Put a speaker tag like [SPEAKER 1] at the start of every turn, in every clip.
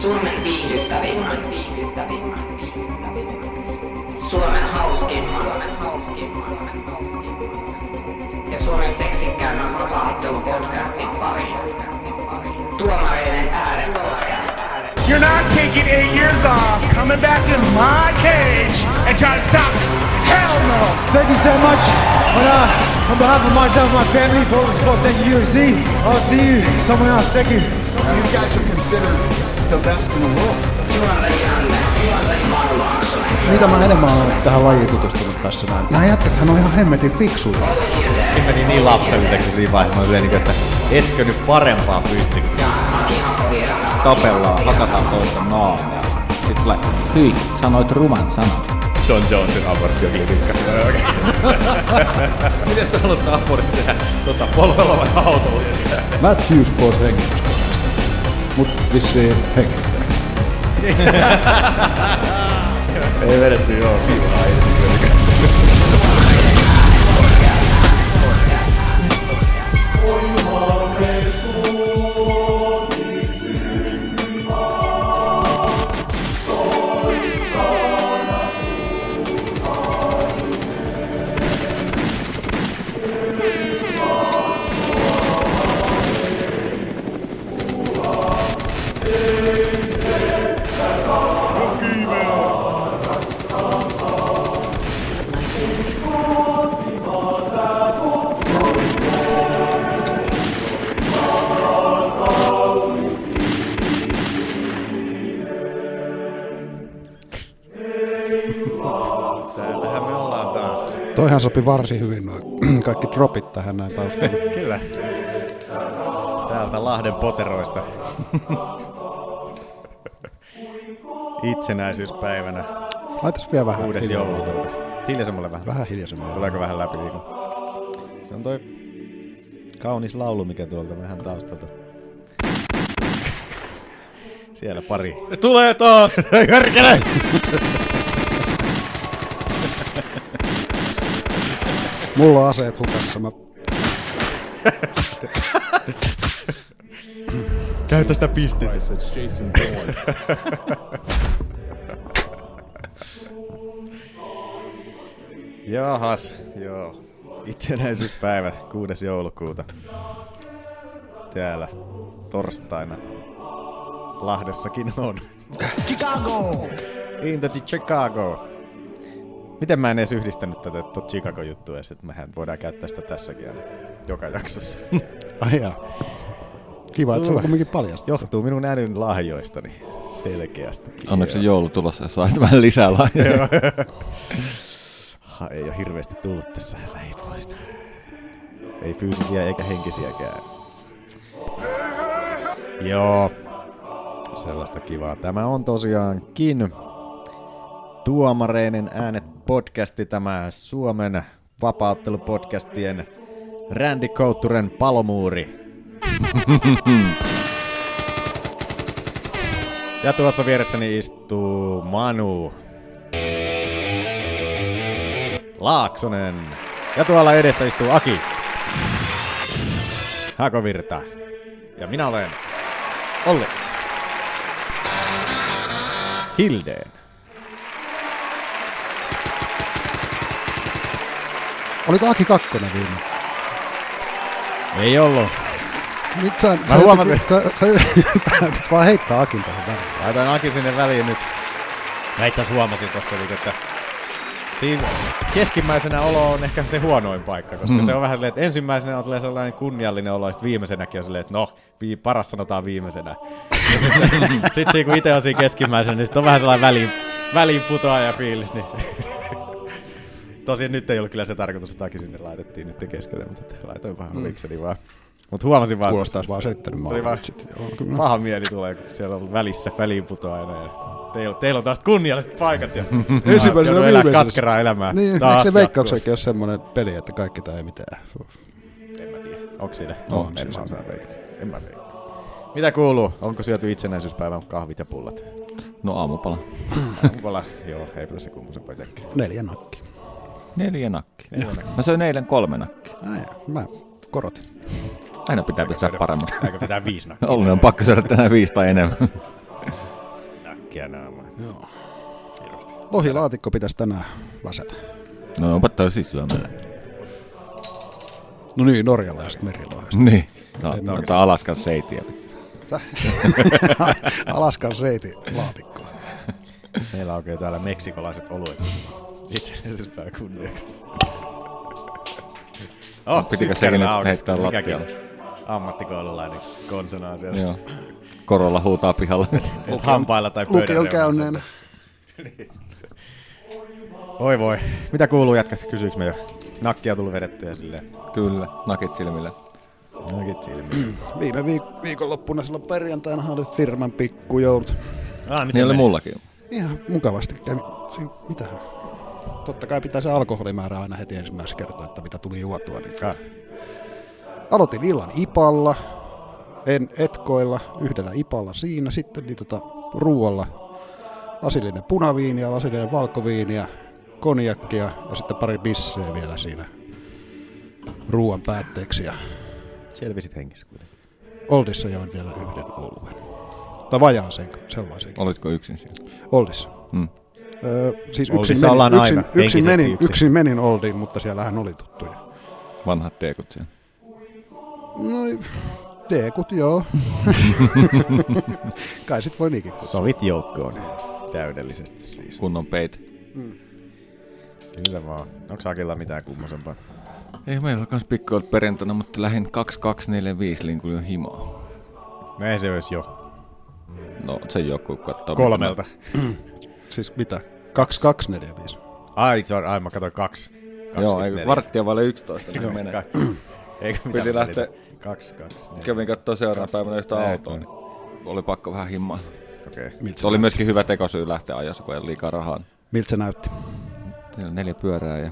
[SPEAKER 1] Suomen viihdyttävimmän, viihdyttävimmän, viihdyttävimmän. Suomen hauskimman, Suomen hauskimman, Suomen hauskimman. Ja Suomen seksikkäimmän vapaattelupodcastin pariin. Tuomareiden ääret podcast.
[SPEAKER 2] You're not taking eight years off, coming back to my cage and trying to stop me. Hell no.
[SPEAKER 3] Thank you so much. And, uh, on behalf of myself and my family for all the support, thank you, UFC. I'll see you somewhere else. Thank you.
[SPEAKER 4] These guys are considered the best in the world.
[SPEAKER 5] Mitä mä enemmän olen tähän lajiin tutustunut tässä näin. Nämä jätkäthän on ihan hemmetin fiksuja.
[SPEAKER 6] Se meni niin lapselliseksi siinä vaiheessa, mä olin silleen, niin kuin, että etkö nyt parempaa pysty? Tapellaan, hakataan toista naamaa. Sitten tulee, hyi, sanoit ruman sanan.
[SPEAKER 7] John Jonesin aborttioklinikka.
[SPEAKER 6] Miten sä haluat abortti tehdä? Tota, polvella vai autolla?
[SPEAKER 5] Matthews pois hengitystä Mut vissiin hengittää.
[SPEAKER 7] Ei vedetty joo, kivaa ei. Täällähän me ollaan taas.
[SPEAKER 5] Toihan sopi varsin hyvin noin kaikki dropit tähän näin taustalla.
[SPEAKER 6] Kyllä. Täältä Lahden poteroista. Itsenäisyyspäivänä
[SPEAKER 5] Laitas vielä vähän
[SPEAKER 6] kuudes
[SPEAKER 5] hiljaa.
[SPEAKER 6] joulukuuta. Hiljaisemmalle vähän.
[SPEAKER 5] Vähän hiljaisemmalle.
[SPEAKER 6] Tuleeko vähän läpi? liikun? Se on toi kaunis laulu, mikä tuolta vähän taustalta. Siellä pari.
[SPEAKER 7] Tulee taas!
[SPEAKER 6] Hörkele!
[SPEAKER 5] Mulla on aseet hukassa. Mä...
[SPEAKER 7] Käytä sitä pistettä.
[SPEAKER 6] Jahas, joo. Itsenäisyyspäivä, 6. joulukuuta. Täällä torstaina Lahdessakin on. Chicago! Into the Chicago. Miten mä en edes yhdistänyt tätä tuota Chicago-juttua edes, että mehän voidaan käyttää sitä tässäkin aina, joka jaksossa.
[SPEAKER 5] Ai jaa. Kiva, että se on kuitenkin paljasta.
[SPEAKER 6] Johtuu minun älyn lahjoistani selkeästi.
[SPEAKER 8] Onneksi joulu tulossa, sait vähän lisää lahjoja.
[SPEAKER 6] Ha, ei ole hirveästi tullut tässä lähivuosina. Ei fyysisiä eikä henkisiäkään. Joo, sellaista kivaa. Tämä on tosiaankin Tuomareinen äänet podcasti, tämä Suomen vapauttelupodcastien Randy Koutturen palomuuri. ja tuossa vieressäni istuu Manu. Laaksonen. Ja tuolla edessä istuu Aki. Hakovirta. Ja minä olen Olli. Hildeen.
[SPEAKER 5] Oliko Aki kakkonen viime?
[SPEAKER 6] Ei ollut.
[SPEAKER 5] Nyt sä,
[SPEAKER 6] Mä huomasin.
[SPEAKER 5] Sä, sä, sä päätit vaan heittää Akin tähän väliin.
[SPEAKER 6] Laitan Aki sinne väliin nyt. Mä itse asiassa huomasin tossa, niinku, että siinä keskimmäisenä olo on ehkä se huonoin paikka, koska mm. se on vähän silleen, että ensimmäisenä on tulee sellainen kunniallinen olo, ja sitten viimeisenäkin on silleen, että no, vii, paras sanotaan viimeisenä. sitten sit siinä, kun itse on siinä keskimmäisenä, niin sit on vähän sellainen väliin, väliin putoaja fiilis, niin Tosin nyt ei ollut kyllä se tarkoitus, että Aki sinne laitettiin nyt keskelle, mutta laitoin vähän olikseni vaan. Mutta huomasin vaan,
[SPEAKER 5] Kuulostaisi vaan seitsemän
[SPEAKER 6] Tuli
[SPEAKER 5] maailmaa.
[SPEAKER 6] vaan Mm. paha mieli tulee, kun siellä on välissä väliinputoaina. Ja teillä, teillä on taas kunnialliset paikat ja
[SPEAKER 5] Ensimmäisenä
[SPEAKER 6] elää
[SPEAKER 5] viimeisenä.
[SPEAKER 6] katkeraa elämää.
[SPEAKER 5] Niin,
[SPEAKER 6] taas
[SPEAKER 5] eikö se
[SPEAKER 6] jatkuvasti.
[SPEAKER 5] veikkauksenkin ole semmoinen peli, että kaikki tai ei mitään?
[SPEAKER 6] En mä tiedä, onko siinä?
[SPEAKER 5] On
[SPEAKER 6] en
[SPEAKER 5] siinä
[SPEAKER 6] mä osaa
[SPEAKER 5] semmoinen.
[SPEAKER 6] veikata. En mä veikkaa. Mitä kuuluu? Onko syöty itsenäisyyspäivän kahvit ja pullat?
[SPEAKER 8] No aamupala.
[SPEAKER 6] Onkola? Joo, ei pitäisi kummoisempaa tekee.
[SPEAKER 5] Neljä nakki.
[SPEAKER 8] Neljä nakki. Mä söin eilen kolme nakkia.
[SPEAKER 5] Ai, mä korotin.
[SPEAKER 8] Aina pitää pistää paremmin.
[SPEAKER 6] Aika pitää viisi nakkia.
[SPEAKER 8] Olli on pakko syödä tänään viisi tai enemmän.
[SPEAKER 6] nakkia naamaa.
[SPEAKER 5] Joo. Lohilaatikko pitäisi tänään väsätä.
[SPEAKER 8] No onpa täysin syömällä.
[SPEAKER 5] No niin, norjalaiset merilohesta.
[SPEAKER 8] Niin. No, no, Alaskan seitiä.
[SPEAKER 5] Alaskan seiti laatikko.
[SPEAKER 6] Meillä aukeaa täällä meksikolaiset oluet. Itse asiassa pää kunniaksi. Oh, sykkärillä
[SPEAKER 8] Pitikö sekin nyt
[SPEAKER 6] auki,
[SPEAKER 8] heittää
[SPEAKER 6] mikäkin
[SPEAKER 8] lattialle?
[SPEAKER 6] Ammattikoululainen konsonaa siellä. Joo.
[SPEAKER 8] Joo. Korolla huutaa pihalla nyt.
[SPEAKER 6] Et hampailla tai pöydän
[SPEAKER 5] Lukion
[SPEAKER 6] reunassa.
[SPEAKER 5] käyneenä.
[SPEAKER 6] Oi voi. Mitä kuuluu jätkät? Kysyykö me jo? Nakkia tullut vedettyä silleen.
[SPEAKER 8] Kyllä, nakit silmillä.
[SPEAKER 6] Nakit silmiin.
[SPEAKER 5] Viime viik- viikonloppuna silloin perjantaina oli firman pikkujoulut.
[SPEAKER 6] Ah, miten
[SPEAKER 8] Niin oli
[SPEAKER 6] meni?
[SPEAKER 8] mullakin.
[SPEAKER 5] Ihan mukavasti kävi. Siin- Mitähän? Totta kai pitää se alkoholimäärä aina heti ensimmäisessä kertaa, että mitä tuli juotua. Niin
[SPEAKER 6] Ah,
[SPEAKER 5] Aloitin illan ipalla, en etkoilla, yhdellä ipalla siinä, sitten niin tota, ruoalla lasillinen punaviiniä, lasillinen valkoviiniä, konjakkia ja sitten pari bisseä vielä siinä ruoan päätteeksi. Ja
[SPEAKER 6] selvisit hengissä kuitenkin.
[SPEAKER 5] Oldissa join vielä yhden oluen. Tai vajaan sen, sellaisen.
[SPEAKER 8] Olitko yksin siellä?
[SPEAKER 5] Oldissa.
[SPEAKER 8] Mm.
[SPEAKER 5] Öö, siis yksin
[SPEAKER 6] Oldissa Hmm. ollaan
[SPEAKER 5] menin, yksin,
[SPEAKER 6] aina,
[SPEAKER 5] yksin,
[SPEAKER 6] henkisesti
[SPEAKER 5] menin,
[SPEAKER 6] yksin.
[SPEAKER 5] yksin menin Oldiin, mutta siellähän oli tuttuja.
[SPEAKER 8] Vanhat teekut siellä.
[SPEAKER 5] No, teekut, joo. Kai sit voi niinkin.
[SPEAKER 6] Sovit joukkoon. Täydellisesti siis.
[SPEAKER 8] Kunnon peit.
[SPEAKER 6] Kyllä vaan. Onko Akilla mitään kummosempaa?
[SPEAKER 8] Ei meillä ole kans pikkuolut perjantaina, mutta lähin 2245 linkulin himaa.
[SPEAKER 6] No ei se olisi jo.
[SPEAKER 8] No se joku katsoo.
[SPEAKER 6] Kolmelta.
[SPEAKER 5] Siis mitä? 2245.
[SPEAKER 6] Ai, se on, ai mä katsoin kaksi.
[SPEAKER 8] Mitä... Joo,
[SPEAKER 6] 24.
[SPEAKER 8] ei, varttia vaille 11. niin menee.
[SPEAKER 6] Ka- Eikö mitään
[SPEAKER 8] Piti lähteä-
[SPEAKER 6] selitä. Kaksi, kaksi. Niin.
[SPEAKER 8] Kävin katsoa seuraavana päivänä yhtä
[SPEAKER 6] Ei,
[SPEAKER 8] autoa, niin oli pakko vähän himmaa.
[SPEAKER 6] Okei. Okay.
[SPEAKER 5] Miltä
[SPEAKER 8] Se oli myöskin hyvä tekosyy lähteä ajossa, kun ei ole liikaa rahaa.
[SPEAKER 5] Miltä se näytti?
[SPEAKER 8] Teillä on neljä pyörää ja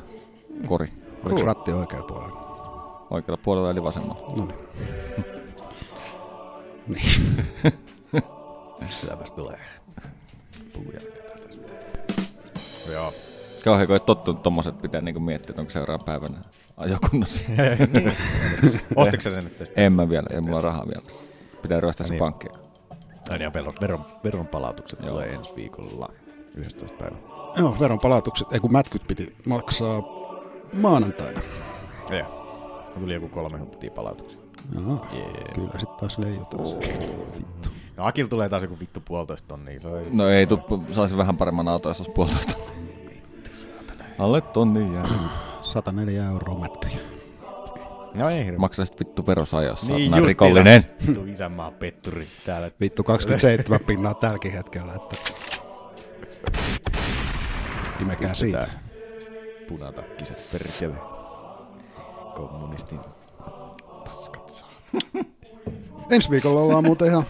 [SPEAKER 8] kori.
[SPEAKER 5] Oliko ratti oikealla puolella?
[SPEAKER 8] Oikealla puolella eli vasemmalla.
[SPEAKER 5] No niin.
[SPEAKER 6] Syöpäs tulee. Puujalkaa tai taisi mitään. Joo.
[SPEAKER 8] Kauhean, kun ei tottunut tommoset, pitää niinku miettiä, että onko seuraavana päivänä ajokunnossa.
[SPEAKER 6] Ostitko sä sen nyt tästä?
[SPEAKER 8] en mä vielä, ei mulla rahaa vielä. Pitää ryöstää se
[SPEAKER 6] Niin.
[SPEAKER 8] pankki.
[SPEAKER 6] Aina niin, ja veron, veron, veron palautukset
[SPEAKER 8] Joo.
[SPEAKER 6] tulee ensi viikolla 11. päivä.
[SPEAKER 5] Joo, veron palautukset, ei kun mätkyt piti maksaa maanantaina.
[SPEAKER 6] Joo. Tuli joku kolme tuntia palautuksia.
[SPEAKER 5] Joo, kyllä sitten taas leijutaan. Vittu.
[SPEAKER 6] No Akil tulee taas joku vittu puolitoista tonnia. Se on...
[SPEAKER 8] No ei, tuppu, saisin vähän paremman auton, jos olisi puolitoista. Alle tonni jää.
[SPEAKER 5] 104 euroa mätkyjä.
[SPEAKER 6] No ei hirveä.
[SPEAKER 8] Maksaisit vittu verosajassa,
[SPEAKER 6] Niin
[SPEAKER 8] niin
[SPEAKER 6] justiinsa.
[SPEAKER 8] rikollinen.
[SPEAKER 6] Vittu isänmaa petturi täällä.
[SPEAKER 5] Vittu 27 pinnaa tälläkin hetkellä, että... Imekää siitä.
[SPEAKER 6] Pistetään Punatakkiset perkele. Kommunistin paskat saa.
[SPEAKER 5] Ensi viikolla ollaan muuten ihan...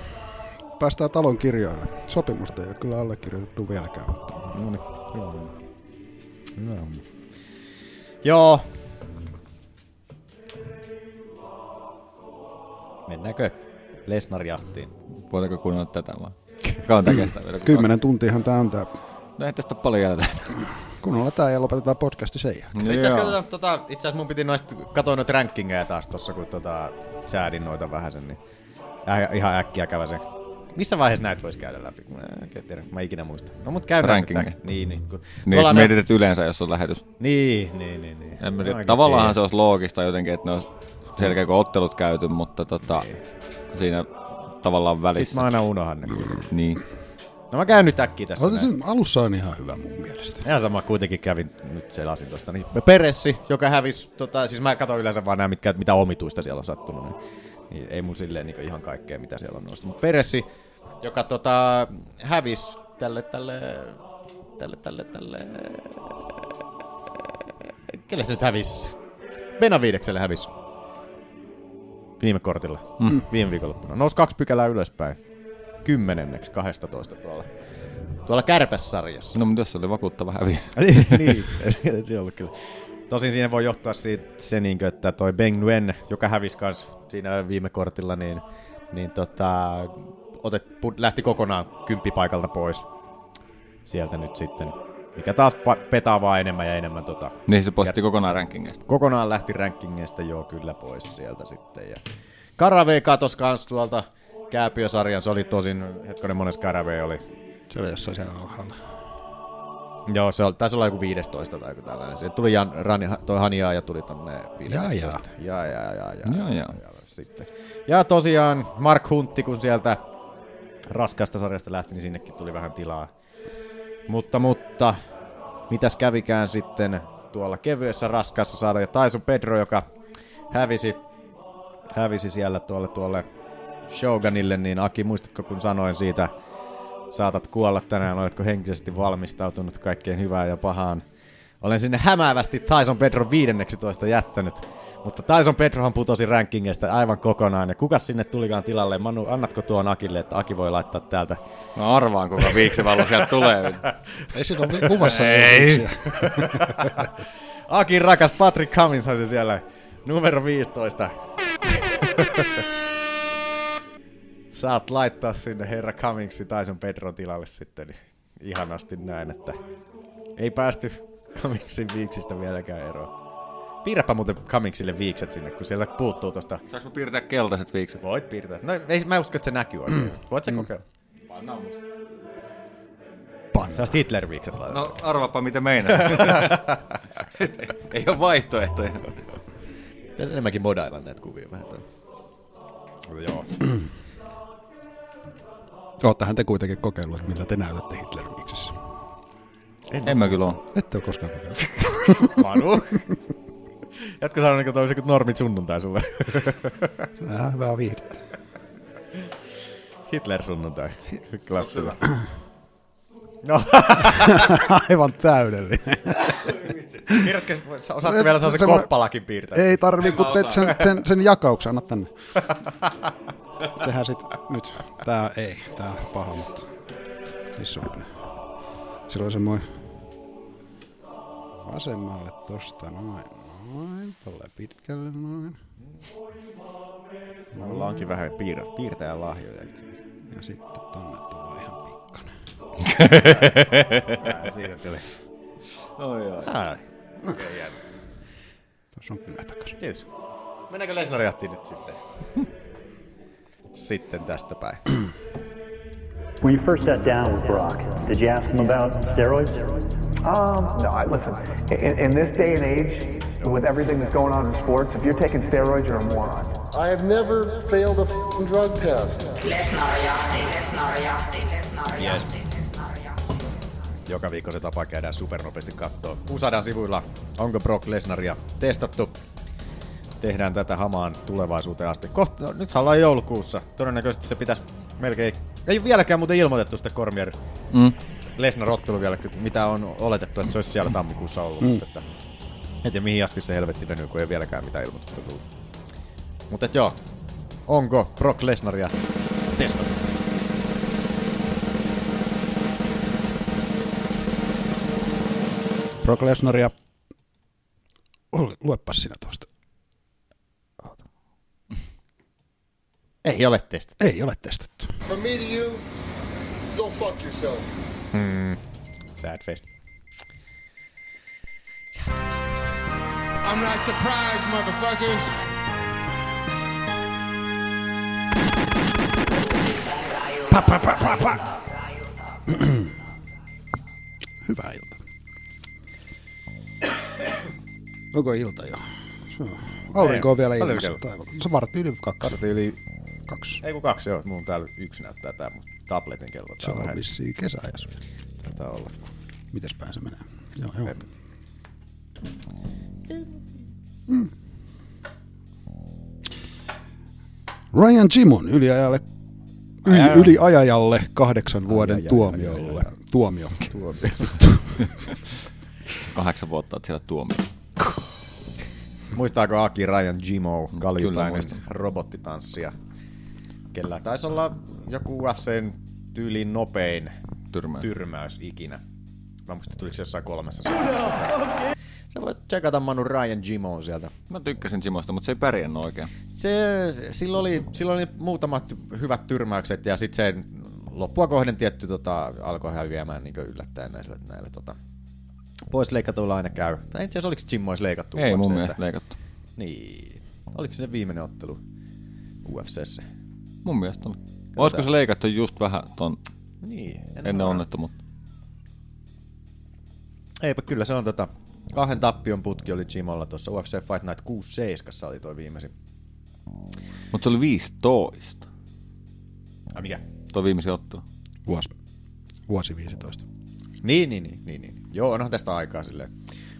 [SPEAKER 5] Päästään talon kirjoille. Sopimusta ei ole kyllä allekirjoitettu vieläkään, mutta
[SPEAKER 6] No niin. Hyvä homma. Hyvä homma. Joo. Mennäänkö Lesnar-jahtiin?
[SPEAKER 8] Voidaanko kuunnella tätä vaan? Kauan tää kestää vielä. kun-
[SPEAKER 5] 10 tuntiahan tämä antaa.
[SPEAKER 8] No ei tästä ole paljon jäljellä.
[SPEAKER 5] Kunnolla tämä ja lopetetaan podcasti sen jälkeen.
[SPEAKER 8] No,
[SPEAKER 6] Itse asiassa katsotaan, tota, itse asiassa mun piti noista, katsoin noita rankingeja taas tossa, kun tota, säädin noita vähän sen, niin äh, ihan äkkiä kävä sen. Missä vaiheessa näitä voisi käydä läpi? Mä en oikein tiedä, mä en ikinä muista. No mut käydään
[SPEAKER 8] Rankingeja.
[SPEAKER 6] tätä- Niin, niin, kun,
[SPEAKER 8] Niin, jos
[SPEAKER 6] tuolla
[SPEAKER 8] mietit, että yleensä, jos on lähetys.
[SPEAKER 6] niin, niin, niin, niin.
[SPEAKER 8] En mä
[SPEAKER 6] No,
[SPEAKER 8] tiedä.
[SPEAKER 6] en
[SPEAKER 8] Tavallaan se
[SPEAKER 6] tiedä.
[SPEAKER 8] olisi loogista jotenkin, että ne olisi selkeä, kun ottelut käyty, mutta tota, siinä tavallaan
[SPEAKER 6] Sit
[SPEAKER 8] välissä.
[SPEAKER 6] mä aina unohan ne.
[SPEAKER 8] Niin.
[SPEAKER 6] No mä käyn nyt äkkiä tässä.
[SPEAKER 5] Otan
[SPEAKER 6] näin.
[SPEAKER 5] sen alussa on ihan hyvä mun mielestä.
[SPEAKER 6] Ihan sama, kuitenkin kävin, nyt selasin tuosta, niin Peressi, joka hävisi, tota, siis mä katson yleensä vaan nämä, mitkä, mitä omituista siellä on sattunut, niin, niin ei mun silleen niin ihan kaikkea, mitä siellä on noussut. Mutta Peressi, joka tota, hävisi tälle, tälle, tälle, tälle, tälle, kelle se nyt hävisi? Benavidekselle hävisi. Viime kortilla, mm. viime viikonloppuna. Nousi kaksi pykälää ylöspäin. Kymmenenneksi, 12 tuolla. Tuolla kärpässarjassa
[SPEAKER 8] No, mutta jos se oli vakuuttava häviö.
[SPEAKER 6] niin, se on ollut kyllä. Tosin siinä voi johtua siitä se, niin kuin, että toi Beng Nguyen, joka hävisi kans siinä viime kortilla, niin, niin tota, otet, pu- lähti kokonaan kymppipaikalta pois sieltä nyt sitten. Mikä taas pa- petaa vaan enemmän ja enemmän tota,
[SPEAKER 8] Niin se poisti kokonaan rankingista.
[SPEAKER 6] kokonaan lähti rankingeista joo kyllä pois sieltä sitten. Ja Karavei katosi kans tuolta Kääpiösarjan, se oli tosin, hetkonen mones Karavei oli
[SPEAKER 5] Se oli jossain siellä alhaalla.
[SPEAKER 6] Joo, se oli, taisi olla joku 15 tai joku tällainen. Se tuli Jan, Rani, toi Haniaa ja tuli tonne 15. Ja, ja, ja, ja,
[SPEAKER 8] Jaa, jaa.
[SPEAKER 6] Sitten. ja tosiaan Mark Huntti, kun sieltä raskaasta sarjasta lähti, niin sinnekin tuli vähän tilaa. Mutta, mutta, mitäs kävikään sitten tuolla kevyessä raskaassa sarja. Taisu Pedro, joka hävisi, hävisi siellä tuolle, tuolle Shogunille, niin Aki, muistatko kun sanoin siitä saatat kuolla tänään, oletko henkisesti valmistautunut kaikkeen hyvään ja pahaan. Olen sinne hämäävästi Tyson Pedro 15 jättänyt, mutta Tyson Pedrohan putosi rankingeista aivan kokonaan, ja kuka sinne tulikaan tilalle? Manu, annatko tuon Akille, että Aki voi laittaa täältä?
[SPEAKER 8] No arvaan, kuinka viiksivallo sieltä tulee.
[SPEAKER 5] Ei siinä ole vi- kuvassa ei.
[SPEAKER 6] Akin rakas Patrick Cummins on se siellä, numero 15. Saat laittaa sinne herra Cummingsi Tyson Pedron tilalle sitten, niin ihanasti näin, että ei päästy Cummingsin viiksistä vieläkään eroon. Piirräpä muuten Cummingsille viikset sinne, kun sieltä puuttuu tosta.
[SPEAKER 8] Saanko mä piirtää keltaiset viikset?
[SPEAKER 6] Voit piirtää. No ei, mä usko, että se näkyy oikein. Voit se kokeilla.
[SPEAKER 5] Panna.
[SPEAKER 6] Sä Hitler-viikset laitetaan.
[SPEAKER 8] No arvapa mitä meinaa. ei ole vaihtoehtoja.
[SPEAKER 6] Pitäisi enemmänkin modailla näitä kuvia vähän tuonne. Mutta Joo.
[SPEAKER 5] Oottehan te kuitenkin kokeillut, että miltä te näytätte Hitler-viiksessä.
[SPEAKER 8] En mä kyllä oo.
[SPEAKER 5] Ette ole koskaan kokeillut.
[SPEAKER 6] Manu. Jatka sanoa niinku toisin kuin normit sunnuntai sulle.
[SPEAKER 5] Vähän hyvää viihdettä.
[SPEAKER 6] Hitler sunnuntai. Klassinen. No,
[SPEAKER 5] Aivan täydellinen.
[SPEAKER 6] kirjoitko, osaatko vielä saa se
[SPEAKER 5] Semmoinen-
[SPEAKER 6] koppalakin piirtää?
[SPEAKER 5] Ei tarvii, kun teet sen, sen, sen jakauksen, anna tänne. Tehdään sit nyt. Tää ei, tää on paha, mutta missä on ne? Silloin se moi vasemmalle tosta noin, noin, tolleen pitkälle noin.
[SPEAKER 6] Mulla onkin vähän piir- piirtäjän lahjoja itse asiassa.
[SPEAKER 5] Ja sitten tonne tulee ihan pikkainen.
[SPEAKER 6] Tää Siitä tuli.
[SPEAKER 8] Oi, oi.
[SPEAKER 6] Ah,
[SPEAKER 5] Tuossa on kynä takaisin.
[SPEAKER 6] kiitos. Mennäänkö Lesnariattiin nyt sitten? Sitten tästä päin.
[SPEAKER 9] When you first sat down with Brock, did you ask him about steroids?
[SPEAKER 10] Um, no, I listen. In, in this day and age, with everything that's going on in sports, if you're taking steroids, you're a moron.
[SPEAKER 4] I have never failed a f***ing drug test.
[SPEAKER 1] Lesnar jahti, Lesnar jahti, Lesnar jahti, Lesnar jahti.
[SPEAKER 6] Joka viikko se tapa käydään supernopeasti kattoon. Usadan sivuilla onko Brock Lesnaria testattu. Tehdään tätä hamaan tulevaisuuteen asti. Kohta, no, nythän ollaan joulukuussa. Todennäköisesti se pitäisi melkein... Ei ole vieläkään muuten ilmoitettu sitä Cormier
[SPEAKER 8] Mm.
[SPEAKER 6] Lesnar ottelu vielä, mitä on oletettu, että se olisi siellä tammikuussa ollut. Mm. Että, en tiedä mihin asti se helvetti venyy, kun ei vieläkään mitään ilmoitusta tullut. Mutta et joo, onko Brock Lesnaria testattu?
[SPEAKER 5] Brock Lesnaria. Olli, luepas sinä tuosta.
[SPEAKER 6] Ei ole testattu.
[SPEAKER 5] Ei ole testattu.
[SPEAKER 4] From me to you, go fuck yourself.
[SPEAKER 6] Sad face.
[SPEAKER 2] I'm not surprised, motherfuckers.
[SPEAKER 5] Pa, pa, pa, pa, pa. Hyvää ilta. Onko ilta jo? Se on. Aurinko on vielä
[SPEAKER 6] Ei, paljon
[SPEAKER 5] ilmassa
[SPEAKER 6] kello?
[SPEAKER 5] taivaalla. Se vartti yli kaksi.
[SPEAKER 6] Tarvittiin yli
[SPEAKER 5] kaksi.
[SPEAKER 6] Ei kun kaksi, joo. Mun täällä yksi näyttää tää mun tabletin kello.
[SPEAKER 5] Se
[SPEAKER 6] Tää on
[SPEAKER 5] on
[SPEAKER 6] vähän
[SPEAKER 5] vissiin kesäajassa. vielä.
[SPEAKER 6] taitaa olla.
[SPEAKER 5] Mites päin se menee? Joo, joo.
[SPEAKER 6] En.
[SPEAKER 5] Ryan Jimon yliajalle
[SPEAKER 6] Ajaa.
[SPEAKER 5] yli, yliajajalle kahdeksan vuoden
[SPEAKER 6] Ajaa,
[SPEAKER 5] tuomiolle.
[SPEAKER 6] ajaa, ajaa.
[SPEAKER 5] Tuomio.
[SPEAKER 8] Kahdeksan vuotta oot siellä tuomio.
[SPEAKER 6] Muistaako Aki Ryan Jimo, kaljupäinen
[SPEAKER 8] muistan.
[SPEAKER 6] robottitanssija? Kellä taisi olla joku UFCn tyylin nopein
[SPEAKER 8] Tyrmäys.
[SPEAKER 6] tyrmäys ikinä. Mä muistan, tuliko se jossain kolmessa sarjassa. Sä voit tsekata Manu Ryan Jimo sieltä.
[SPEAKER 8] Mä tykkäsin Simosta, mutta se ei pärjännyt oikein.
[SPEAKER 6] Se, se- sillä, oli, sillä oli muutamat hyvät tyrmäykset ja sitten sen loppua kohden tietty tota, alkoi häviämään niin yllättäen näillä, näillä tota, pois leikatuilla aina käy. Tai itse asiassa oliko Jimmo edes leikattu
[SPEAKER 8] Ei mun
[SPEAKER 6] UFCstä?
[SPEAKER 8] mielestä leikattu.
[SPEAKER 6] Niin. Oliko se viimeinen ottelu UFCssä?
[SPEAKER 8] Mun mielestä oli. Olisiko se leikattu just vähän ton
[SPEAKER 6] Niin.
[SPEAKER 8] Ennen onnettomuutta.
[SPEAKER 6] Eipä kyllä, se on tota, kahden tappion putki oli Jimolla tuossa UFC Fight Night 67 oli toi viimeisin.
[SPEAKER 8] Mutta se oli 15,
[SPEAKER 6] Ai mikä?
[SPEAKER 8] tuo viimeisin ottelu.
[SPEAKER 5] Vuosi. Vuosi 15.
[SPEAKER 6] Niin, niin, niin, niin, niin. Joo, onhan tästä aikaa silleen.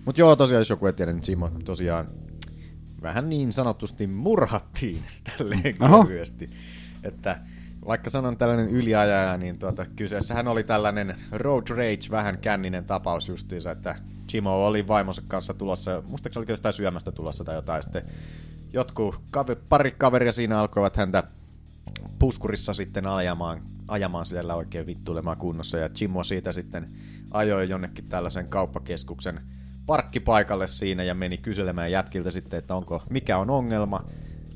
[SPEAKER 6] Mut joo, tosiaan, jos joku ei tiedä, niin Jimo tosiaan vähän niin sanotusti murhattiin tälleen
[SPEAKER 5] Aha.
[SPEAKER 6] kevyesti. Että vaikka sanon tällainen yliajaja, niin tuota, kyseessähän oli tällainen road rage vähän känninen tapaus justiinsa, että Jimo oli vaimonsa kanssa tulossa, muistaakseni oliko jostain syömästä tulossa tai jotain, sitten jotkut kaveri, pari kaveria siinä alkoivat häntä puskurissa sitten ajamaan, ajamaan siellä oikein vittuilemaan kunnossa. Ja Jimmo siitä sitten ajoi jonnekin tällaisen kauppakeskuksen parkkipaikalle siinä ja meni kyselemään jätkiltä sitten, että onko, mikä on ongelma,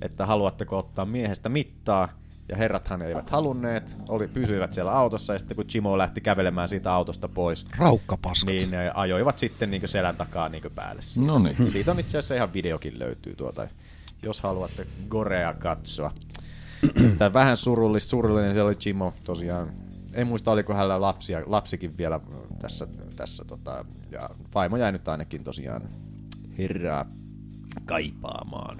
[SPEAKER 6] että haluatteko ottaa miehestä mittaa. Ja herrathan eivät halunneet, oli, pysyivät siellä autossa ja sitten kun Jimo lähti kävelemään siitä autosta pois,
[SPEAKER 5] Raukkapaskat.
[SPEAKER 6] niin ne ajoivat sitten niin selän takaa niin päälle. siitä.
[SPEAKER 8] No niin.
[SPEAKER 6] Siitä on itse asiassa ihan videokin löytyy tuota, jos haluatte Gorea katsoa. Tämä vähän surullis, surullinen, se oli Jimo tosiaan. En muista, oliko hänellä lapsia, lapsikin vielä tässä. tässä tota, ja vaimo jäi nyt ainakin tosiaan herraa kaipaamaan.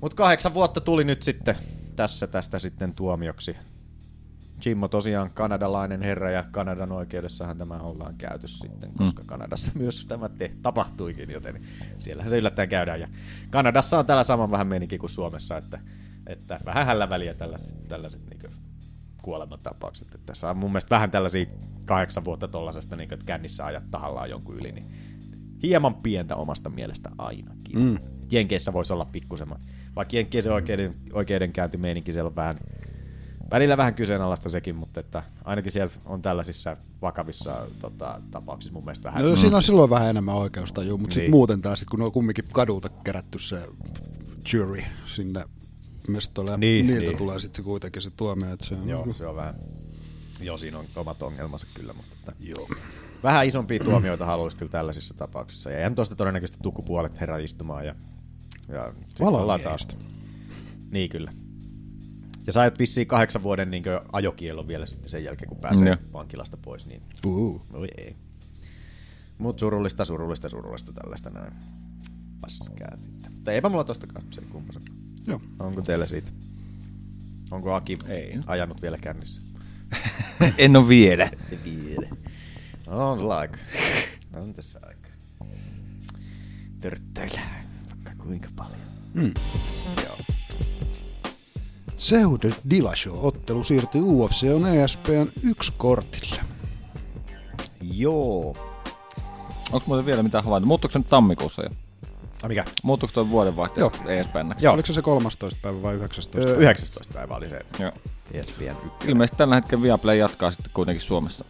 [SPEAKER 6] Mutta kahdeksan vuotta tuli nyt sitten tässä tästä sitten tuomioksi. Jimmo tosiaan kanadalainen herra ja Kanadan oikeudessahan tämä ollaan käyty sitten, koska Kanadassa myös tämä te tapahtuikin, joten siellähän se yllättäen käydään. Ja Kanadassa on täällä saman vähän meininki kuin Suomessa, että, että vähän hällä väliä tällaiset, tällaiset niin kuolemantapaukset. Että saa mun mielestä vähän tällaisia kahdeksan vuotta tollasesta, niin että kännissä ajat tahallaan jonkun yli, niin hieman pientä omasta mielestä ainakin. Mm. Jenkeissä voisi olla pikkusemman. Vaikka Jenkeissä oikeuden, oikeudenkäyntimeininki siellä on vähän, välillä vähän kyseenalaista sekin, mutta että ainakin siellä on tällaisissa vakavissa tota, tapauksissa mun mielestä vähän.
[SPEAKER 5] No, siinä on silloin vähän enemmän oikeustajua, mutta niin.
[SPEAKER 6] Niin.
[SPEAKER 5] sitten muuten taas, sit, kun on kumminkin kadulta kerätty se jury sinne mestolle, niin,
[SPEAKER 6] Niin,
[SPEAKER 5] niiltä niin.
[SPEAKER 6] niin.
[SPEAKER 5] tulee sitten se kuitenkin se tuomio, että se on...
[SPEAKER 6] Joo, se on vähän. Joo, siinä on omat ongelmansa kyllä, mutta että
[SPEAKER 5] Joo.
[SPEAKER 6] vähän isompia tuomioita haluaisi kyllä tällaisissa tapauksissa. Ja ihan tuosta todennäköisesti tukku puolet herra istumaan ja, ja sitten ollaan taas.
[SPEAKER 5] Valamiehistä.
[SPEAKER 6] Niin kyllä. Ja sait vissiin kahdeksan vuoden niin ajokielon vielä sitten sen jälkeen, kun pääsee
[SPEAKER 8] Joo.
[SPEAKER 6] vankilasta pois. Niin
[SPEAKER 5] Uu.
[SPEAKER 6] Voi ei. Mut surullista, surullista, surullista tällaista näin. Paskaa sitten. Tai eipä mulla tostakaan se kumpansa.
[SPEAKER 5] Joo.
[SPEAKER 6] Onko teillä siitä? Onko Aki
[SPEAKER 8] Ei.
[SPEAKER 6] ajanut vielä kännissä?
[SPEAKER 8] en ole vielä.
[SPEAKER 6] Vielä. On laika. On tässä aika. Törttöilää. Vaikka kuinka paljon.
[SPEAKER 5] Seude Dillashaw-ottelu siirtyy UFC on ESPN yksi kortille.
[SPEAKER 6] Joo.
[SPEAKER 8] Onko muuten vielä mitään havaintoa? Muuttuuko se nyt tammikuussa jo?
[SPEAKER 6] A, No mikä?
[SPEAKER 8] Muuttuuko tuo vuodenvaihteessa ESPN?
[SPEAKER 6] Joo.
[SPEAKER 5] Oliko se se 13. päivä vai 19.
[SPEAKER 6] Ö,
[SPEAKER 5] päivä?
[SPEAKER 6] 19. päivä oli se
[SPEAKER 8] Joo.
[SPEAKER 6] ESPN 1.
[SPEAKER 8] Ilmeisesti tällä hetkellä Viaplay jatkaa sitten kuitenkin Suomessa.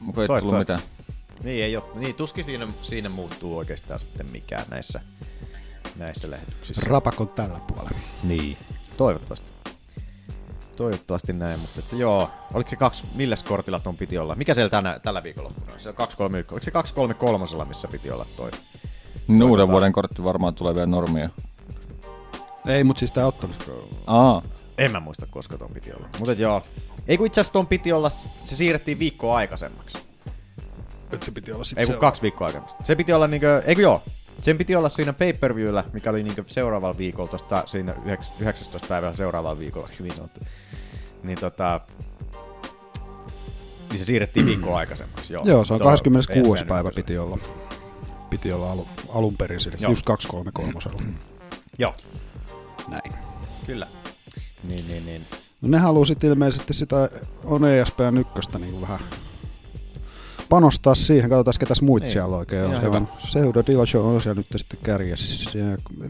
[SPEAKER 8] Muka ei tullut
[SPEAKER 6] Toivottavasti.
[SPEAKER 8] mitään.
[SPEAKER 6] Niin, ei ole. Niin, tuskin siinä, siinä muuttuu oikeastaan sitten mikään näissä, näissä lähetyksissä.
[SPEAKER 5] Rapakon tällä puolella.
[SPEAKER 6] Niin. Toivottavasti. Toivottavasti näin, mutta että joo. Oliko se kaksi, milläs kortilla ton piti olla? Mikä siellä tänä, tällä viikonloppuna on? Se on 231. Oliko se 233, missä piti olla toi?
[SPEAKER 8] Niin Uuden vuoden kortti varmaan tulee vielä normia.
[SPEAKER 5] Ei, mutta siis tämä ottelu.
[SPEAKER 8] Aa,
[SPEAKER 6] En mä muista, koska ton piti olla. Mutta joo. Ei kun itse asiassa ton piti olla, se siirrettiin viikkoa aikaisemmaksi.
[SPEAKER 5] Että se piti olla
[SPEAKER 6] Ei
[SPEAKER 5] sitten
[SPEAKER 6] kun kaksi viikkoa aikaisemmin. Se piti olla niinkö, ei kun joo. Sen piti olla siinä pay per viewllä, mikä oli niinkö seuraavalla viikolla, tosta, siinä yhdeks- 19. päivällä seuraavalla viikolla, hyvin sanottu. Niin tota, niin se siirrettiin viikkoa aikaisemmaksi. Joo,
[SPEAKER 5] Joo, se on
[SPEAKER 6] Tuohon
[SPEAKER 5] 26.
[SPEAKER 6] ESPN
[SPEAKER 5] päivä
[SPEAKER 6] ykköselle.
[SPEAKER 5] piti olla. Piti olla alu, alun perin sille,
[SPEAKER 6] Joo. Mm.
[SPEAKER 5] just 233.
[SPEAKER 6] Joo,
[SPEAKER 5] Näin.
[SPEAKER 6] kyllä. Niin, niin, niin.
[SPEAKER 5] No ne haluaa sitten ilmeisesti sitä on E ESPN ykköstä niin vähän panostaa siihen. Katsotaan, ketäs muut Ei. siellä oikein on.
[SPEAKER 6] Niin. Ihan
[SPEAKER 5] Siellä
[SPEAKER 6] hyvä.
[SPEAKER 5] on Seudo Dillashaw on siellä nyt sitten kärjessä. Ja-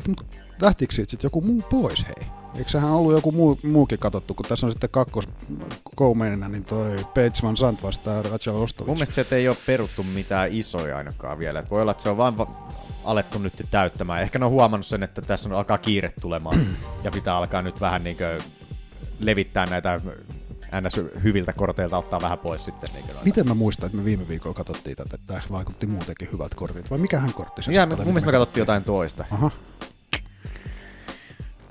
[SPEAKER 5] mut Lähtikö siitä sitten joku muu pois, hei? Eikö sehän ollut joku muu, muukin katsottu, kun tässä on sitten kakkoskoumenina, niin toi Page Van Sant vastaa Raja
[SPEAKER 6] Mun
[SPEAKER 5] Ostovic.
[SPEAKER 6] mielestä sieltä ei ole peruttu mitään isoja ainakaan vielä. Et voi olla, että se on vaan va- alettu nyt täyttämään. Ehkä ne on huomannut sen, että tässä on alkaa kiire tulemaan ja pitää alkaa nyt vähän niinkö levittää näitä ns. hyviltä korteilta ottaa vähän pois sitten. Niinkö noita.
[SPEAKER 5] Miten mä muistan, että me viime viikolla katsottiin tätä, että tämä vaikutti muutenkin hyvältä kortit, vai mikähän kortti se
[SPEAKER 6] Mitä,
[SPEAKER 5] sitten
[SPEAKER 6] mun
[SPEAKER 5] oli,
[SPEAKER 6] mielestä me
[SPEAKER 5] mikä-
[SPEAKER 6] katsottiin jotain toista.
[SPEAKER 5] Aha.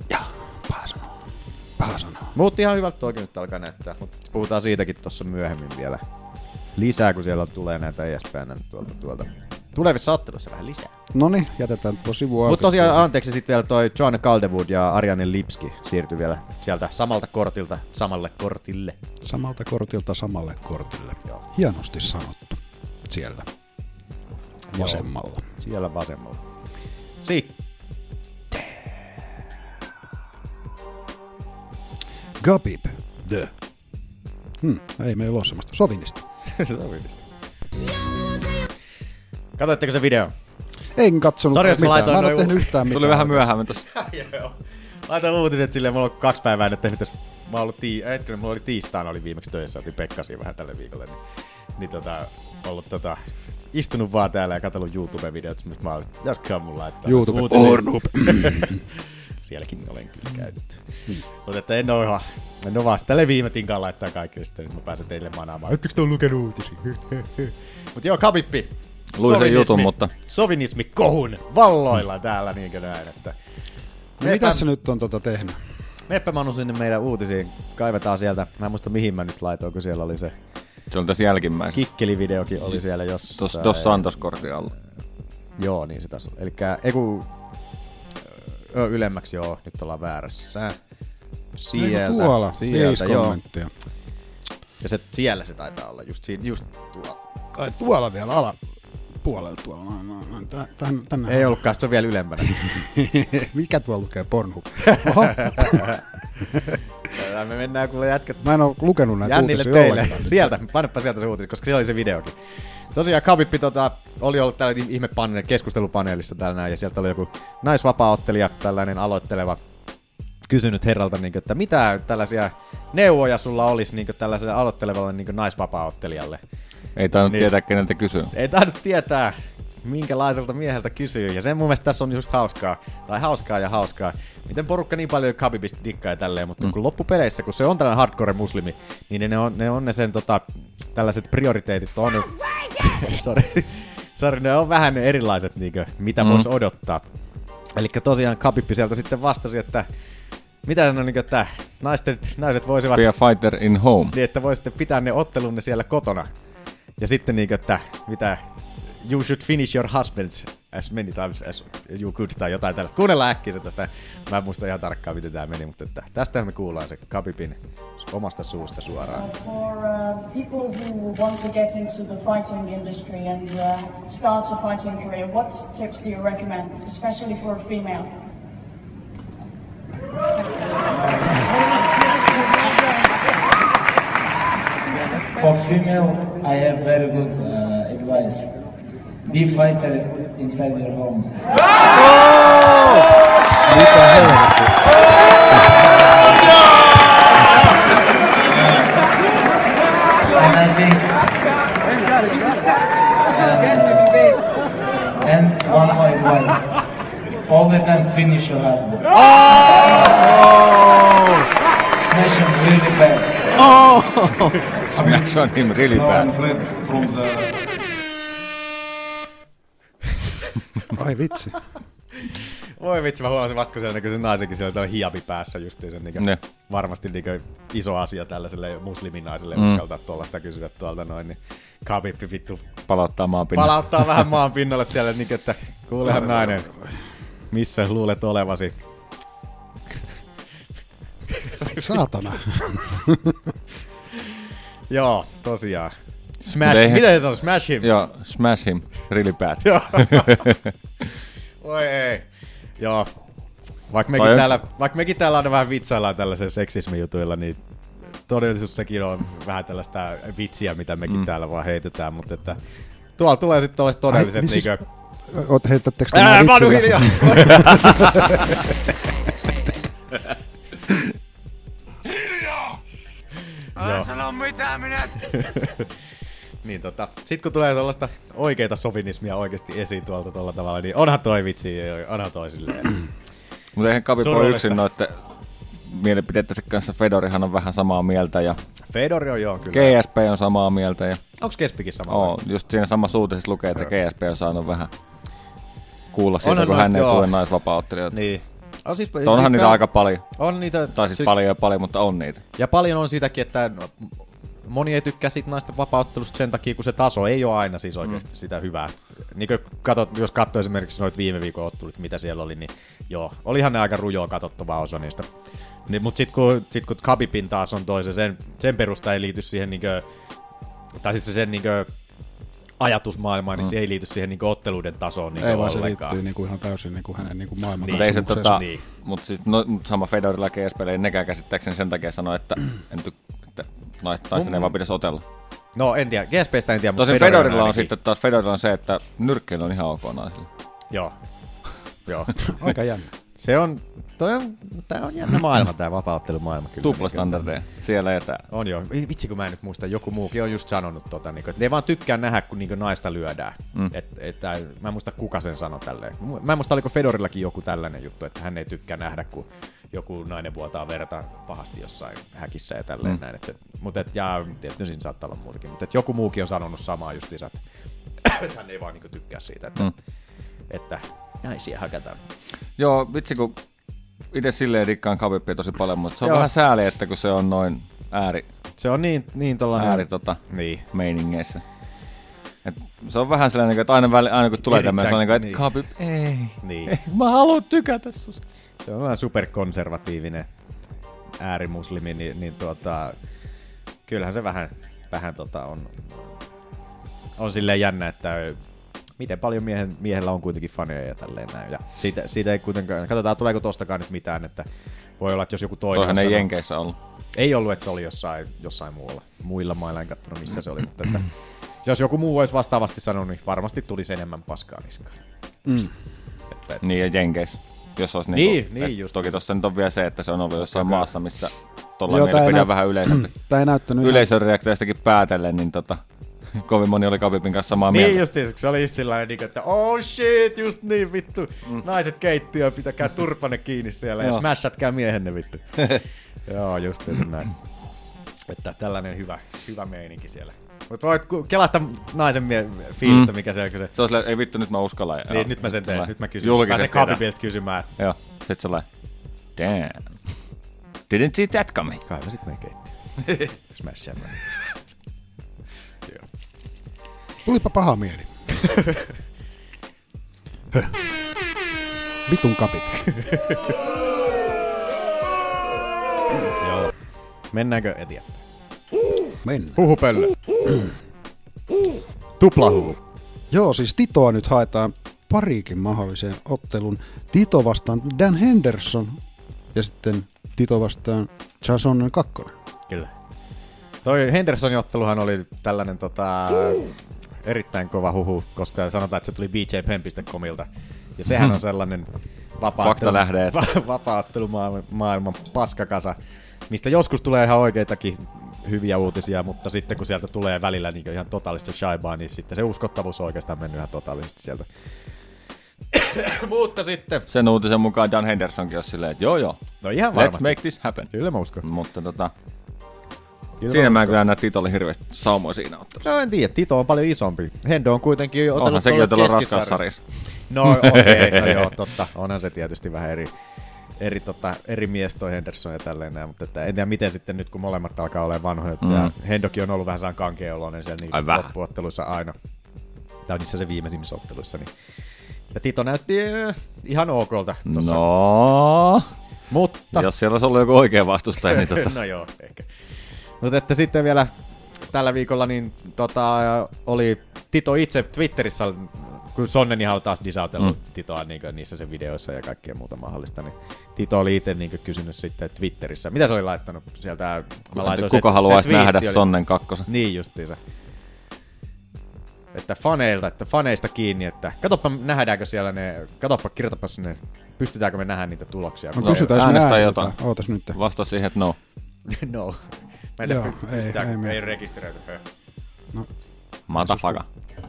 [SPEAKER 5] Jaa, paha sanoa. Paha sanoa.
[SPEAKER 6] Mutta ihan hyvältä toikin nyt alkaa näyttää, mutta puhutaan siitäkin tuossa myöhemmin vielä lisää, kun siellä tulee näitä E ESPN tuolta, tuolta. Tulevissa ottelussa vähän lisää.
[SPEAKER 5] No niin, jätetään tuo sivu auki.
[SPEAKER 6] Mutta tosiaan anteeksi sitten vielä toi John Caldewood ja Ariane Lipski siirtyi vielä sieltä samalta kortilta samalle kortille.
[SPEAKER 5] Samalta kortilta samalle kortille. Joo. Hienosti sanottu. Siellä. Vasemmalla.
[SPEAKER 6] Siellä vasemmalla. Sitten.
[SPEAKER 5] Gabib. The. Hmm, ei meillä ole semmoista. Sovinista.
[SPEAKER 6] Sovinista. Katoitteko se video?
[SPEAKER 5] En katsonut
[SPEAKER 6] Sori, että mä
[SPEAKER 5] mitään.
[SPEAKER 6] laitoin
[SPEAKER 5] Mä en
[SPEAKER 6] noin
[SPEAKER 5] ole tehnyt
[SPEAKER 6] u-
[SPEAKER 5] yhtään mitään.
[SPEAKER 8] Tuli vähän myöhemmin tossa.
[SPEAKER 6] Joo. Laitan uutiset silleen, mulla on kaksi päivää nyt tehnyt tässä. Mä oon ollut tii- hetkinen, mulla oli tiistaina oli viimeksi töissä, otin Pekkasiin vähän tälle viikolle. Niin, niin tota, ollut tota, istunut vaan täällä ja katsellut YouTube-videot, mistä mä olin, että pitäisiköhän mun laittaa
[SPEAKER 5] YouTube,
[SPEAKER 6] uutisia.
[SPEAKER 5] Pornhub.
[SPEAKER 6] Sielläkin olen kyllä käynyt. Mutta että en oo ihan, en oo vaan sitä leviimetinkaan laittaa kaikille sitten, nyt mä pääsen teille manaamaan. Ettekö te on lukenut uutisia? Mut joo, kapippi.
[SPEAKER 8] Luin sen
[SPEAKER 6] Sovinismi-
[SPEAKER 8] jutun, mutta-
[SPEAKER 6] Sovinismi kohun valloilla täällä niinkö näin, että...
[SPEAKER 5] No, mitä se nyt on tota tehnyt?
[SPEAKER 6] Meppä Manu sinne meidän uutisiin. Kaivetaan sieltä. Mä en muista mihin mä nyt laitoin, kun siellä oli se
[SPEAKER 8] Se on tässä jälkimmäisessä.
[SPEAKER 6] kikkelivideokin oli siellä jossain.
[SPEAKER 8] Tuossa, tuossa Santos kortin alla.
[SPEAKER 6] Joo, niin se taas on. Elikkä, ei kun... Ö, ylemmäksi joo, nyt ollaan väärässä. Sieltä,
[SPEAKER 5] Ei, kun tuolla.
[SPEAKER 6] sieltä,
[SPEAKER 5] Viisi
[SPEAKER 6] joo.
[SPEAKER 5] kommenttia.
[SPEAKER 6] Ja se, siellä se taitaa olla, just, siinä, just tuolla.
[SPEAKER 5] Ai, tuolla vielä ala puolella tuolla. No, no, no, tä- tän- tänne.
[SPEAKER 6] Ei ollutkaan, se on vielä ylempänä.
[SPEAKER 5] Mikä tuolla lukee Pornhub? Oho,
[SPEAKER 6] Tää Me mennään kuule jätkät
[SPEAKER 5] mä en ole lukenut näitä
[SPEAKER 6] Jännille
[SPEAKER 5] uutisia
[SPEAKER 6] teille.
[SPEAKER 5] ollenkaan.
[SPEAKER 6] Sieltä, paneppa sieltä se uutisi, koska siellä oli se videokin. Tosiaan Kabippi tota, oli ollut täällä ihme pane- keskustelupaneelissa täällä näin, ja sieltä oli joku naisvapaaottelija, tällainen aloitteleva, kysynyt herralta, niin kuin, että mitä tällaisia neuvoja sulla olisi niin kuin, tällaiselle aloittelevalle niin kuin naisvaaottelijalle.
[SPEAKER 8] Ei tainnut
[SPEAKER 6] Niin.
[SPEAKER 8] niin. tietää, keneltä kysyä.
[SPEAKER 6] Ei tainnut tietää, minkälaiselta mieheltä kysyy, ja sen mun mielestä tässä on just hauskaa, tai hauskaa ja hauskaa, miten porukka niin paljon Khabibista dikkaa ja tälleen, mutta mm. kun loppupeleissä, kun se on tällainen hardcore-muslimi, niin ne on ne, on ne sen tota, tällaiset prioriteetit on, sorry, sorry, ne on vähän ne erilaiset, niinkö, mitä mm. voisi odottaa. Eli tosiaan Khabib sieltä sitten vastasi, että mitä sanoi, niin että naiset, naiset voisivat
[SPEAKER 8] Be a fighter in home.
[SPEAKER 6] niin että voisitte pitää ne ottelunne siellä kotona. Ja sitten niin että mitä, you should finish your husbands as many times as you could, tai jotain tällaista. Kuunnellaan äkkiä se tästä, mä en muista ihan tarkkaan miten tämä meni, mutta että tästähän me kuullaan se Kabibin omasta suusta suoraan.
[SPEAKER 11] for uh, people who want to get into the fighting industry and uh, start a fighting career, what tips do you recommend, especially for a female?
[SPEAKER 12] For female, I have very good uh, advice. Be fighter inside your home. And I think. uh, and one more advice. All the time finish your husband. Smash him really bad.
[SPEAKER 8] Smash on niin him really bad.
[SPEAKER 6] niin.
[SPEAKER 5] Ai vitsi.
[SPEAKER 6] Voi vitsi, mä huomasin vasta, kun siellä näkyy se naisenkin siellä tuolla hiabi päässä justiin sen niin
[SPEAKER 8] Ne.
[SPEAKER 6] varmasti niin iso asia tällaiselle musliminaiselle mm. uskaltaa tuollaista kysyä tuolta noin, niin Kabippi vittu
[SPEAKER 8] Palauttaa maapinnan.
[SPEAKER 6] palauttaa vähän maan pinnalle siellä, niin, että kuulehan nainen, missä luulet olevasi.
[SPEAKER 5] Saatana.
[SPEAKER 6] Joo, tosiaan.
[SPEAKER 8] Mut
[SPEAKER 6] Smash,
[SPEAKER 8] eihän-
[SPEAKER 6] miten se sanoo? Smash him?
[SPEAKER 8] Joo, smash him really bad.
[SPEAKER 6] Joo. Oi ei. Joo. Vaikka mekin,
[SPEAKER 8] Toi on-
[SPEAKER 6] täällä, vaikka mekin täällä aina vähän vitsaillaan tällaisen seksismijutuilla, niin todellisuus sekin on vähän tällaista vitsiä, mitä mekin mm. täällä vaan heitetään, mutta että tuolla tulee sitten tuollaiset todelliset
[SPEAKER 5] niin
[SPEAKER 6] niin
[SPEAKER 5] siis-
[SPEAKER 6] niinkö...
[SPEAKER 5] Oot heittättekö
[SPEAKER 6] Ää,
[SPEAKER 5] tämä
[SPEAKER 6] Manu
[SPEAKER 5] vitsillä?
[SPEAKER 6] hiljaa! Joo.
[SPEAKER 2] sano mitä minä...
[SPEAKER 6] Niin tota, sit kun tulee tuollaista oikeita sovinismia oikeasti esiin tuolta tuolla tavalla, niin onhan toi vitsi, onhan toi silleen.
[SPEAKER 8] Mutta eihän Kavi voi
[SPEAKER 6] Surullista.
[SPEAKER 8] yksin noiden mielipiteittensä kanssa. Fedorihan on vähän samaa mieltä ja
[SPEAKER 6] Fedori on joo kyllä.
[SPEAKER 8] GSP on samaa mieltä. Ja,
[SPEAKER 6] Onks Kespikin sama?
[SPEAKER 8] oo, just siinä samassa uutisessa lukee, että GSP on saanut vähän kuulla siitä,
[SPEAKER 6] Onhan
[SPEAKER 8] kun
[SPEAKER 6] noit,
[SPEAKER 8] hän ei
[SPEAKER 6] joo.
[SPEAKER 8] tue naisvapauttelijoita.
[SPEAKER 6] Niin. On siis,
[SPEAKER 8] Mutta onhan niitä aika paljon.
[SPEAKER 6] On niitä.
[SPEAKER 8] Tai siis, paljon ja paljon, mutta on niitä.
[SPEAKER 6] Ja paljon on siitäkin, että no, moni ei tykkää siitä naisten vapauttelusta sen takia, kun se taso ei ole aina siis oikeasti mm. sitä hyvää. Niin kuin katot, jos katsoo esimerkiksi noita viime viikon ottelut, mitä siellä oli, niin joo, olihan ne aika rujoa katsottavaa osa niistä. Niin, mutta sitten kun, sit kun Kabipin taas on toisen, sen, sen perusta ei liity siihen, niin kuin, tai sitten sen niin kuin, ajatusmaailmaan, niin mm. se ei liity siihen niin kuin, otteluiden tasoon niin
[SPEAKER 5] ei vaan se
[SPEAKER 6] ollenkaan.
[SPEAKER 5] liittyy niinku ihan täysin niinku hänen niinku maailman
[SPEAKER 8] Mutta ei se tota, niin. mut siis, no, mut sama Fedorilla GSPL ei nekään käsittääkseni sen takia sano, että en tykkää, että naiset- naisten ei vaan pitäisi otella.
[SPEAKER 6] No en tiedä, GSPstä en tiedä, mutta
[SPEAKER 8] Tosin Fedorilla on sitten taas Fedorilla on se, että nyrkkeily on ihan ok naisille.
[SPEAKER 6] Joo. Joo.
[SPEAKER 8] tota-
[SPEAKER 5] Aika jännä.
[SPEAKER 6] Se on, toi on, tää on jännä maailma, tää vapauttelumaailma kyllä.
[SPEAKER 8] Tuplastandardeja, siellä ja täällä.
[SPEAKER 6] On joo. Vi- Vitsi kun mä en nyt muista, joku muukin on just sanonut tota, niinku, että ne ei vaan tykkää nähdä, kun niinku naista lyödään.
[SPEAKER 8] Mm.
[SPEAKER 6] Mm. Et, et, tää- mä en muista kuka sen sanoi tälleen. Mu- Mä en muista, oliko Fedorillakin joku tällainen juttu, että hän ei tykkää nähdä, kun joku nainen vuotaa verta pahasti jossain häkissä ja tälleen
[SPEAKER 8] Mm.
[SPEAKER 6] mm. näin. Et se, mut et, ja tietysti siinä saattaa olla muutakin, mutta et joku muukin on sanonut samaa justiinsa, että hän ei vaan niinku tykkää siitä, että,
[SPEAKER 8] Mm.
[SPEAKER 6] mm. että naisia hakataan.
[SPEAKER 8] Joo, vitsi kun itse silleen dikkaan Khabibia tosi paljon, mutta se on
[SPEAKER 6] Joo.
[SPEAKER 8] vähän sääli, että kun se on noin ääri,
[SPEAKER 6] Se on niin, niin tollanen...
[SPEAKER 8] ääri tota,
[SPEAKER 6] niin.
[SPEAKER 8] meiningeissä. Et se on vähän sellainen, että aina, väli, aina kun tulee
[SPEAKER 6] Erittäin-
[SPEAKER 8] tämmöinen, sellainen, että
[SPEAKER 6] niin.
[SPEAKER 8] Khabib, ei.
[SPEAKER 6] Niin.
[SPEAKER 8] Mä haluan tykätä susta.
[SPEAKER 6] Se on vähän superkonservatiivinen äärimuslimi, niin, niin tuota, kyllähän se vähän, vähän tota on, on silleen jännä, että miten paljon miehen, miehellä on kuitenkin faneja ja tälleen näin. Ja siitä, siitä ei kuitenkaan, katsotaan tuleeko tostakaan nyt mitään, että voi olla, että jos joku toinen...
[SPEAKER 8] Toihan
[SPEAKER 6] on
[SPEAKER 8] ei
[SPEAKER 6] sanonut-
[SPEAKER 8] Jenkeissä ollut.
[SPEAKER 6] Ei ollut, että se oli jossain, jossain muualla. Muilla mailla en katsonut, missä se oli, mutta että, jos joku muu olisi vastaavasti sanonut, niin varmasti tulisi enemmän paskaa niskaan.
[SPEAKER 8] Mm.
[SPEAKER 6] Että, että,
[SPEAKER 8] Niin ja Jenkeissä, jos olisi
[SPEAKER 6] Niin,
[SPEAKER 8] niinku,
[SPEAKER 6] niin,
[SPEAKER 8] et Toki tossa nyt on vielä se, että se on ollut jossain maassa, missä tuolla
[SPEAKER 5] Joo, tää ei
[SPEAKER 8] mielipidä
[SPEAKER 5] näyt-
[SPEAKER 8] vähän yleisömpi.
[SPEAKER 5] tää ei näyttänyt ihan-
[SPEAKER 8] Yleisön reaktioistakin päätellen, niin tota, kovin moni oli Khabibin kanssa samaa
[SPEAKER 6] Niin
[SPEAKER 8] mieltä.
[SPEAKER 6] just se oli sillä tavalla, että oh shit, just niin vittu. Mm. Naiset keittiö, pitäkää turpanne kiinni siellä ja
[SPEAKER 8] Joo.
[SPEAKER 6] smashatkää miehenne vittu. Joo, just se
[SPEAKER 8] Mm.
[SPEAKER 6] näin. Että tällainen hyvä, hyvä meininki siellä. Mutta voit ku- kelasta naisen mie-
[SPEAKER 8] Mm.
[SPEAKER 6] fiilistä, mikä siellä kun se...
[SPEAKER 8] Se on silleen, ei vittu, nyt mä uskallan.
[SPEAKER 6] Niin, nyt mä sen teen, nyt mä kysyn.
[SPEAKER 8] Julkisesti.
[SPEAKER 6] Pääsen Khabibilta kysymään.
[SPEAKER 8] Joo, sit sellainen, damn. Didn't see that coming.
[SPEAKER 6] Kai mä sit menen keittiöön. Smashamaan.
[SPEAKER 5] Tulipa paha mieli. Höh. Vitun kapit.
[SPEAKER 6] Joo. Mennäänkö eteenpäin?
[SPEAKER 5] Mennään.
[SPEAKER 6] Huhupöllö. Tuplahuhu.
[SPEAKER 5] Joo, siis Titoa nyt haetaan parikin mahdolliseen ottelun. Tito vastaan Dan Henderson ja sitten Tito vastaan Jason kakkonen. No,
[SPEAKER 6] Kyllä. Toi Hendersonin otteluhan oli tällainen tota, erittäin kova huhu, koska sanotaan, että se tuli bjpen.comilta. Ja sehän on sellainen vapaattelu,
[SPEAKER 8] Faktalähde, että-
[SPEAKER 6] va- vapaattelumaailman paskakasa, mistä joskus tulee ihan oikeitakin hyviä uutisia, mutta sitten kun sieltä tulee välillä niin ihan totaalista shaibaa, niin sitten se uskottavuus on oikeastaan mennyt ihan totaalisesti sieltä. Mutta sitten...
[SPEAKER 8] Sen uutisen mukaan Dan Hendersonkin on silleen, että joo joo.
[SPEAKER 6] No ihan
[SPEAKER 8] Let's
[SPEAKER 6] varmasti.
[SPEAKER 8] make this happen.
[SPEAKER 6] Kyllä mä uskon.
[SPEAKER 8] Mutta tota,
[SPEAKER 6] Kyllä
[SPEAKER 8] siinä
[SPEAKER 6] mä
[SPEAKER 8] mä
[SPEAKER 6] uskon.
[SPEAKER 8] kyllä näin Titolle hirveästi saumoja siinä ottaa.
[SPEAKER 6] No en tiedä, Tito on paljon isompi. Hendo on kuitenkin otellut
[SPEAKER 8] Onhan sekin
[SPEAKER 6] tuolla
[SPEAKER 8] otellut
[SPEAKER 6] keskisarjassa.
[SPEAKER 8] raskaussarjassa.
[SPEAKER 6] No okei, okay, no joo, totta. Onhan se tietysti vähän eri, eri, tota, eri mies toi Henderson ja tälleen näin, mutta että en tiedä miten sitten nyt kun molemmat alkaa olemaan vanhoja, mm. ja
[SPEAKER 8] Mm.
[SPEAKER 6] Hendokin on ollut vähän saan kankeen oloinen siellä
[SPEAKER 8] Ai
[SPEAKER 6] niin
[SPEAKER 8] vähän.
[SPEAKER 6] loppuotteluissa aina, tai niissä se viimeisimmissä otteluissa, niin ja Tito näytti äh, ihan okolta tuossa.
[SPEAKER 8] No.
[SPEAKER 6] Mutta.
[SPEAKER 8] Jos siellä olisi ollut joku oikea vastustaja, niin tota.
[SPEAKER 6] no joo, ehkä. Mutta että sitten vielä tällä viikolla niin tota, oli Tito itse Twitterissä, kun Sonnenihan on taas disautellut mm. Titoa niin kuin niissä sen videoissa ja kaikkea muuta mahdollista, niin Tito oli itse niin kuin kysynyt sitten Twitterissä. Mitä se oli laittanut sieltä?
[SPEAKER 8] Kuka- kuka haluaisi
[SPEAKER 6] twiitti
[SPEAKER 8] nähdä Sonnen kakkosen?
[SPEAKER 6] Niin justiinsa. Että faneilta, että faneista kiinni, että katoppa nähdäänkö siellä ne, katoppa kirjoitapa sinne, pystytäänkö me nähdään niitä tuloksia.
[SPEAKER 5] No
[SPEAKER 6] kun-
[SPEAKER 5] kysytään, jos me
[SPEAKER 8] Äänestä
[SPEAKER 5] äänestetään.
[SPEAKER 8] jotain.
[SPEAKER 5] Ootas nyt.
[SPEAKER 8] Vasta siihen, että no.
[SPEAKER 6] no. Mä en tiedä,
[SPEAKER 5] Joo,
[SPEAKER 6] Joo,
[SPEAKER 5] ei-
[SPEAKER 6] pystytäänkö,
[SPEAKER 5] ei
[SPEAKER 6] ei,
[SPEAKER 5] me-
[SPEAKER 6] ei, ei rekisteröity. Hö.
[SPEAKER 8] Matafaka.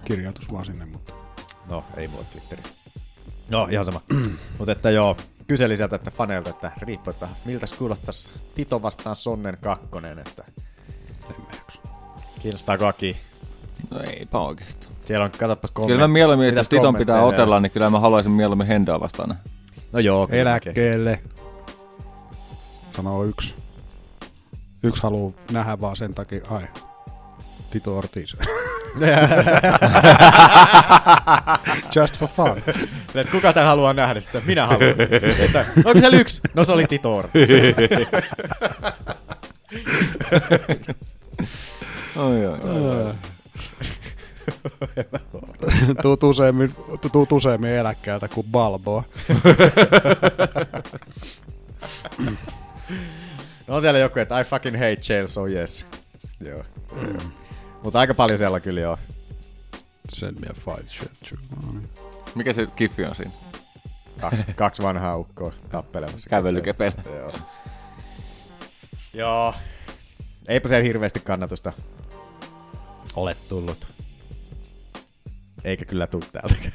[SPEAKER 5] Kirjautus vaan sinne, mutta
[SPEAKER 6] No, ei mulla Twitteri. No, ihan sama. Mutta että joo, kyseli sieltä, että faneilta, että riippuu, että miltä kuulostaisi Tito vastaan Sonnen kakkonen, että... Kiinnostaako Aki?
[SPEAKER 8] No eipä oikeesti.
[SPEAKER 6] Siellä on, katsopas kommentti.
[SPEAKER 8] Kyllä mä mieluummin, että jos Titon pitää otella, niin kyllä mä haluaisin mieluummin Hendoa vastaan.
[SPEAKER 6] No joo. kyllä
[SPEAKER 5] Eläkkeelle. Sanoo yksi. Yksi haluaa nähdä vaan sen takia, ai, Tito Ortiz. Just for fun.
[SPEAKER 6] Silleen, että kuka tämän haluaa nähdä sitä? Minä haluan. Että, onko se yksi? No se oli Tito Ortiz.
[SPEAKER 8] Oi, oi, oi, oi.
[SPEAKER 5] Tuut useammin, tuut useammin eläkkeeltä kuin Balboa.
[SPEAKER 6] No on siellä joku, että I fucking hate Chainsaw Yes. Joo. Mutta aika paljon siellä kyllä joo.
[SPEAKER 5] Send me a fight shirt.
[SPEAKER 8] Mikä se kiffi on siinä?
[SPEAKER 6] Kaksi, kaksi vanhaa ukkoa tappelemassa.
[SPEAKER 8] Kävelykepeillä.
[SPEAKER 6] Joo. Joo. Eipä siellä hirveästi kannatusta ole tullut. Eikä kyllä tuu täältäkään.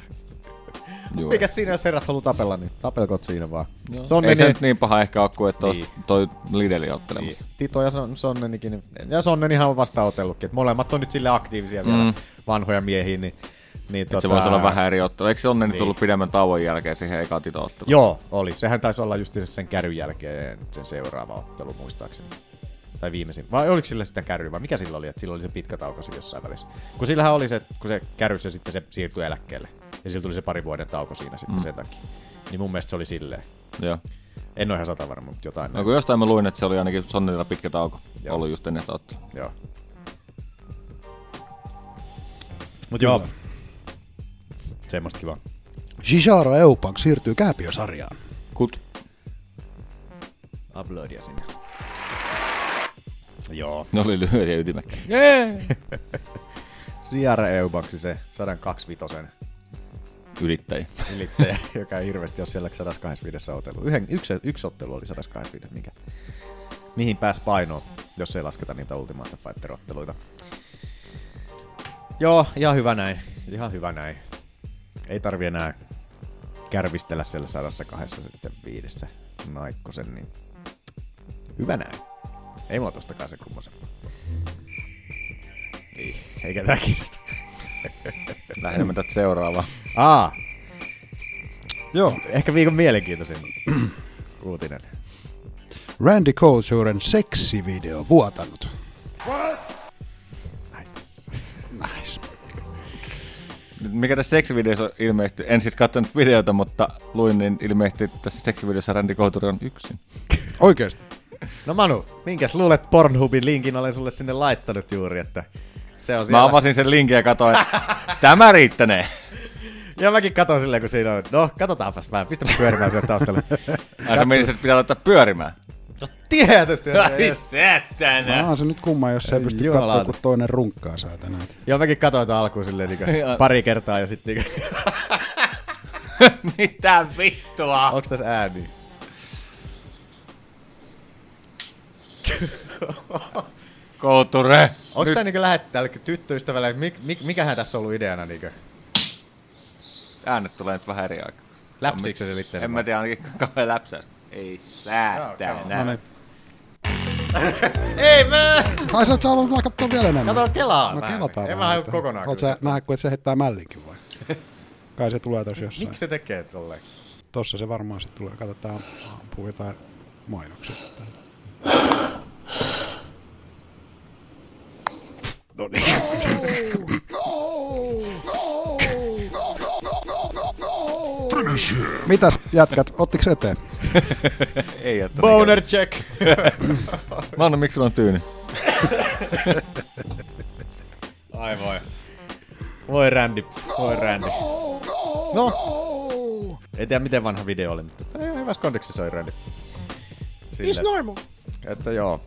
[SPEAKER 8] Joo.
[SPEAKER 6] Mikä siinä, jos herrat haluaa tapella, niin tapelkot siinä vaan.
[SPEAKER 8] Joo.
[SPEAKER 6] Sonninen-
[SPEAKER 8] Ei se nyt niin paha ehkä ole kuin, että
[SPEAKER 6] Niin.
[SPEAKER 8] niin. toi Lidli ottelemassa.
[SPEAKER 6] Tito ja Niin. Son- Sonnenikin, ja Sonnenihan on vasta otellutkin, että molemmat on nyt sille aktiivisia vielä,
[SPEAKER 8] Mm.
[SPEAKER 6] vanhoja miehiä, niin, niin
[SPEAKER 8] Tota... Se voisi olla vähän eri ottelu. Eikö se onne niin. tullut pidemmän tauon jälkeen siihen eka tito ottelu?
[SPEAKER 6] Joo, oli. Sehän taisi olla just sen käryn jälkeen sen seuraava ottelu, muistaakseni. Tai viimeisin. Vai oliko sillä sitä käryä, vai mikä sillä oli, että sillä oli se pitkä tauko siinä jossain välissä? Kun sillähän oli se, kun se kärys ja sitten se siirtyi eläkkeelle. Ja sillä tuli se pari vuoden tauko siinä sitten
[SPEAKER 8] Mm.
[SPEAKER 6] sen takia. Niin mun mielestä se oli silleen.
[SPEAKER 8] Joo.
[SPEAKER 6] En ole ihan sata varma, mutta jotain.
[SPEAKER 8] No kun jostain mä luin, että se oli ainakin Sonnilla pitkä tauko
[SPEAKER 6] Joo.
[SPEAKER 8] Joo. ollut just ennen sitä ottelua.
[SPEAKER 6] Joo. Mut joo. Semmosta kivaa.
[SPEAKER 5] Shishara Eubank siirtyy kääpiösarjaan.
[SPEAKER 8] Kut.
[SPEAKER 6] Uploadia sinne. Joo.
[SPEAKER 8] Ne oli lyhyet ja ytimekkäät.
[SPEAKER 6] Jee! Sierra Eubanksi se 125
[SPEAKER 8] Ylittäjä.
[SPEAKER 6] ylittäjä, joka ei hirveästi ole siellä 125 otellut. Yhden, yksi, yksi ottelu oli 125, mikä, mihin pääsi painoon, jos ei lasketa niitä Ultimate Fighter-otteluita. Joo, ihan hyvä näin. Ihan hyvä näin. Ei tarvi enää kärvistellä siellä 125 naikkosen, niin hyvä näin. Ei mulla tostakaan se kummosempaa. Niin, eikä tää kiinnosta.
[SPEAKER 8] Lähdemme tätä seuraavaan.
[SPEAKER 6] Aa. Joo. Ehkä viikon mielenkiintoisin uutinen.
[SPEAKER 5] Randy Couturen seksivideo vuotanut.
[SPEAKER 8] Mikä tässä seksivideossa ilmeisesti, en siis katsonut videota, mutta luin, niin ilmeisesti tässä seksivideossa Randy Couture on yksin.
[SPEAKER 5] Oikeesti?
[SPEAKER 6] No Manu, minkäs luulet Pornhubin linkin olen sulle sinne laittanut juuri, että se on siellä.
[SPEAKER 8] Mä avasin sen linkin ja katsoin, että tämä riittänee.
[SPEAKER 6] Ja mäkin katon silleen, kun siinä on. No, katsotaanpas vähän. Pistäpä pyörimään sieltä taustalla.
[SPEAKER 8] Ai sä menisit, että pitää laittaa pyörimään.
[SPEAKER 6] Tietysti.
[SPEAKER 8] Ai
[SPEAKER 5] Mä
[SPEAKER 8] säästänä.
[SPEAKER 5] oon se nyt kumma, jos ei
[SPEAKER 6] Ei
[SPEAKER 5] pysty
[SPEAKER 6] jumalauta.
[SPEAKER 5] katsoa, kun toinen runkkaa säätänä.
[SPEAKER 6] Joo, mäkin katsoin tämän alkuun silleen niin
[SPEAKER 8] Joo.
[SPEAKER 6] pari kertaa ja sitten niin
[SPEAKER 8] Mitä vittua?
[SPEAKER 6] Onks tässä ääni?
[SPEAKER 8] Couture.
[SPEAKER 6] Onko tämä niinku lähettää tyttöystävälle, mik, mik, mikähän tässä on ollut ideana niinku?
[SPEAKER 8] Äänet tulee nyt vähän eri aikaan.
[SPEAKER 6] Läpsiikö se sitten?
[SPEAKER 8] En mä tiedä, ainakin kauhean läpsää. Ei
[SPEAKER 5] No
[SPEAKER 8] säätänä.
[SPEAKER 5] niin.
[SPEAKER 6] Ei mä!
[SPEAKER 5] Ai sä oot sä halunnut vaan katsoa vielä enemmän.
[SPEAKER 6] Kato, kelaa
[SPEAKER 5] No
[SPEAKER 6] vähän.
[SPEAKER 5] kelataan.
[SPEAKER 6] En mä
[SPEAKER 5] vähän
[SPEAKER 6] halua
[SPEAKER 5] nyt.
[SPEAKER 6] kokonaan
[SPEAKER 5] Oot sä nähdä, kun et se heittää mällinkin vai? Kai se tulee tossa jossain.
[SPEAKER 6] Miksi se tekee tolleen?
[SPEAKER 5] Tossa se varmaan sitten tulee. Katsotaan, ampuu jotain mainoksia.
[SPEAKER 6] No niin.
[SPEAKER 5] Mitäs jätkät, ottiks eteen?
[SPEAKER 8] Ei jättänyt.
[SPEAKER 6] Boner check.
[SPEAKER 8] Manu, miksi sulla on tyyny?
[SPEAKER 6] Ai voi. Voi Randy, voi Randy. No. Ei tiedä miten vanha video oli, mutta tää ihan hyvässä kondeksissa oli Randy. Sille,
[SPEAKER 5] normal.
[SPEAKER 6] että joo.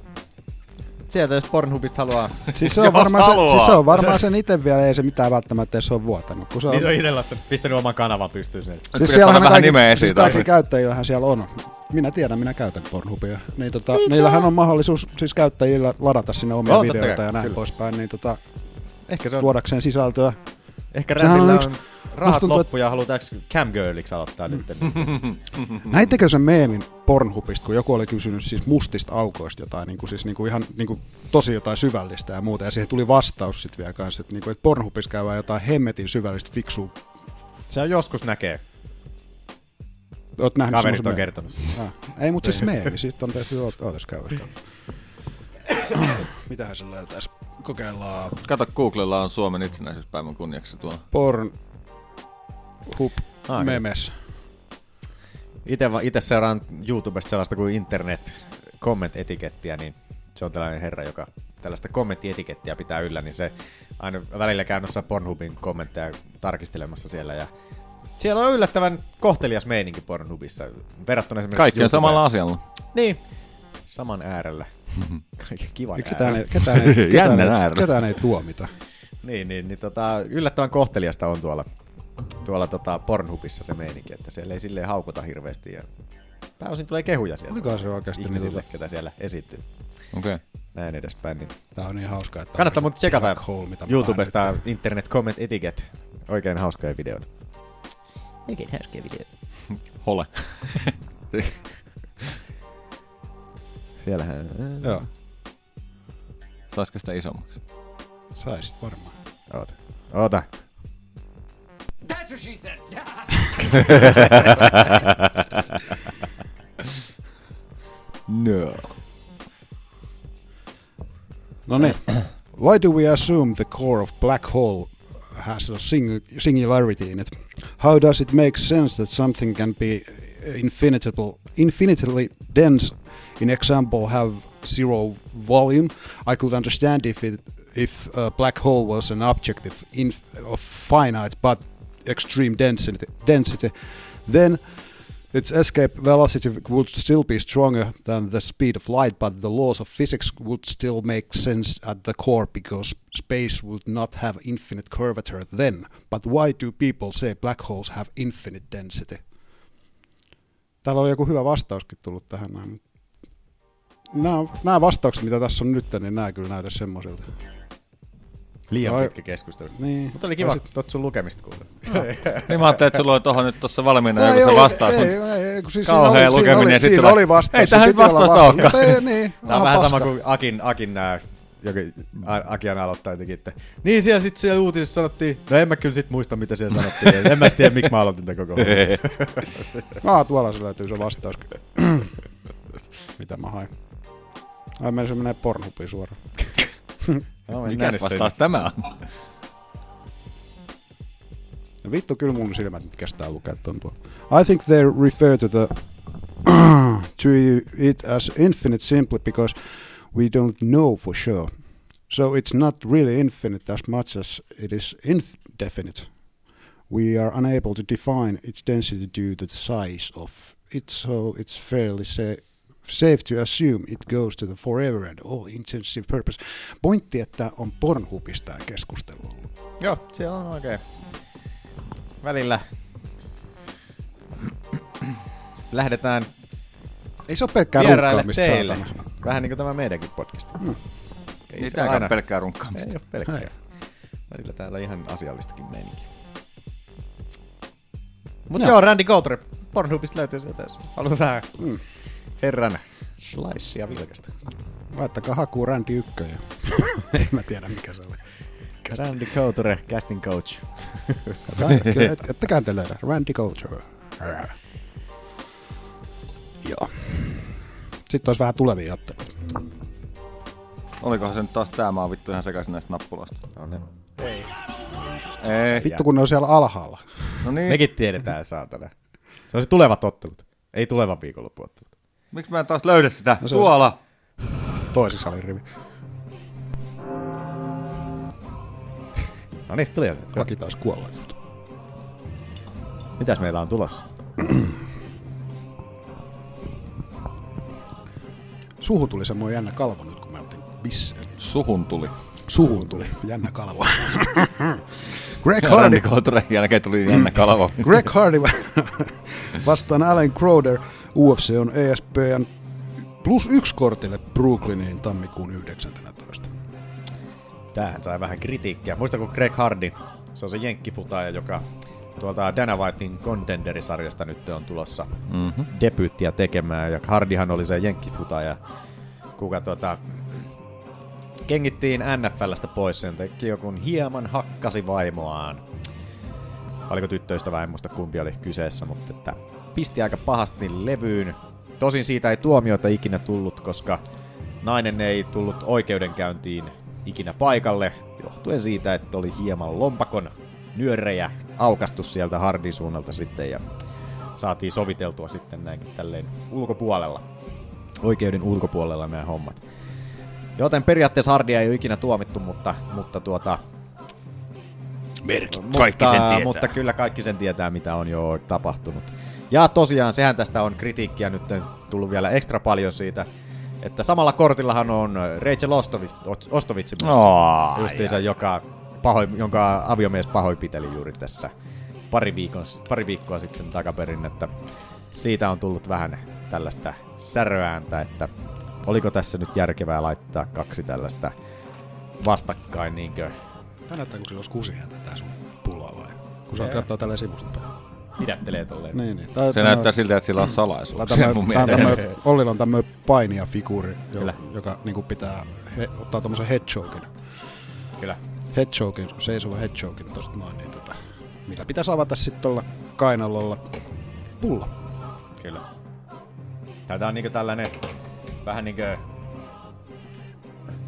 [SPEAKER 6] Sieltä jos Pornhubista haluaa...
[SPEAKER 5] Siis se on
[SPEAKER 6] Jos
[SPEAKER 5] varmaan, se,
[SPEAKER 6] haluaa.
[SPEAKER 5] siis se on varmaan sen itse vielä, ei se mitään välttämättä edes ole vuotanut. Kun se on,
[SPEAKER 6] Niin se on itse laittanut, pistänyt oman kanavan pystyyn sinne.
[SPEAKER 5] siis
[SPEAKER 8] saada
[SPEAKER 5] siellähän
[SPEAKER 8] vähän
[SPEAKER 5] kaikki,
[SPEAKER 8] nimeä
[SPEAKER 5] siis
[SPEAKER 8] esiin
[SPEAKER 5] kaikki
[SPEAKER 8] taas.
[SPEAKER 5] käyttäjillähän siellä on. Minä tiedän, minä käytän Pornhubia. Niin tota, niillähän on mahdollisuus siis käyttäjillä ladata sinne omia
[SPEAKER 6] Joo, totta
[SPEAKER 5] videoita
[SPEAKER 6] kai,
[SPEAKER 5] ja näin
[SPEAKER 6] kyllä.
[SPEAKER 5] poispäin, niin tota,
[SPEAKER 6] Ehkä se on...
[SPEAKER 5] tuodakseen sisältöä.
[SPEAKER 6] Ehkä
[SPEAKER 5] Sehän
[SPEAKER 6] Rändillä
[SPEAKER 5] on
[SPEAKER 6] on,
[SPEAKER 5] yksi- musta
[SPEAKER 6] rahat
[SPEAKER 5] tuntuu,
[SPEAKER 6] loppu ja halutaan camgirliksi aloittaa nyt.
[SPEAKER 5] Näittekö sen meemin Pornhubista, kun joku oli kysynyt siis mustista aukoista jotain, niin kuin, siis niin kuin ihan niin kuin tosi jotain syvällistä ja muuta, ja siihen tuli vastaus sitten vielä kanssa, että, niin kuin, että Pornhubissa käydään jotain hemmetin syvällistä fiksua
[SPEAKER 6] Se on joskus näkee.
[SPEAKER 5] Oot nähnyt
[SPEAKER 6] Kaverit
[SPEAKER 5] semmosen
[SPEAKER 6] on
[SPEAKER 5] meemin?
[SPEAKER 6] kertonut.
[SPEAKER 5] Ah. Ei, mutta siis meemi. Siitä on tehty, oot, ootas käydä. Mitähän se löytäisi? Kokeillaan.
[SPEAKER 8] Kato, Googlella on Suomen itsenäisyyspäivän kunniaksi se tuolla.
[SPEAKER 5] Porn hub
[SPEAKER 6] Ah,
[SPEAKER 5] memes.
[SPEAKER 6] Itse, va- itse seuraan YouTubesta sellaista kuin internet comment-etikettiä, niin se on tällainen herra, joka tällaista kommenttietikettiä pitää yllä, niin se aina välillä käy noissa Pornhubin kommentteja tarkistelemassa siellä ja siellä on yllättävän kohtelias meininki Pornhubissa verrattuna esimerkiksi
[SPEAKER 8] Kaikki on
[SPEAKER 6] YouTubeen.
[SPEAKER 8] samalla asialla.
[SPEAKER 6] Niin, saman äärellä.
[SPEAKER 8] Mm-hmm.
[SPEAKER 6] Kaikki kiva
[SPEAKER 5] Ja ketään ei, ketään, ei, ketään, ei, ketään ei tuomita.
[SPEAKER 6] niin, niin, niin tota, yllättävän kohteliasta on tuolla, tuolla tota Pornhubissa se meininki, että siellä ei silleen haukuta hirveästi ja pääosin tulee kehuja sieltä.
[SPEAKER 5] Oliko se oikeasti niin
[SPEAKER 6] Ihmisille,
[SPEAKER 5] tota-
[SPEAKER 6] ketä siellä esittyy.
[SPEAKER 8] Okei. Okay.
[SPEAKER 6] Näin edespäin. Niin.
[SPEAKER 5] Tää on niin hauskaa, että...
[SPEAKER 6] Kannattaa
[SPEAKER 5] on
[SPEAKER 6] muuten tsekata
[SPEAKER 5] black hole, mitä mä
[SPEAKER 6] YouTubesta Internet Comment Etiquette. Oikein hauskoja videoita.
[SPEAKER 13] Oikein hauskoja videoita.
[SPEAKER 8] Hole.
[SPEAKER 6] Siellähän...
[SPEAKER 5] Joo.
[SPEAKER 8] Saisiko sitä isommaksi?
[SPEAKER 5] Saisit varmaan.
[SPEAKER 6] Oota. Oota.
[SPEAKER 14] That's what she said.
[SPEAKER 8] no.
[SPEAKER 5] No niin. Why do we assume the core of black hole has a sing- singularity in it? How does it make sense that something can be infinitable, infinitely dense? In example, have zero volume. I could understand if it if a black hole was an object of, inf- of finite but extreme density, density, then its escape velocity would still be stronger than the speed of light, but the laws of physics would still make sense at the core because space would not have infinite curvature then. But why do people say black holes have infinite density? Täällä oli joku hyvä vastauskin tullut tähän näin. mut Nämä, nämä vastaukset, mitä tässä on nyt, niin nämä kyllä näytä semmoisilta.
[SPEAKER 6] Liian
[SPEAKER 5] Ai-
[SPEAKER 6] pitkä keskustelu.
[SPEAKER 5] No, Niin.
[SPEAKER 6] Mutta oli kiva,
[SPEAKER 5] Vai
[SPEAKER 6] sit... tot sun lukemista kuulla.
[SPEAKER 8] Niin mä ajattelin, että sulla on tuohon nyt tuossa valmiina
[SPEAKER 5] Ei
[SPEAKER 8] joku se
[SPEAKER 5] ollut,
[SPEAKER 8] vastaus.
[SPEAKER 5] ei,
[SPEAKER 8] mut
[SPEAKER 5] ei, ei, kun siis siinä
[SPEAKER 8] kauhea
[SPEAKER 5] oli- siinä
[SPEAKER 8] lukeminen
[SPEAKER 5] oli-
[SPEAKER 8] ja sit
[SPEAKER 5] siinä
[SPEAKER 8] sulla-
[SPEAKER 5] oli vastaus,
[SPEAKER 8] Ei
[SPEAKER 5] se
[SPEAKER 8] tähän nyt
[SPEAKER 5] piti olla
[SPEAKER 8] vastausta
[SPEAKER 5] vastaus,
[SPEAKER 8] olekaan.
[SPEAKER 5] mutta ei, niin,
[SPEAKER 6] Tämä
[SPEAKER 5] ihan
[SPEAKER 6] on vähän
[SPEAKER 5] paska.
[SPEAKER 6] sama kuin Akin, Akin nää, joku, A- Aki aina aloittaa jotenkin, että niin siellä sitten siellä uutisissa sanottiin, no en mä kyllä sit muista mitä siellä sanottiin, en mä sit tiedä miksi mä aloitin tämän koko
[SPEAKER 5] Aa, tuolla se löytyy se vastaus. Mitä mä hain? Ai meillä se menee Pornhubiin suoraan.
[SPEAKER 8] Mikäs vastaus tämä on?
[SPEAKER 5] No vittu, kyllä mun silmät nyt kestää lukea ton tuolta. I think they refer to the to it as infinite simply because we don't know for sure. So it's not really infinite as much as it is indefinite. We are unable to define its density due to the size of it, so it's fairly sa- safe to assume it goes to the forever and all intensive purpose. Pointti, että on Pornhubista tää keskustelu ollut.
[SPEAKER 6] Joo, siellä on oikein. Välillä lähdetään
[SPEAKER 5] Ei se ole pelkkää
[SPEAKER 6] vieraille
[SPEAKER 5] runkkaamista,
[SPEAKER 6] teille.
[SPEAKER 5] saatana.
[SPEAKER 6] Vähän niin kuin tämä meidänkin podcast.
[SPEAKER 5] Mm.
[SPEAKER 6] Ei
[SPEAKER 8] Niin
[SPEAKER 6] se
[SPEAKER 8] tääkään
[SPEAKER 6] aina-
[SPEAKER 8] pelkkää runkkaamista.
[SPEAKER 6] Ei ole pelkkää.
[SPEAKER 8] Ei.
[SPEAKER 6] Välillä täällä ihan asiallistakin meininkiä. Mut
[SPEAKER 13] Joo.
[SPEAKER 6] joo, Randy Couture. Pornhubista löytyy sieltä, jos haluaa vähän herran slicea vilkasta.
[SPEAKER 5] Laittakaa haku Randy Ykkönen. en mä tiedä mikä se oli.
[SPEAKER 6] Randy Couture, casting coach.
[SPEAKER 5] Jotain, kyllä, et- Ettekään te löydä. Randy Couture. Joo. Sitten olisi vähän tulevia otteluita.
[SPEAKER 8] Olikohan se nyt taas tää? Mä oon vittu ihan sekaisin näistä nappuloista.
[SPEAKER 5] No
[SPEAKER 6] On
[SPEAKER 5] niin.
[SPEAKER 6] ne.
[SPEAKER 8] Ei. Ei.
[SPEAKER 5] Vittu kun ne on siellä alhaalla.
[SPEAKER 8] No niin.
[SPEAKER 6] Mekin tiedetään, saatana. Se on se tulevat ottelut. Ei tulevan viikonloppu ottelut.
[SPEAKER 8] Miksi mä en taas löydä sitä?
[SPEAKER 6] No
[SPEAKER 8] No
[SPEAKER 6] se on-
[SPEAKER 8] Tuolla!
[SPEAKER 5] Toisen salin rivi.
[SPEAKER 6] No niin, tuli se.
[SPEAKER 5] Laki taas kuolla.
[SPEAKER 6] Mitäs meillä on tulossa?
[SPEAKER 5] Suhu tuli semmoinen jännä kalvo nyt, kun me oltiin missä.
[SPEAKER 8] Suhun tuli.
[SPEAKER 5] Suhun tuli jännä kalvo. Greg
[SPEAKER 8] Randy
[SPEAKER 5] Hardy.
[SPEAKER 8] Couturen jälkeen tuli jännä kalvo.
[SPEAKER 5] Greg Hardy vastaan Alan Crowder. UFC on E ESPN plus yksi kortille Brooklyniin tammikuun 19.
[SPEAKER 6] Tämähän sai vähän kritiikkiä. Muista kun Greg Hardy, se on se jenkkiputaaja, joka tuolta Dana Whitein Contender-sarjasta nyt on tulossa
[SPEAKER 8] Mhm.
[SPEAKER 6] debyyttiä tekemään. Ja Hardihan oli se jenkkiputaaja, kuka tuota, kengittiin NFLstä pois sen takia, kun hieman hakkasi vaimoaan. Oliko tyttöystävä, en muista kumpi oli kyseessä, mutta että pisti aika pahasti levyyn. Tosin siitä ei tuomiota ikinä tullut, koska nainen ei tullut oikeudenkäyntiin ikinä paikalle, johtuen siitä, että oli hieman lompakon nyörejä aukastu sieltä Hardin suunnalta sitten ja saatiin soviteltua sitten näinkin tälleen ulkopuolella, oikeuden ulkopuolella nämä hommat. Joten periaatteessa Hardia ei ole ikinä tuomittu, mutta, mutta tuota,
[SPEAKER 15] Merkit,
[SPEAKER 6] mutta,
[SPEAKER 15] kaikki sen tietää.
[SPEAKER 6] Mutta kyllä kaikki sen tietää, mitä on jo tapahtunut. Ja tosiaan, sehän tästä on kritiikkiä nyt tullut vielä ekstra paljon siitä, että samalla kortillahan on Rachel Ostovits, Ostovits myös,
[SPEAKER 8] Aa,
[SPEAKER 6] justiinsa, joka pahoin, jonka aviomies pahoinpiteli juuri tässä pari, viikon, pari viikkoa sitten takaperin, että siitä on tullut vähän tällaista säröääntä, että oliko tässä nyt järkevää laittaa kaksi tällaista vastakkain niinkö
[SPEAKER 5] Kannattaako sillä olisi kuusi ääntä tää sun pullaa vai? Kun sä katsoo tällä sivusta päin.
[SPEAKER 6] pidättelee tolleen.
[SPEAKER 5] Niin, niin.
[SPEAKER 8] Se näyttää siltä, että sillä on salaisuuksia
[SPEAKER 5] Tää
[SPEAKER 8] mun
[SPEAKER 5] on tää on
[SPEAKER 8] mielestä.
[SPEAKER 5] tämmönen, Ollilla on tämmöinen painijafiguuri, jo,
[SPEAKER 6] Kyllä.
[SPEAKER 5] joka niinku pitää, he, ottaa tommosen headshokin.
[SPEAKER 6] Kyllä.
[SPEAKER 5] Headshokin, seisova headshokin tosta noin, niin tota, millä pitäisi avata sitten tuolla kainalolla pulla.
[SPEAKER 6] Kyllä. Tää on niinku tällainen vähän niinku niinkö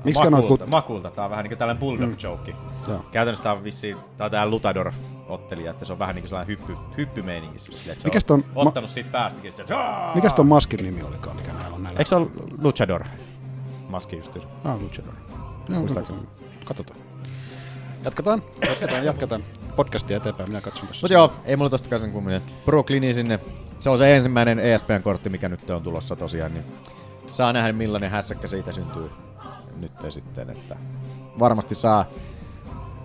[SPEAKER 5] Miksi
[SPEAKER 6] makulta,
[SPEAKER 5] kannat kut-
[SPEAKER 6] makulta. Tää on vähän niinku tällainen bulldog joke.
[SPEAKER 5] Joo.
[SPEAKER 6] Käytännössä tää on vissiin, tää on tää Lutador ottelija, että se on vähän niinku sellainen hyppy, hyppymeininki. siis silleen, että se
[SPEAKER 5] Mikäs
[SPEAKER 6] on
[SPEAKER 5] ton ma-
[SPEAKER 6] ottanut siitä päästäkin. Sitten, että
[SPEAKER 5] Mikäs ton maskin nimi olikaan, mikä näillä on näillä?
[SPEAKER 6] Eikö se ole Luchador? Maski justiinsa.
[SPEAKER 5] Ah, Luchador. Joo,
[SPEAKER 6] Muistaakseni.
[SPEAKER 5] Katsotaan. Jatketaan, jatketaan, jatketaan. Podcastia eteenpäin, minä katson tässä.
[SPEAKER 6] Mutta joo, ei mulla tostakaan sen kumminen. Brooklyniin sinne. Se on se ensimmäinen E ESPN-kortti, mikä nyt on tulossa tosiaan. Niin saa nähdä, millainen hässäkkä siitä syntyy nyt sitten. Että varmasti saa,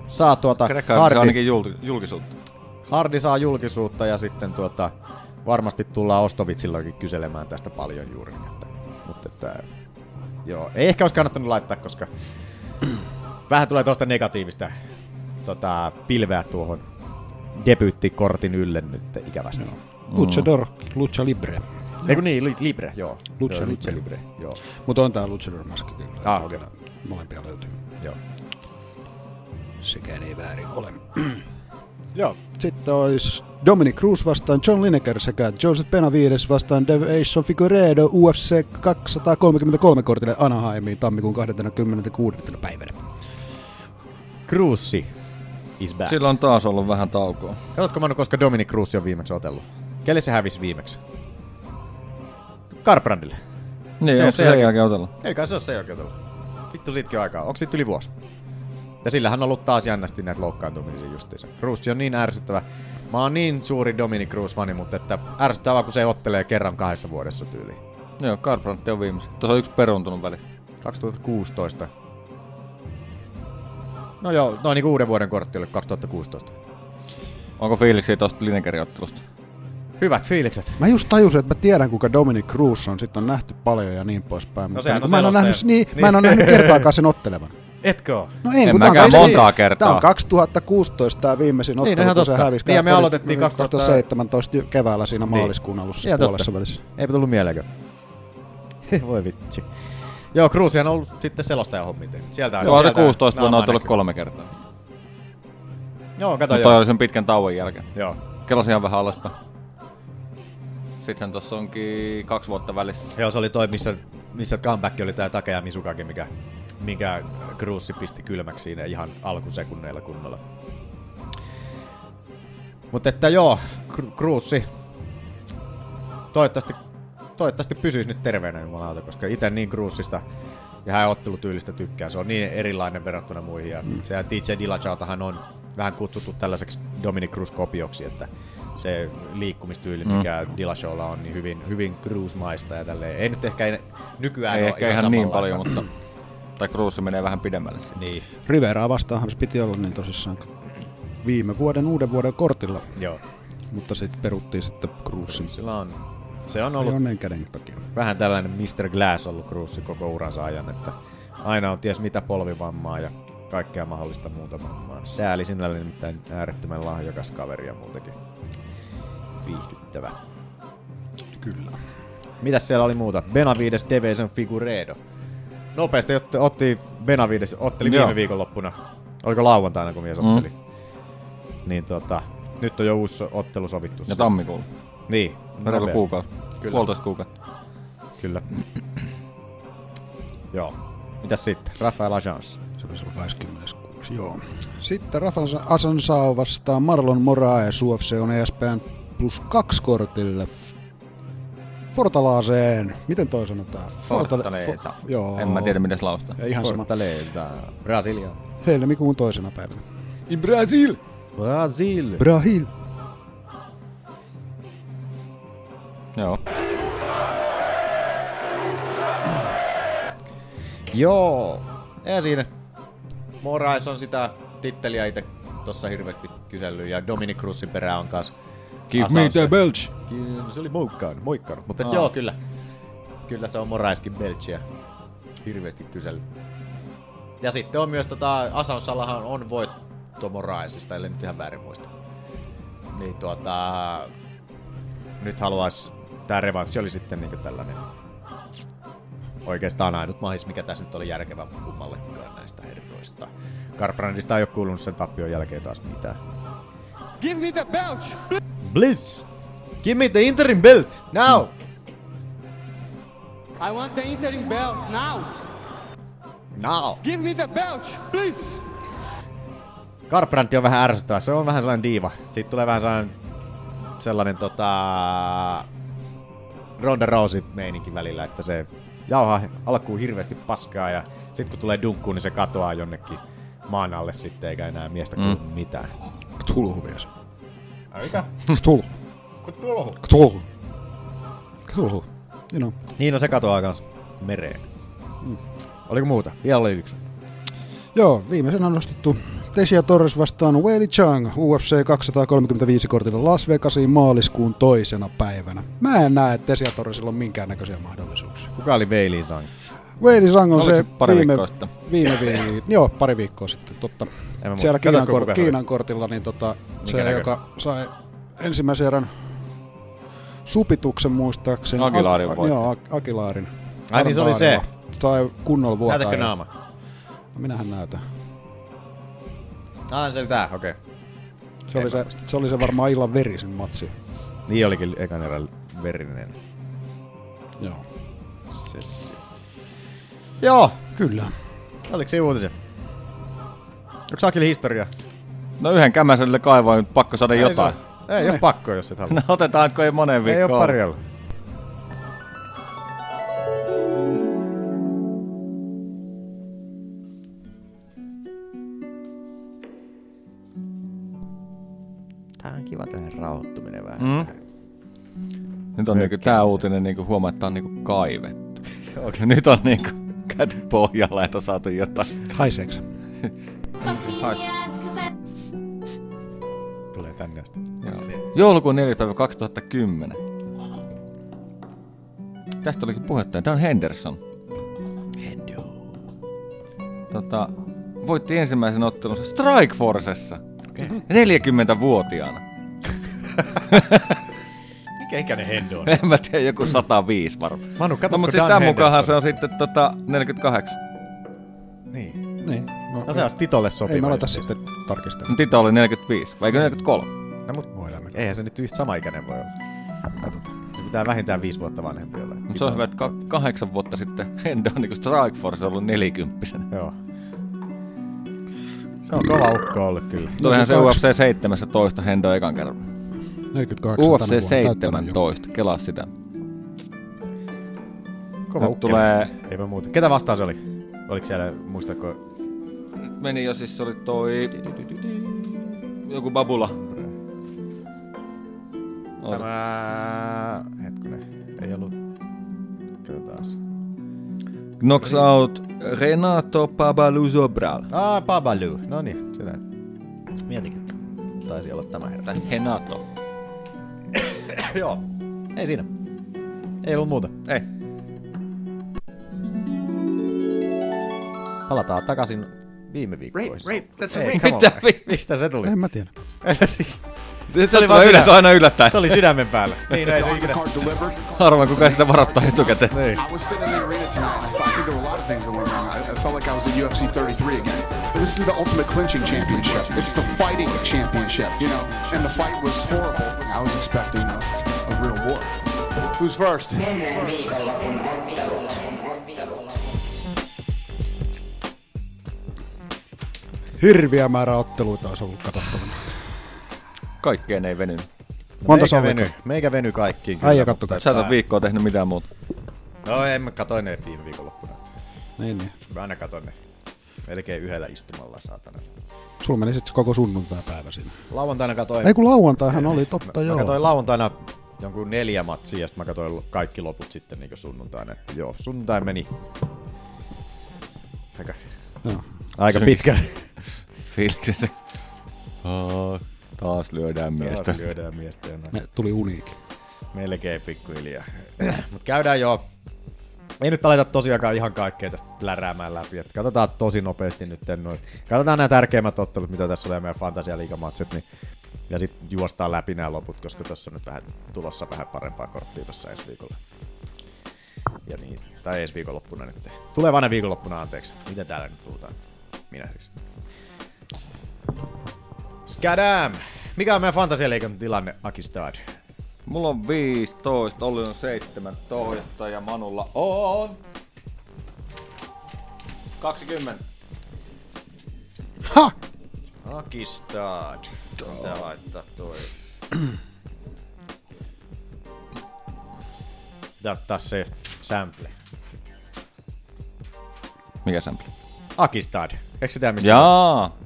[SPEAKER 6] saa tuota
[SPEAKER 8] Krekka
[SPEAKER 6] Hardi-
[SPEAKER 8] on ainakin julk- julkisuutta.
[SPEAKER 6] Hardi saa julkisuutta ja sitten tuota, varmasti tullaan Ostovitsillakin kyselemään tästä paljon juuri. niin, Että, mutta että, joo, ei ehkä olisi kannattanut laittaa, koska vähän tulee tuosta negatiivista tota, pilveä tuohon debyyttikortin ylle nyt ikävästi. Mm.
[SPEAKER 5] Luchador, Lucha Libre.
[SPEAKER 6] Eiku niin, Li- Libre, joo.
[SPEAKER 5] Lucha
[SPEAKER 6] Joo,
[SPEAKER 5] Libre.
[SPEAKER 6] joo.
[SPEAKER 5] Mutta on tää Luchador maski kyllä.
[SPEAKER 6] Ah, okei.
[SPEAKER 5] Molempia löytyy.
[SPEAKER 6] Joo.
[SPEAKER 5] Sekään ei väärin ole. Joo. Sitten olisi Dominic Cruz vastaan John Lineker sekä Joseph Benavides vastaan Deviation Figueredo UFC 233 kortille Anaheimiin tammikuun 26. päivänä.
[SPEAKER 6] Cruisi is back.
[SPEAKER 8] Sillä on taas ollut vähän taukoa.
[SPEAKER 6] Katsotko Manu, koska Dominic Cruz on viimeksi otellut? Kelle se hävisi viimeksi? Karbrandille.
[SPEAKER 8] Niin, onko se sen jälkeen otellut?
[SPEAKER 6] Eikä se ole sen jälkeen otellut. Vittu siitäkin on aikaa. Onko siitä yli vuosi? Ja sillähän on ollut taas jännästi näitä loukkaantumisia justiinsa. Cruz on niin ärsyttävä. Mä oon niin suuri Dominic Cruz-fani, mutta että ärsyttävää, kun se ottelee kerran kahdessa vuodessa tyyliin.
[SPEAKER 8] Joo, Garbrandt on viimeisen. Tuossa on yksi peruuntunut väli.
[SPEAKER 6] 2016. No joo, noin niin uuden vuoden kortti oli 2016.
[SPEAKER 8] Onko fiiliksi tuosta Linekerin ottelusta?
[SPEAKER 6] Hyvät fiilikset.
[SPEAKER 5] Mä just tajusin, että mä tiedän kuinka Dominic Cruz on, sit on nähty paljon ja niin poispäin.
[SPEAKER 6] No
[SPEAKER 5] Mutta
[SPEAKER 6] sehän
[SPEAKER 5] kun
[SPEAKER 6] on
[SPEAKER 5] mä en ole
[SPEAKER 6] selostaja.
[SPEAKER 5] nähnyt, niin,
[SPEAKER 6] Niin.
[SPEAKER 5] mä en ole nähnyt kertaakaan sen ottelevan.
[SPEAKER 6] Etkö oo?
[SPEAKER 5] No en,
[SPEAKER 8] En
[SPEAKER 5] kun tää on
[SPEAKER 8] mäkään
[SPEAKER 5] siis-
[SPEAKER 8] montaa
[SPEAKER 5] Tää on
[SPEAKER 8] kertaa.
[SPEAKER 5] 2016 tää viimeisin ottelu,
[SPEAKER 6] Niin, no ihan
[SPEAKER 5] kun se
[SPEAKER 6] totta.
[SPEAKER 5] hävisi.
[SPEAKER 6] Niin, ja me
[SPEAKER 5] Kari-
[SPEAKER 6] aloitettiin 2000
[SPEAKER 5] 2017 keväällä siinä maaliskuun alussa
[SPEAKER 6] Ihan totta.
[SPEAKER 5] puolessa välissä.
[SPEAKER 6] Eipä tullut mieleenkö? Voi vitsi. Joo, Cruise on ollut sitten selostajan hommiin tehnyt. Sieltä
[SPEAKER 8] Joo, se
[SPEAKER 6] sieltä
[SPEAKER 8] 16
[SPEAKER 6] naamaa
[SPEAKER 8] vuonna on tullut
[SPEAKER 6] näkyy.
[SPEAKER 8] kolme kertaa.
[SPEAKER 6] Joo, kato
[SPEAKER 8] Mutta toi
[SPEAKER 6] joo.
[SPEAKER 8] oli sen pitkän tauon jälkeen.
[SPEAKER 6] Joo.
[SPEAKER 8] Kelasi ihan vähän alaspäin. Sittenhän tossa onkin kaksi vuotta välissä.
[SPEAKER 6] Joo, se oli toi, missä, missä comeback oli tää Takea Misukake, mikä, minkä Cruise pisti kylmäksi siinä ihan alkusekunneilla kunnolla. Mutta että joo, Cru- Cruise, toivottavasti, toivottavasti pysyisi nyt terveenä jumalauta, koska itse niin Cruisista ja hän ottelutyylistä tykkää. Se on niin erilainen verrattuna muihin. Ja mm. sehän TJ Dillachautahan on vähän kutsuttu tällaiseksi Dominic Cruz-kopioksi, että se liikkumistyyli,
[SPEAKER 8] Mm.
[SPEAKER 6] mikä mm. Dillashowlla on, niin hyvin, hyvin Cruz-maista ja tälleen. Ei nyt ehkä en, nykyään
[SPEAKER 8] Ei
[SPEAKER 6] ole
[SPEAKER 8] ehkä ihan niin
[SPEAKER 6] samanlaista.
[SPEAKER 8] paljon, mutta... Tai Cruise menee vähän pidemmälle sitten.
[SPEAKER 6] Niin.
[SPEAKER 5] Riveraa vastaanhan se piti olla niin tosissaan viime vuoden uuden vuoden kortilla.
[SPEAKER 6] Joo.
[SPEAKER 5] Mutta sitten peruttiin sitten Cruzin.
[SPEAKER 6] Sillä on, se on ollut
[SPEAKER 5] Jonneen käden takia.
[SPEAKER 6] vähän tällainen Mr. Glass ollut Cruz koko uransa ajan, että aina on ties mitä polvivammaa ja kaikkea mahdollista muuta vammaa. Sääli sinällä nimittäin äärettömän lahjakas kaveri ja muutenkin viihdyttävä.
[SPEAKER 5] Kyllä.
[SPEAKER 6] Mitäs siellä oli muuta? Benavides, Deveson, Figuredo. Nopeasti otti, otti Benavides, otteli
[SPEAKER 8] Joo.
[SPEAKER 6] viime viikonloppuna. Oliko lauantaina, kun mies
[SPEAKER 8] Mm.
[SPEAKER 6] otteli? Niin tota, nyt on jo uusi ottelu sovittu.
[SPEAKER 8] Ja tammikuulla.
[SPEAKER 6] Niin.
[SPEAKER 8] No reilu
[SPEAKER 6] nopeasti.
[SPEAKER 8] kuukautta. Puolitoista kuukautta.
[SPEAKER 6] Kyllä. Joo. Mitäs sitten? Rafael Ajans.
[SPEAKER 5] Se olisi ollut 26, joo. Sitten Rafael Asansao vastaa Marlon Moraes UFC on E ESPN plus kaksi kortille Fortalaaseen. Miten toi sanotaan?
[SPEAKER 8] Fortaleza.
[SPEAKER 5] Fo- joo.
[SPEAKER 8] En mä tiedä, miten se lausutaan.
[SPEAKER 5] Ja ihan sama.
[SPEAKER 6] Fortaleza. Brasilia.
[SPEAKER 5] Helmikuun toisena päivänä.
[SPEAKER 6] In Brasil! Brasil!
[SPEAKER 5] Brahil.
[SPEAKER 8] Joo.
[SPEAKER 6] Joo. Ei siinä. Morais on sitä titteliä itse tossa hirveästi kysellyt ja Dominic Cruzin perä on kanssa.
[SPEAKER 8] Give
[SPEAKER 6] Asassa.
[SPEAKER 8] me the belch.
[SPEAKER 6] Ki- Se oli moikkaan, moikkaan. Mutta
[SPEAKER 8] Aa.
[SPEAKER 6] joo, kyllä. Kyllä se on Moraiskin Belchia. Hirveästi kysellyt. Ja sitten on myös tota, Asaussalahan on voitto Moraisista, ellei nyt ihan väärin muista. Niin tuota, nyt haluaisi, tämä revanssi oli sitten niinku tällainen oikeastaan ainut mahis, mikä tässä nyt oli järkevä kummallekaan näistä herroista. Karbrandista ei ole kuulunut sen tappion jälkeen taas mitään.
[SPEAKER 15] Give me the belch!
[SPEAKER 6] Blitz! Give me the interim belt! Now!
[SPEAKER 15] I want the interim belt now!
[SPEAKER 6] Now!
[SPEAKER 15] Give me the belch, please!
[SPEAKER 6] Karbrandi on vähän ärsyttävä, se on vähän sellainen diiva. Siitä tulee vähän sellainen, sellainen tota, Ronda Rousey meininki välillä, että se jauhaa alkuun hirveästi paskaa ja sitten kun tulee dunkkuun, niin se katoaa jonnekin maan alle sitten, eikä enää miestä kuulu mm. mitään.
[SPEAKER 5] Cthulhu mies.
[SPEAKER 6] Aika.
[SPEAKER 5] Cthulhu.
[SPEAKER 6] Cthulhu.
[SPEAKER 5] Cthulhu. Cthulhu. You know.
[SPEAKER 6] Niin, no se katoaa kans mereen. Mm. Oliko muuta? Vielä oli yksi.
[SPEAKER 5] Joo, viimeisenä nostettu Tesia Torres vastaan Weili Chang UFC 235 kortilla Las Vegasiin maaliskuun toisena päivänä. Mä en näe, että Tesia Torresilla on minkäännäköisiä mahdollisuuksia.
[SPEAKER 6] Kuka oli Veiliin sang?
[SPEAKER 5] Weili Sang on
[SPEAKER 8] Oliko
[SPEAKER 5] se
[SPEAKER 8] se pari
[SPEAKER 5] viime,
[SPEAKER 8] viikkoa sitten?
[SPEAKER 5] viime vi- joo, pari viikkoa sitten, totta.
[SPEAKER 6] mä muista.
[SPEAKER 5] Siellä Kiinan,
[SPEAKER 6] Katsoitko, kuka
[SPEAKER 5] kor-
[SPEAKER 6] se oli?
[SPEAKER 5] Kiinan kortilla niin tota, se,
[SPEAKER 6] näköinen?
[SPEAKER 5] joka sai ensimmäisen erän supituksen muistaakseni.
[SPEAKER 8] Agilaarin
[SPEAKER 5] Ak-
[SPEAKER 8] voitti.
[SPEAKER 5] Joo, Ak- Akilaarin.
[SPEAKER 6] Ai niin, se oli se.
[SPEAKER 5] Armaarilla. Tai kunnolla vuotaa.
[SPEAKER 6] Näytätkö
[SPEAKER 5] ja-
[SPEAKER 6] naama?
[SPEAKER 5] No, Minähän näytän.
[SPEAKER 6] Ah, se oli tää, okei. Okay.
[SPEAKER 5] Se oli se, se oli se varmaan illan verisin matsi.
[SPEAKER 6] Niin olikin ekan erän verinen.
[SPEAKER 5] Joo.
[SPEAKER 6] Sessi. Joo.
[SPEAKER 5] Kyllä.
[SPEAKER 6] Oliko se uutiset? Onko Sakille historia?
[SPEAKER 8] No yhden kämäselle kaivoin, pakko saada jotain.
[SPEAKER 6] Se, ei ole pakko, jos et halua.
[SPEAKER 8] No otetaan, kun ei moneen
[SPEAKER 6] ei
[SPEAKER 8] viikkoon.
[SPEAKER 6] ole parjalla. Tää on kiva tämmönen rauhoittuminen vähän.
[SPEAKER 8] Mm. Nyt on niinku tää uutinen, niinku huomaa, että tää on niinku kaivettu.
[SPEAKER 6] Okei.
[SPEAKER 8] Nyt on niinku käyty pohjalla, että on saatu
[SPEAKER 6] Mm.
[SPEAKER 8] jotain.
[SPEAKER 5] Haiseeks?
[SPEAKER 8] Haista.
[SPEAKER 6] Tulee tänne asti. niin?
[SPEAKER 8] Joo. Joulukuun 4. päivä 2010. Tästä olikin puhetta. Dan Henderson. Tota, voitti ensimmäisen ottelunsa Strike Forcessa.
[SPEAKER 6] Okei.
[SPEAKER 8] 40-vuotiaana.
[SPEAKER 6] Mikä ikäinen Hendo on?
[SPEAKER 8] En mä tiedä, joku 105 varmaan.
[SPEAKER 6] Manu, katsotko
[SPEAKER 8] mutta siis
[SPEAKER 6] Dan
[SPEAKER 8] tämän mukaan
[SPEAKER 6] Henderson?
[SPEAKER 8] se on sitten tota 48.
[SPEAKER 6] Niin.
[SPEAKER 5] Niin.
[SPEAKER 6] No se olisi Titolle sopiva.
[SPEAKER 5] Ei mä aloita
[SPEAKER 6] yhteys.
[SPEAKER 5] sitten tarkistaa.
[SPEAKER 8] Tito oli 45, vai eikö 43?
[SPEAKER 6] No mut voidaan mennä. Eihän se nyt yhtä sama ikäinen voi olla. Katsotaan. Se pitää vähintään viisi vuotta vanhempi olla.
[SPEAKER 8] Mutta se on hyvä, että ka- kahdeksan vuotta sitten Hendo on niinku Strike Force ollut nelikymppisenä.
[SPEAKER 6] Joo. Se on kova ukko ollut kyllä.
[SPEAKER 5] niin
[SPEAKER 8] Tulihan se UFC 17 Hendo ekan kerran.
[SPEAKER 5] 48 tänä vuonna
[SPEAKER 8] UFC
[SPEAKER 5] täyttänyt jo.
[SPEAKER 8] 17, kelaa sitä.
[SPEAKER 6] Kova
[SPEAKER 8] Nyt
[SPEAKER 6] ukko.
[SPEAKER 8] tulee-
[SPEAKER 6] Eipä muuta. Ketä vastaan se oli? Oliko siellä, muistako?
[SPEAKER 8] Meni jo siis, se oli toi... Joku babula. Oota.
[SPEAKER 6] Tämä... Hetkinen. Ei ollut... Kyllä taas.
[SPEAKER 8] Knocks out Renato Pabaluzobral.
[SPEAKER 6] Ah, Babalu. No niin, sitä. Mietinkin. Taisi olla tämä herra.
[SPEAKER 8] Renato.
[SPEAKER 6] Joo. Ei siinä. Ei ollut muuta.
[SPEAKER 8] Ei.
[SPEAKER 6] Palataan takaisin viime viikkoihin.
[SPEAKER 14] Rape, rape, that's a
[SPEAKER 6] Ei,
[SPEAKER 14] rape.
[SPEAKER 6] come on.
[SPEAKER 14] Mitä vi-
[SPEAKER 6] Mistä se tuli?
[SPEAKER 5] En mä tiedä.
[SPEAKER 8] Se tulee
[SPEAKER 6] vaan
[SPEAKER 8] yleensä
[SPEAKER 6] sydä-
[SPEAKER 8] aina yllättäen.
[SPEAKER 6] Se oli sydämen päällä. niin, no ei se ikinä.
[SPEAKER 8] Harvoin kukaan sitä varoittaa etukäteen.
[SPEAKER 6] Niin.
[SPEAKER 4] I was sitting in the arena tonight. and I, thought, I think there were a lot of things that went wrong. I, I felt like I was at UFC 33 again. This is the Ultimate Clinching Championship. It's the fighting championship, you know. And the fight was horrible. I was expecting a a real war. Who's first?
[SPEAKER 1] Ennen viikonlopun ottelut.
[SPEAKER 5] Hirviä määrä otteluita olisi ollut katsottavana.
[SPEAKER 8] Kaikkeen ei venynyt.
[SPEAKER 5] Monta sä
[SPEAKER 6] meikä
[SPEAKER 5] olit?
[SPEAKER 6] veny, meikä veny kaikkiin.
[SPEAKER 5] Äijä
[SPEAKER 6] mutta
[SPEAKER 5] kattoi.
[SPEAKER 8] Sä et
[SPEAKER 6] tää-
[SPEAKER 8] ole viikkoa tehnyt mitään muuta.
[SPEAKER 6] No en mä katoin ne viime viikonloppuna.
[SPEAKER 5] Niin, niin.
[SPEAKER 6] Mä aina katon ne. Melkein yhdellä istumalla, saatana.
[SPEAKER 5] Sulla meni sitten koko sunnuntai päivä siinä.
[SPEAKER 6] Lauantaina katoin...
[SPEAKER 5] Ei kun lauantaihan oli, totta
[SPEAKER 6] mä,
[SPEAKER 5] joo.
[SPEAKER 6] Mä katoin lauantaina jonkun neljä matsia ja sitten mä katoin kaikki loput sitten niin sunnuntaina. Että joo, sunnuntai meni aika,
[SPEAKER 5] Joo.
[SPEAKER 6] aika
[SPEAKER 8] Synkissä
[SPEAKER 6] pitkä.
[SPEAKER 8] Fiiliksessä. Oh, taas lyödään miestä.
[SPEAKER 6] Taas lyödään miestä. ja näin.
[SPEAKER 5] Ne tuli uniikin.
[SPEAKER 6] Melkein pikkuhiljaa. Mutta käydään joo. Ei nyt aleta tosiaankaan ihan kaikkea tästä läräämään läpi. Et katsotaan tosi nopeasti nyt. Noin. Katsotaan nämä tärkeimmät ottelut, mitä tässä oli ja meidän fantasialiikamatsit. Niin ja sitten juostaan läpi nämä loput, koska tuossa on nyt vähän, tulossa vähän parempaa korttia tuossa ensi viikolla. Ja niin, tai ensi viikonloppuna nyt. Tulevana viikonloppuna, anteeksi. Miten täällä nyt puhutaan? Minä siis. Skadam! Mikä on meidän fantasialiikan tilanne, Akistad?
[SPEAKER 8] Mulla on 15, Olli on 17 ja Manulla on 20.
[SPEAKER 5] Ha!
[SPEAKER 6] Akistad. Pitää laittaa toi. Pitää ottaa se sample.
[SPEAKER 8] Mikä sample?
[SPEAKER 6] Akistad. Eikö sitä mistä?
[SPEAKER 8] Jaa.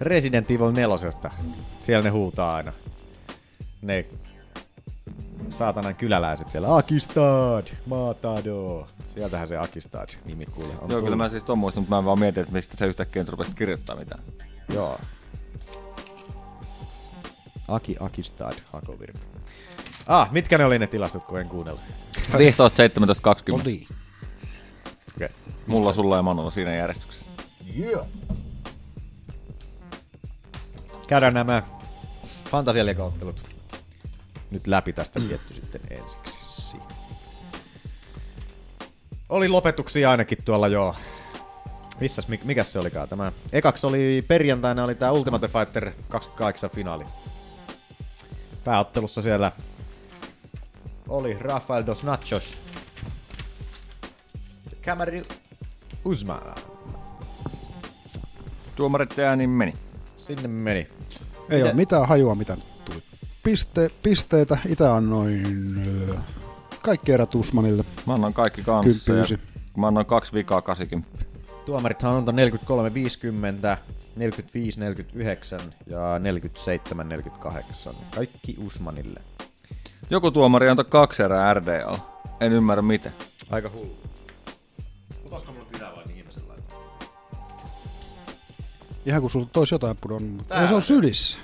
[SPEAKER 6] Resident Evil 4. Siellä ne huutaa aina. Ne saatanan kyläläiset siellä. Akistad, matado. Sieltähän se Akistad nimi kuulee. on
[SPEAKER 8] Joo, kyllä
[SPEAKER 6] tullut.
[SPEAKER 8] mä siis ton muistan, mutta mä en vaan mietin, että mistä sä yhtäkkiä nyt rupesit kirjoittaa mitään.
[SPEAKER 6] Joo. Aki Akistad, Hakovirta. Ah, mitkä ne oli ne tilastot, kun en kuunnellut?
[SPEAKER 8] 15, 17, 20.
[SPEAKER 6] No niin. Okei.
[SPEAKER 8] Mulla, sulla ja Manulla siinä järjestyksessä.
[SPEAKER 6] Yeah. Käydään nämä fantasialiikaottelut nyt läpi tästä tietty sitten ensiksi. Oli lopetuksia ainakin tuolla joo. Missäs, mik- mikäs se olikaan tämä? Ekaksi oli perjantaina oli tämä Ultimate Fighter 28 finaali. Pääottelussa siellä oli Rafael Dos Nachos. Kamari Usma.
[SPEAKER 8] Tuomarit ääni meni.
[SPEAKER 6] Sinne meni.
[SPEAKER 5] Ei ole mitään hajua, mitä nyt tuli. Piste, pisteitä. Itä annoin öö, kaikki erät Usmanille.
[SPEAKER 8] Mä annan kaikki kanssa.
[SPEAKER 5] Kyllä, pyysi.
[SPEAKER 8] Ja mä annan kaksi vikaa 80.
[SPEAKER 6] Tuomarithan antoi 43, 50, 45, 49 ja 47, 48. Kaikki Usmanille.
[SPEAKER 8] Joku tuomari antoi kaksi erää RDL. En ymmärrä miten.
[SPEAKER 6] Aika hullu. Putosko mulla kynä vai mihin mä sen laitan?
[SPEAKER 5] Ihan kun sulla tois jotain pudonnut.
[SPEAKER 6] Tää
[SPEAKER 5] Ei, se
[SPEAKER 6] on
[SPEAKER 5] on
[SPEAKER 6] se.
[SPEAKER 5] sylissä.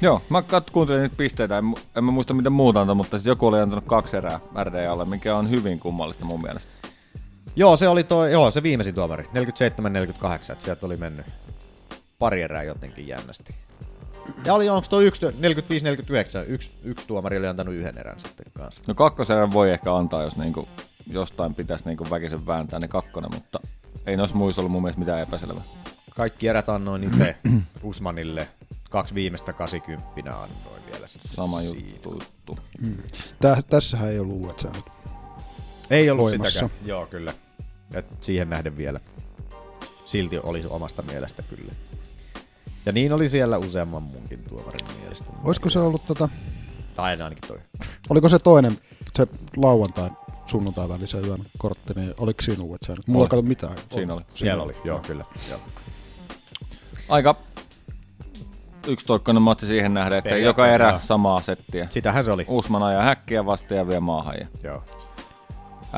[SPEAKER 8] Joo, mä kat- kuuntelin nyt pisteitä. En, mu- en mä muista miten muuta antoi, mutta sit joku oli antanut kaksi erää RDLlle, mikä on hyvin kummallista mun mielestä.
[SPEAKER 6] Joo, se oli toi, joo, se viimeisin tuomari. 47, 48, että sieltä oli mennyt pari erää jotenkin jännästi. Ja oli, onko toi 1, 45, 49, yksi, yksi tuomari oli antanut yhden erän sitten kanssa.
[SPEAKER 8] No kakkoserän voi ehkä antaa, jos niinku jostain pitäisi niinku väkisen vääntää ne kakkonen, mutta ei noissa muissa ollut mun mielestä mitään epäselvää.
[SPEAKER 6] Kaikki erät annoin itse Usmanille. Kaksi viimeistä 80 annoin vielä. sitten
[SPEAKER 8] Sama
[SPEAKER 6] siinä.
[SPEAKER 8] juttu.
[SPEAKER 5] Mm. Tää, tässähän ei ollut E uudet säännöt.
[SPEAKER 6] Ei ollut
[SPEAKER 5] voimassa.
[SPEAKER 6] sitäkään. Joo, kyllä. Et siihen nähden vielä. Silti oli omasta mielestä kyllä. Ja niin oli siellä useamman munkin tuomarin mielestä.
[SPEAKER 5] Olisiko se ollut tota,
[SPEAKER 6] Tai ainakin toi.
[SPEAKER 5] oliko se toinen, se lauantai sunnuntai välisen yön kortti, niin oliko siinä uudet säännöt? Mulla
[SPEAKER 8] Oli.
[SPEAKER 5] ei kato mitään.
[SPEAKER 8] Siinä oli.
[SPEAKER 6] Siellä oli, joo, kyllä. Joo.
[SPEAKER 8] Aika yksitoikkoinen matsi siihen nähden, että joka
[SPEAKER 6] Periaatteessa
[SPEAKER 8] erä
[SPEAKER 6] joo.
[SPEAKER 8] samaa settiä.
[SPEAKER 6] Sitähän se oli.
[SPEAKER 8] Uusman ajaa häkkiä vasta ja vie maahan. Ja
[SPEAKER 6] Joo.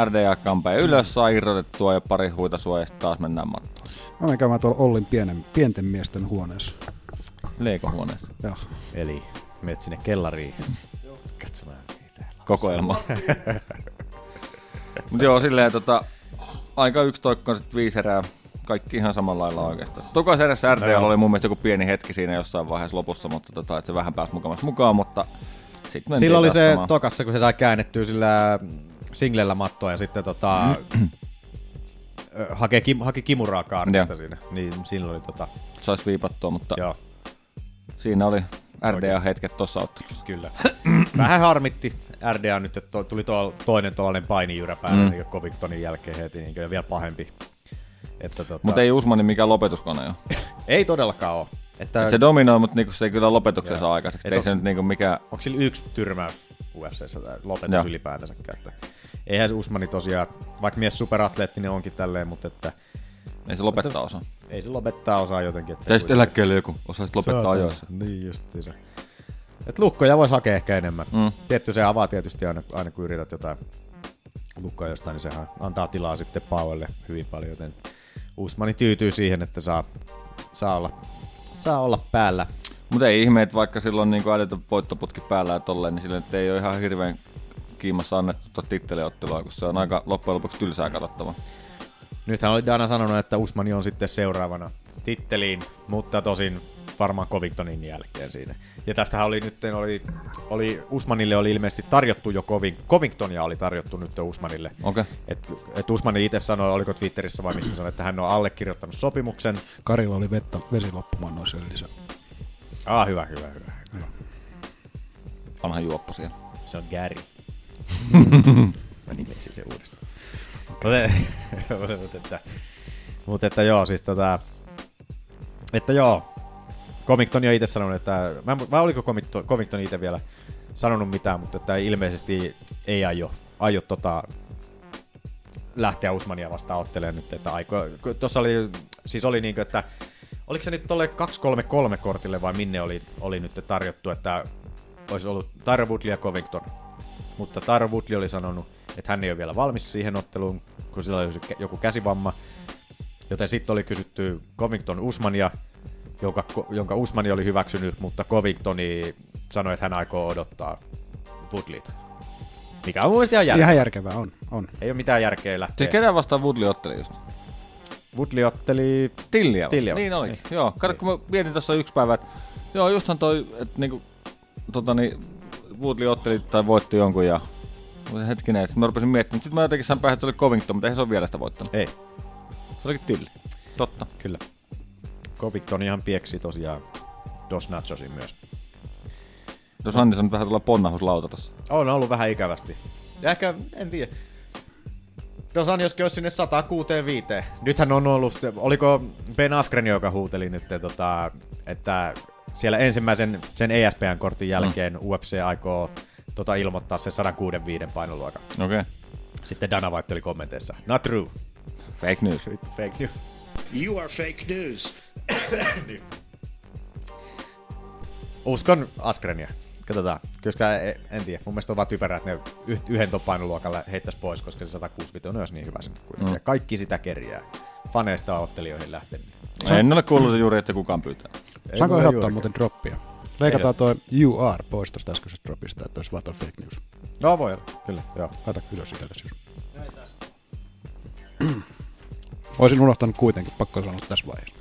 [SPEAKER 8] RDA kampaa ylös, saa irrotettua ja pari huita suojasta taas mennään mattoon.
[SPEAKER 5] Mä menen käymään tuolla Ollin pienen, pienten miesten huoneessa.
[SPEAKER 8] Leikohuoneessa.
[SPEAKER 5] Joo.
[SPEAKER 6] Eli menet sinne kellariin. Katsomaan.
[SPEAKER 8] Kokoelma. Mut joo, silleen tota, aika yksitoikkoiset viisi erää. Kaikki ihan samalla lailla oikeastaan. Tokas erässä RDL oli mun mielestä joku pieni hetki siinä jossain vaiheessa lopussa, mutta tota, että se vähän pääsi mukamas mukaan, mutta sitten mentiin
[SPEAKER 6] Silloin oli
[SPEAKER 8] taas
[SPEAKER 6] se
[SPEAKER 8] samaan.
[SPEAKER 6] tokassa, kun se sai käännettyä sillä mm, singlellä mattoa ja sitten tota, ö, hakee kim, haki kimuraa kaartista
[SPEAKER 8] Joo.
[SPEAKER 6] siinä. Niin silloin oli tota,
[SPEAKER 8] saisi viipattua, mutta
[SPEAKER 6] Joo.
[SPEAKER 8] siinä oli RDA-hetket tuossa ottelussa.
[SPEAKER 6] Kyllä. vähän harmitti RDA nyt, että to- tuli tuo, toinen tuollainen painijyrä päälle
[SPEAKER 8] Mm.
[SPEAKER 6] mm. niin Covingtonin jälkeen heti, niin ja vielä pahempi. Että tota,
[SPEAKER 8] Mutta ei Usmani mikään lopetuskone ole.
[SPEAKER 6] ei todellakaan ole. Että,
[SPEAKER 8] Et se dominoi, mutta niinku se ei kyllä lopetuksen saa aikaiseksi.
[SPEAKER 6] Et
[SPEAKER 8] Et Ei
[SPEAKER 6] onks-
[SPEAKER 8] se nyt niinku mikään...
[SPEAKER 6] onko sillä yksi tyrmäys UFCssä tai lopetus
[SPEAKER 8] Joo.
[SPEAKER 6] ylipäätänsäkään? Että eihän se Usmani tosiaan, vaikka mies superatleettinen onkin tälleen, mutta että...
[SPEAKER 8] Ei se lopettaa osaa.
[SPEAKER 6] Ei se lopettaa osaa jotenkin. Että
[SPEAKER 8] Tai sitten eläkkeelle joku, osaisit lopettaa
[SPEAKER 6] Saatana.
[SPEAKER 8] ajoissa.
[SPEAKER 6] Niin justiinsa. Et lukkoja voisi hakea ehkä enemmän.
[SPEAKER 8] Mm.
[SPEAKER 6] Mm. Tietty se avaa tietysti aina, aina kun yrität jotain lukkoa jostain, niin sehän antaa tilaa sitten Pauelle hyvin paljon, joten Usmani tyytyy siihen, että saa, saa olla saa olla päällä.
[SPEAKER 8] Mutta ei ihme, että vaikka silloin niin älytön voittoputki päällä ja tolleen, niin silloin nyt ei ole ihan hirveän kiimassa annettu tuota titteliottelua, kun se on aika loppujen lopuksi tylsää katsottavaa.
[SPEAKER 6] Nythän oli Dana sanonut, että Usmani on sitten seuraavana titteliin, mutta tosin varmaan Covingtonin jälkeen siinä. Ja tästähän oli nyt, oli, oli Usmanille oli ilmeisesti tarjottu jo Coving, Covingtonia oli tarjottu nyt Usmanille.
[SPEAKER 8] Okei.
[SPEAKER 6] Et, et Usmani itse sanoi, oliko Twitterissä vai missä sanoi, että hän on allekirjoittanut sopimuksen.
[SPEAKER 5] Karilla oli vettä, vesi loppumaan noin syöllisen.
[SPEAKER 6] Ah, hyvä, hyvä, hyvä. hyvä.
[SPEAKER 8] Vanha juoppo siellä.
[SPEAKER 6] Se on Gary. Mä nimesin sen uudestaan. Mutta, mutta, että, mutta että joo, siis tota, että joo, Comicton jo itse sanonut, että, mä, en mu- vai oliko Comicton, Comicton itse vielä sanonut mitään, mutta että ilmeisesti ei aio, aio tota, lähteä Usmania vastaan ottelemaan nyt, että aiko, tuossa oli, siis oli niinkö, että oliko se nyt tolle 233 kortille vai minne oli, oli nyt tarjottu, että olisi ollut Tyra Woodley ja Covington. Mutta Tyra Woodley oli sanonut, että hän ei ole vielä valmis siihen otteluun, kun sillä oli se- joku käsivamma. Joten sitten oli kysytty Covington Usmania, jonka, jonka Usmani oli hyväksynyt, mutta Covingtoni sanoi, että hän aikoo odottaa Woodleyta. Mikä on mun mielestä ihan järkevää.
[SPEAKER 5] Ihan järkevää on, on.
[SPEAKER 6] Ei ole mitään järkeä lähteä.
[SPEAKER 8] Siis kenään vastaan Woodley otteli just?
[SPEAKER 6] Woodley otteli...
[SPEAKER 8] Tilliä vastaan.
[SPEAKER 6] Tilliä vastaan.
[SPEAKER 8] Niin olikin. Joo, kato kun mä mietin tuossa yksi päivä, että joo justhan toi, että niinku, tota niin, Woodley otteli tai voitti jonkun ja mutta hetkinen, sitten mä rupesin miettimään, sitten mä jotenkin sain päähän, että se oli Covington, mutta eihän se ole vielä sitä voittanut.
[SPEAKER 6] Ei.
[SPEAKER 8] Se olikin Tilli. Totta.
[SPEAKER 6] Kyllä. Covington ihan pieksi tosiaan Dos Nachosin myös.
[SPEAKER 8] Jos Annis on vähän tuolla ponnahuslauta tossa.
[SPEAKER 6] On ollut vähän ikävästi. Ja ehkä, en tiedä. Dos Anjoskin olisi sinne 165. Nythän on ollut, se- oliko Ben Askren, joka huuteli nyt, tota, että siellä ensimmäisen sen E ESPN-kortin jälkeen mm. UFC aikoo tota, ilmoittaa sen 165 painoluokan.
[SPEAKER 8] Okei.
[SPEAKER 6] Sitten Dana White oli kommenteissa, not true.
[SPEAKER 8] Fake news.
[SPEAKER 6] Vittu, fake news.
[SPEAKER 16] You are fake news.
[SPEAKER 6] Uskon Askrenia. Katsotaan. Kyllä en, en tiedä. Mun mielestä on vaan typerää, että ne yh- yhden ton painoluokalla heittäisi pois, koska se 165 on olisi niin hyvä sinne kuitenkin.
[SPEAKER 8] Mm.
[SPEAKER 6] Mm. Kaikki sitä kerjää. Faneista on ottelijoihin lähtenyt.
[SPEAKER 8] En ole kuullut juuri, että kukaan pyytää.
[SPEAKER 6] Ei
[SPEAKER 5] Saanko
[SPEAKER 6] mulla
[SPEAKER 5] ehdottaa
[SPEAKER 6] juurikaan.
[SPEAKER 5] muuten droppia? Leikataan toi UR pois tuosta äskeisestä dropista, että olisi vaan toi fake news.
[SPEAKER 6] No voi olla, kyllä. Joo.
[SPEAKER 5] Laita ylös itsellesi. jos- Olisin unohtanut kuitenkin, pakko sanoa tässä vaiheessa.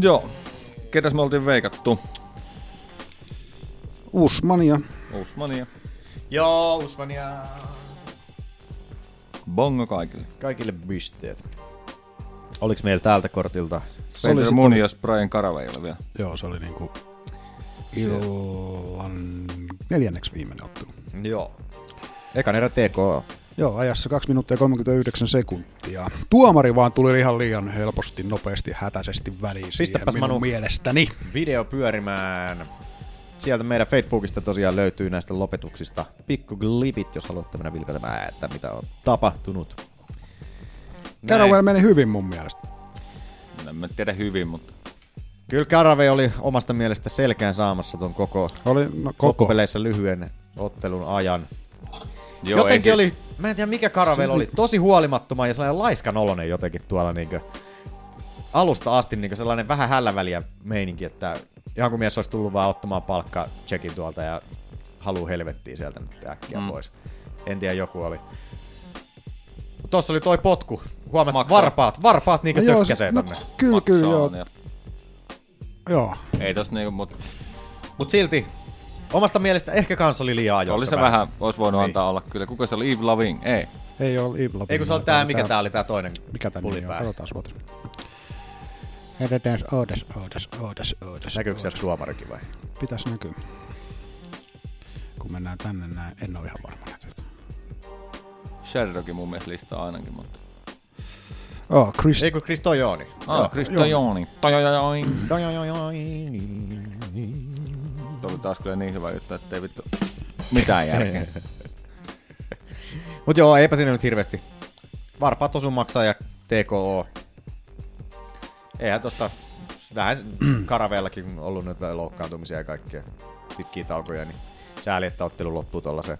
[SPEAKER 8] Joo. Ketäs me oltiin veikattu?
[SPEAKER 5] Usmania.
[SPEAKER 8] Usmania.
[SPEAKER 6] Joo, Usmania.
[SPEAKER 8] Bongo kaikille.
[SPEAKER 6] Kaikille pisteet. Oliko meillä täältä kortilta?
[SPEAKER 5] Se oli
[SPEAKER 8] Pedro
[SPEAKER 5] sit-
[SPEAKER 8] Munios, Brian Karava ei ole vielä.
[SPEAKER 5] Joo, se oli niinku illan neljänneksi viimeinen ottelu.
[SPEAKER 6] Joo. Ekan erä TK.
[SPEAKER 5] Joo, ajassa 2 minuuttia 39 sekuntia. Tuomari vaan tuli ihan liian helposti, nopeasti, hätäisesti väliin siihen
[SPEAKER 6] Pistäpäs
[SPEAKER 5] minun
[SPEAKER 6] Manu
[SPEAKER 5] mielestäni.
[SPEAKER 6] video pyörimään. Sieltä meidän Facebookista tosiaan löytyy näistä lopetuksista pikku glipit, jos haluatte mennä vilkailemaan, että mitä on tapahtunut.
[SPEAKER 5] Caraway meni hyvin mun mielestä.
[SPEAKER 8] En mä tiedä hyvin, mutta
[SPEAKER 6] Kyllä Karave oli omasta mielestä selkään saamassa ton koko,
[SPEAKER 5] oli, no, koko.
[SPEAKER 6] loppupeleissä lyhyen ottelun ajan.
[SPEAKER 8] Joo,
[SPEAKER 6] Joo,
[SPEAKER 8] ei
[SPEAKER 6] jotenkin
[SPEAKER 8] siis-
[SPEAKER 6] siis... oli, mä en tiedä mikä Karavella oli, tosi huolimattoma ja sellainen laiskan oloinen jotenkin tuolla niinkö alusta asti niinkö sellainen vähän hälläväliä meininki, että ihan kuin mies olisi tullut vaan ottamaan palkka checkin tuolta ja haluu helvettiin sieltä nyt äkkiä
[SPEAKER 8] Mm.
[SPEAKER 6] mm. pois. En tiedä, joku oli. Tossa oli toi potku. Huomaat,
[SPEAKER 8] Maksaa.
[SPEAKER 6] varpaat, varpaat niinkö
[SPEAKER 5] No joo,
[SPEAKER 6] no
[SPEAKER 5] s-
[SPEAKER 6] tökkäsee
[SPEAKER 5] no
[SPEAKER 6] tonne.
[SPEAKER 5] kyllä, kyllä, joo.
[SPEAKER 8] Maksaa,
[SPEAKER 5] Joo.
[SPEAKER 8] ei tos niinku, mut
[SPEAKER 6] Mut silti, omasta mielestä ehkä kans oli liian ajoissa.
[SPEAKER 8] oli se vähän, ois voinut antaa olla kyllä. Kuka se oli? Yves Laving? Ei.
[SPEAKER 5] Ei ole Ibla.
[SPEAKER 6] Ei kun se on tää, mikä tää oli tää toinen
[SPEAKER 5] Mikä tää nimi on?
[SPEAKER 6] pulipää.
[SPEAKER 5] Katsotaan suotin. Edetään, oodas, oodas, oodas, oodas.
[SPEAKER 6] Näkyykö sieltä tuomarikin vai?
[SPEAKER 5] Pitäis näkyä. kun mennään tänne näin. En ole ihan varma.
[SPEAKER 8] Sherrockin mun mielestä listaa ainakin, mutta...
[SPEAKER 5] Oh, Chris...
[SPEAKER 6] Ei kun Chris Tojoni.
[SPEAKER 8] Ah, Kristo Jooni. Tojojojoi. Tuo oli taas kyllä niin hyvä juttu, ettei vittu mitään järkeä.
[SPEAKER 6] Mut joo, eipä siinä nyt hirveästi. Varpaat osun maksaa ja TKO. Eihän tosta vähän karaveellakin ollut nyt loukkaantumisia ja kaikkea pitkiä taukoja, niin sääli, että ottelu loppuu tuollaiseen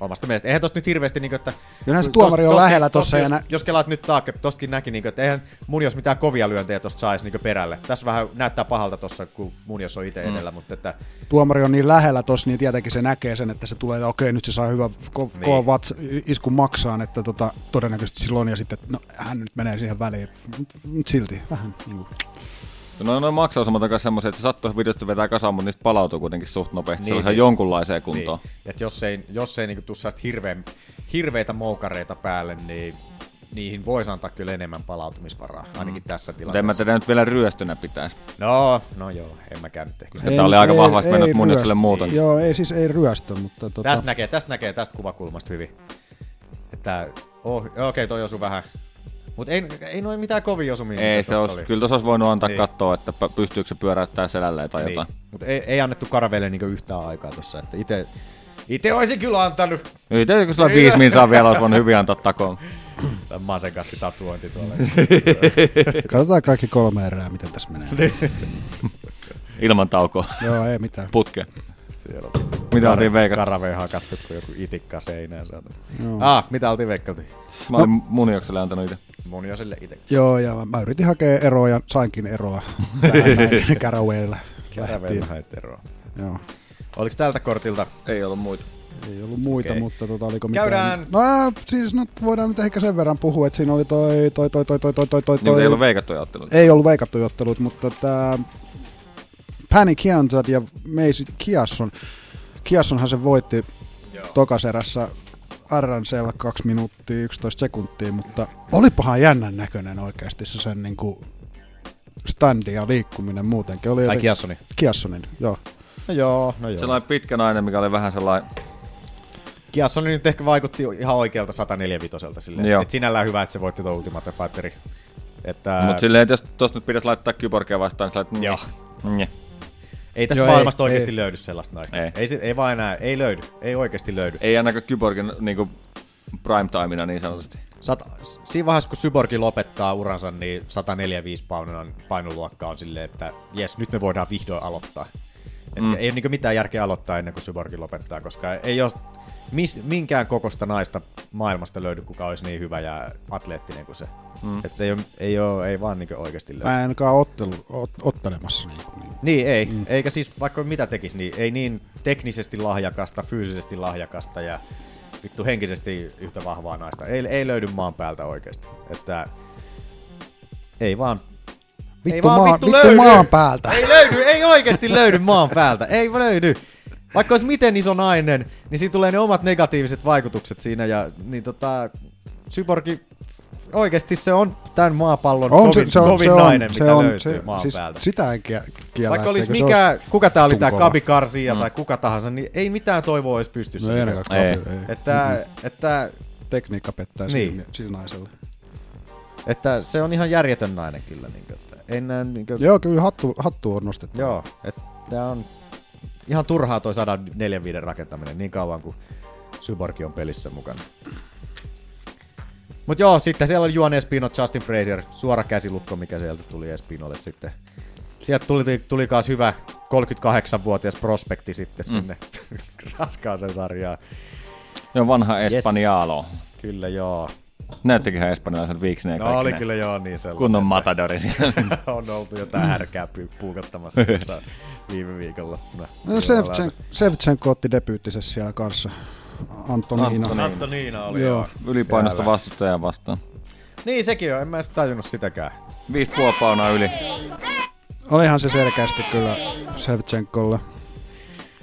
[SPEAKER 6] omasta mielestä. Eihän tosta nyt hirveästi, niin kuin, että...
[SPEAKER 5] Ja näissä
[SPEAKER 6] Tos-
[SPEAKER 5] tuomari on lähellä tossa
[SPEAKER 6] jos,
[SPEAKER 5] ja nä-
[SPEAKER 6] jos kelaat nyt taakse, tostakin näki, niin kuin, että eihän mun jos mitään kovia lyöntejä tosta saisi niin perälle. Tässä vähän näyttää pahalta tossa, kun mun jos on itse
[SPEAKER 5] Mm.
[SPEAKER 6] edellä, mutta että
[SPEAKER 5] Tuomari on niin lähellä tossa, niin tietenkin se näkee sen, että se tulee, okei, nyt se saa hyvä ko-
[SPEAKER 6] Niin.
[SPEAKER 5] niin. kova vats, iskun maksaan, että tota, todennäköisesti silloin, ja sitten, no, hän nyt menee siihen väliin, mutta silti vähän niin kuin,
[SPEAKER 8] No noin maksausomat on myös semmoisia, että se sattuu videosta vetää kasaan, mutta niistä palautuu kuitenkin suht nopeasti
[SPEAKER 6] Niin,
[SPEAKER 8] niin, sellaiseen
[SPEAKER 6] niin.
[SPEAKER 8] jonkunlaiseen kuntoon.
[SPEAKER 6] Niin. Et jos ei, jos ei niinku tuu sellaista hirveä, hirveitä moukareita päälle, niin niihin voisi antaa kyllä enemmän palautumisvaraa, ainakin tässä
[SPEAKER 8] Mm-hmm. Mutta en mä
[SPEAKER 6] tilanteessa.
[SPEAKER 8] tätä nyt vielä ryöstönä pitäisi.
[SPEAKER 6] No, no joo, en mäkään nyt ehkä.
[SPEAKER 8] Koska tää oli aika vahvasti mennyt muniokselle
[SPEAKER 5] ryöstö.
[SPEAKER 8] muuten.
[SPEAKER 5] Joo, ei siis ei ryöstö, mutta tota,
[SPEAKER 6] Tästä näkee, tästä näkee tästä kuvakulmasta hyvin. Että, oh, okei, okay, toi osui vähän. Mutta ei, ei noin mitään kovin osumia.
[SPEAKER 8] Ei,
[SPEAKER 6] mitä
[SPEAKER 8] se
[SPEAKER 6] tossa
[SPEAKER 8] olisi,
[SPEAKER 6] oli.
[SPEAKER 8] kyllä tuossa olisi voinut antaa
[SPEAKER 6] Niin.
[SPEAKER 8] niin. katsoa, että pä- pystyykö se pyöräyttämään selälleen tai jotain.
[SPEAKER 6] Mutta Niin. ei, ei annettu Karavelle niinku yhtään aikaa tuossa. Että ite, ite olisin kyllä antanut.
[SPEAKER 8] Niin. Tietysti kun sulla viisi minsaa vielä olisi voinut hyvin antaa takoon.
[SPEAKER 6] Tämä masenkatti tatuointi tuolla.
[SPEAKER 5] katsotaan kaikki kolme erää, miten tässä
[SPEAKER 8] Niin.
[SPEAKER 5] menee.
[SPEAKER 8] Ilman taukoa.
[SPEAKER 5] Joo, ei mitään.
[SPEAKER 8] Putke.
[SPEAKER 6] Siellä
[SPEAKER 8] Mitä oltiin veikattu?
[SPEAKER 6] Karavei hakattu kuin joku itikka seinään saatu.
[SPEAKER 5] Joo.
[SPEAKER 6] Ah, mitä oltiin veikattu?
[SPEAKER 8] Mä olin no. muniokselle antanut itse.
[SPEAKER 6] Muniokselle itse.
[SPEAKER 5] Joo, ja mä, mä yritin hakea eroa ja sainkin eroa. Tähän näin Carawaylla.
[SPEAKER 6] Karavei
[SPEAKER 5] Lähtiin.
[SPEAKER 6] haet eroa.
[SPEAKER 5] Joo.
[SPEAKER 6] Oliko tältä kortilta?
[SPEAKER 8] Ei ollut muita.
[SPEAKER 5] Ei ollut muita,
[SPEAKER 6] Okei.
[SPEAKER 5] okay. mutta tota, oliko
[SPEAKER 6] Käydään-
[SPEAKER 5] mitään? No äh, siis no, voidaan nyt ehkä sen verran puhua, että siinä oli toi, toi, toi, toi, toi, toi, toi, toi.
[SPEAKER 8] Niin, mutta ei ollut veikattuja otteluita.
[SPEAKER 5] Ei ollut veikattuja otteluita, mutta tää Pani Kianzad ja Macy Kiasson. Kiassonhan se voitti tokaserässä Arransella 2 minuuttia 11 sekuntia, mutta olipahan jännän näköinen oikeasti se sen niinku standi ja liikkuminen muutenkin. Oli jotenkin-
[SPEAKER 6] Kiassonin?
[SPEAKER 5] Kiassonin, joo.
[SPEAKER 6] No joo, no joo.
[SPEAKER 8] Sellainen pitkä nainen, mikä oli vähän sellainen...
[SPEAKER 6] Kiasson nyt ehkä vaikutti ihan oikealta 145 silleen.
[SPEAKER 8] Joo.
[SPEAKER 6] Et sinällään hyvä, että se voitti tuon Ultimate Fighterin. Että...
[SPEAKER 8] Mutta silleen, että jos tuosta nyt pitäisi laittaa kyborgia vastaan, niin Joo. Nje.
[SPEAKER 6] Ei tästä
[SPEAKER 8] Joo,
[SPEAKER 6] Joo,
[SPEAKER 8] ei,
[SPEAKER 6] maailmasta ei, oikeasti
[SPEAKER 8] ei.
[SPEAKER 6] ei. löydy sellaista naista.
[SPEAKER 8] Ei.
[SPEAKER 6] Ei. Ei, se- ei vaan enää, ei löydy, ei oikeasti löydy.
[SPEAKER 8] Ei ainakaan kyborgin niinku prime timina niin sanotusti.
[SPEAKER 6] Sata, siinä vaiheessa, kun Cyborgi lopettaa uransa, niin 145 painon, painoluokka on silleen, että jes, nyt me voidaan vihdoin aloittaa. Et
[SPEAKER 8] Mm.
[SPEAKER 6] Ei ole niin mitään järkeä aloittaa ennen kuin Cyborgi lopettaa, koska ei ole mis, minkään kokosta naista maailmasta löydy, kuka olisi niin hyvä ja atleettinen kuin se.
[SPEAKER 5] Mm.
[SPEAKER 6] Mm. Että ei, ole, ei, ole, ei vaan niin oikeasti löydy.
[SPEAKER 5] Mä en ainakaan ottelu, ot, ottelemassa. Niin.
[SPEAKER 6] Niin ei, mm. eikä siis vaikka mitä tekisi, niin ei niin teknisesti lahjakasta, fyysisesti lahjakasta ja vittu henkisesti yhtä vahvaa naista. Ei, ei löydy maan päältä oikeasti. Että ei vaan... ei
[SPEAKER 5] Vittu,
[SPEAKER 6] vaan
[SPEAKER 5] maa,
[SPEAKER 6] vittu,
[SPEAKER 5] vittu,
[SPEAKER 6] löydy.
[SPEAKER 5] maan päältä.
[SPEAKER 6] Ei löydy, ei oikeasti löydy maan päältä. Ei löydy. Vaikka olisi miten iso nainen, niin siinä tulee ne omat negatiiviset vaikutukset siinä ja niin tota... Cyborgi oikeasti se on tämän maapallon on, kovin, se, se on, kovin se
[SPEAKER 5] on,
[SPEAKER 6] nainen,
[SPEAKER 5] se
[SPEAKER 6] mitä
[SPEAKER 5] on,
[SPEAKER 6] löytyy
[SPEAKER 5] se-
[SPEAKER 6] maan
[SPEAKER 5] siis
[SPEAKER 6] päältä.
[SPEAKER 5] sitä en kie- kiellä,
[SPEAKER 6] Vaikka olisi
[SPEAKER 5] etteikö se
[SPEAKER 6] mikä,
[SPEAKER 5] olisi
[SPEAKER 6] kuka tää oli tää
[SPEAKER 5] tunkova.
[SPEAKER 6] Kabi Karsia
[SPEAKER 5] Mm.
[SPEAKER 6] tai kuka tahansa, niin ei mitään toivoa olisi pystyssä.
[SPEAKER 5] No ei ainakaan Kabi, Ei. ei.
[SPEAKER 6] Että, että,
[SPEAKER 5] Tekniikka pettää
[SPEAKER 6] Niin.
[SPEAKER 5] niin. sillä naisella.
[SPEAKER 6] että se on ihan järjetön nainen kyllä. Niin kuin, että en näe, niin kuin,
[SPEAKER 5] Joo, kyllä hattu, hattu on nostettu.
[SPEAKER 6] Joo, että tää on ihan turhaa toi 145 rakentaminen niin kauan kuin Cyborg on pelissä mukana. Mut joo, sitten siellä oli Juan Espino, Justin Fraser, suora käsilukko, mikä sieltä tuli Espinolle sitten. Sieltä tuli, tuli kaas hyvä 38-vuotias prospekti sitten
[SPEAKER 8] Mm.
[SPEAKER 6] sinne raskaaseen sarjaan.
[SPEAKER 8] Joo, vanha Espanjalo.
[SPEAKER 6] Yes. Kyllä joo.
[SPEAKER 8] Näyttikinhän espanjalaiset viiksineen
[SPEAKER 6] No
[SPEAKER 8] ja kaikki
[SPEAKER 6] oli
[SPEAKER 8] ne.
[SPEAKER 6] kyllä joo niin sellainen.
[SPEAKER 8] Kunnon matadori siellä.
[SPEAKER 6] on oltu jotain härkää pu- puukottamassa tuossa viime viikonloppuna.
[SPEAKER 5] No Sevchen- Sevchenko otti debyyttinsä siellä kanssa. Antoniina.
[SPEAKER 6] Niin.
[SPEAKER 8] Antoniina.
[SPEAKER 6] Antoniina oli, joo.
[SPEAKER 8] Ylipainosta
[SPEAKER 6] Siellä.
[SPEAKER 8] vastustajaa vastaan.
[SPEAKER 6] Niin sekin on, en mä edes tajunnut sitäkään.
[SPEAKER 8] Viisi puoli paunaa yli.
[SPEAKER 5] Olihan se selkeästi kyllä Sevchenkolla.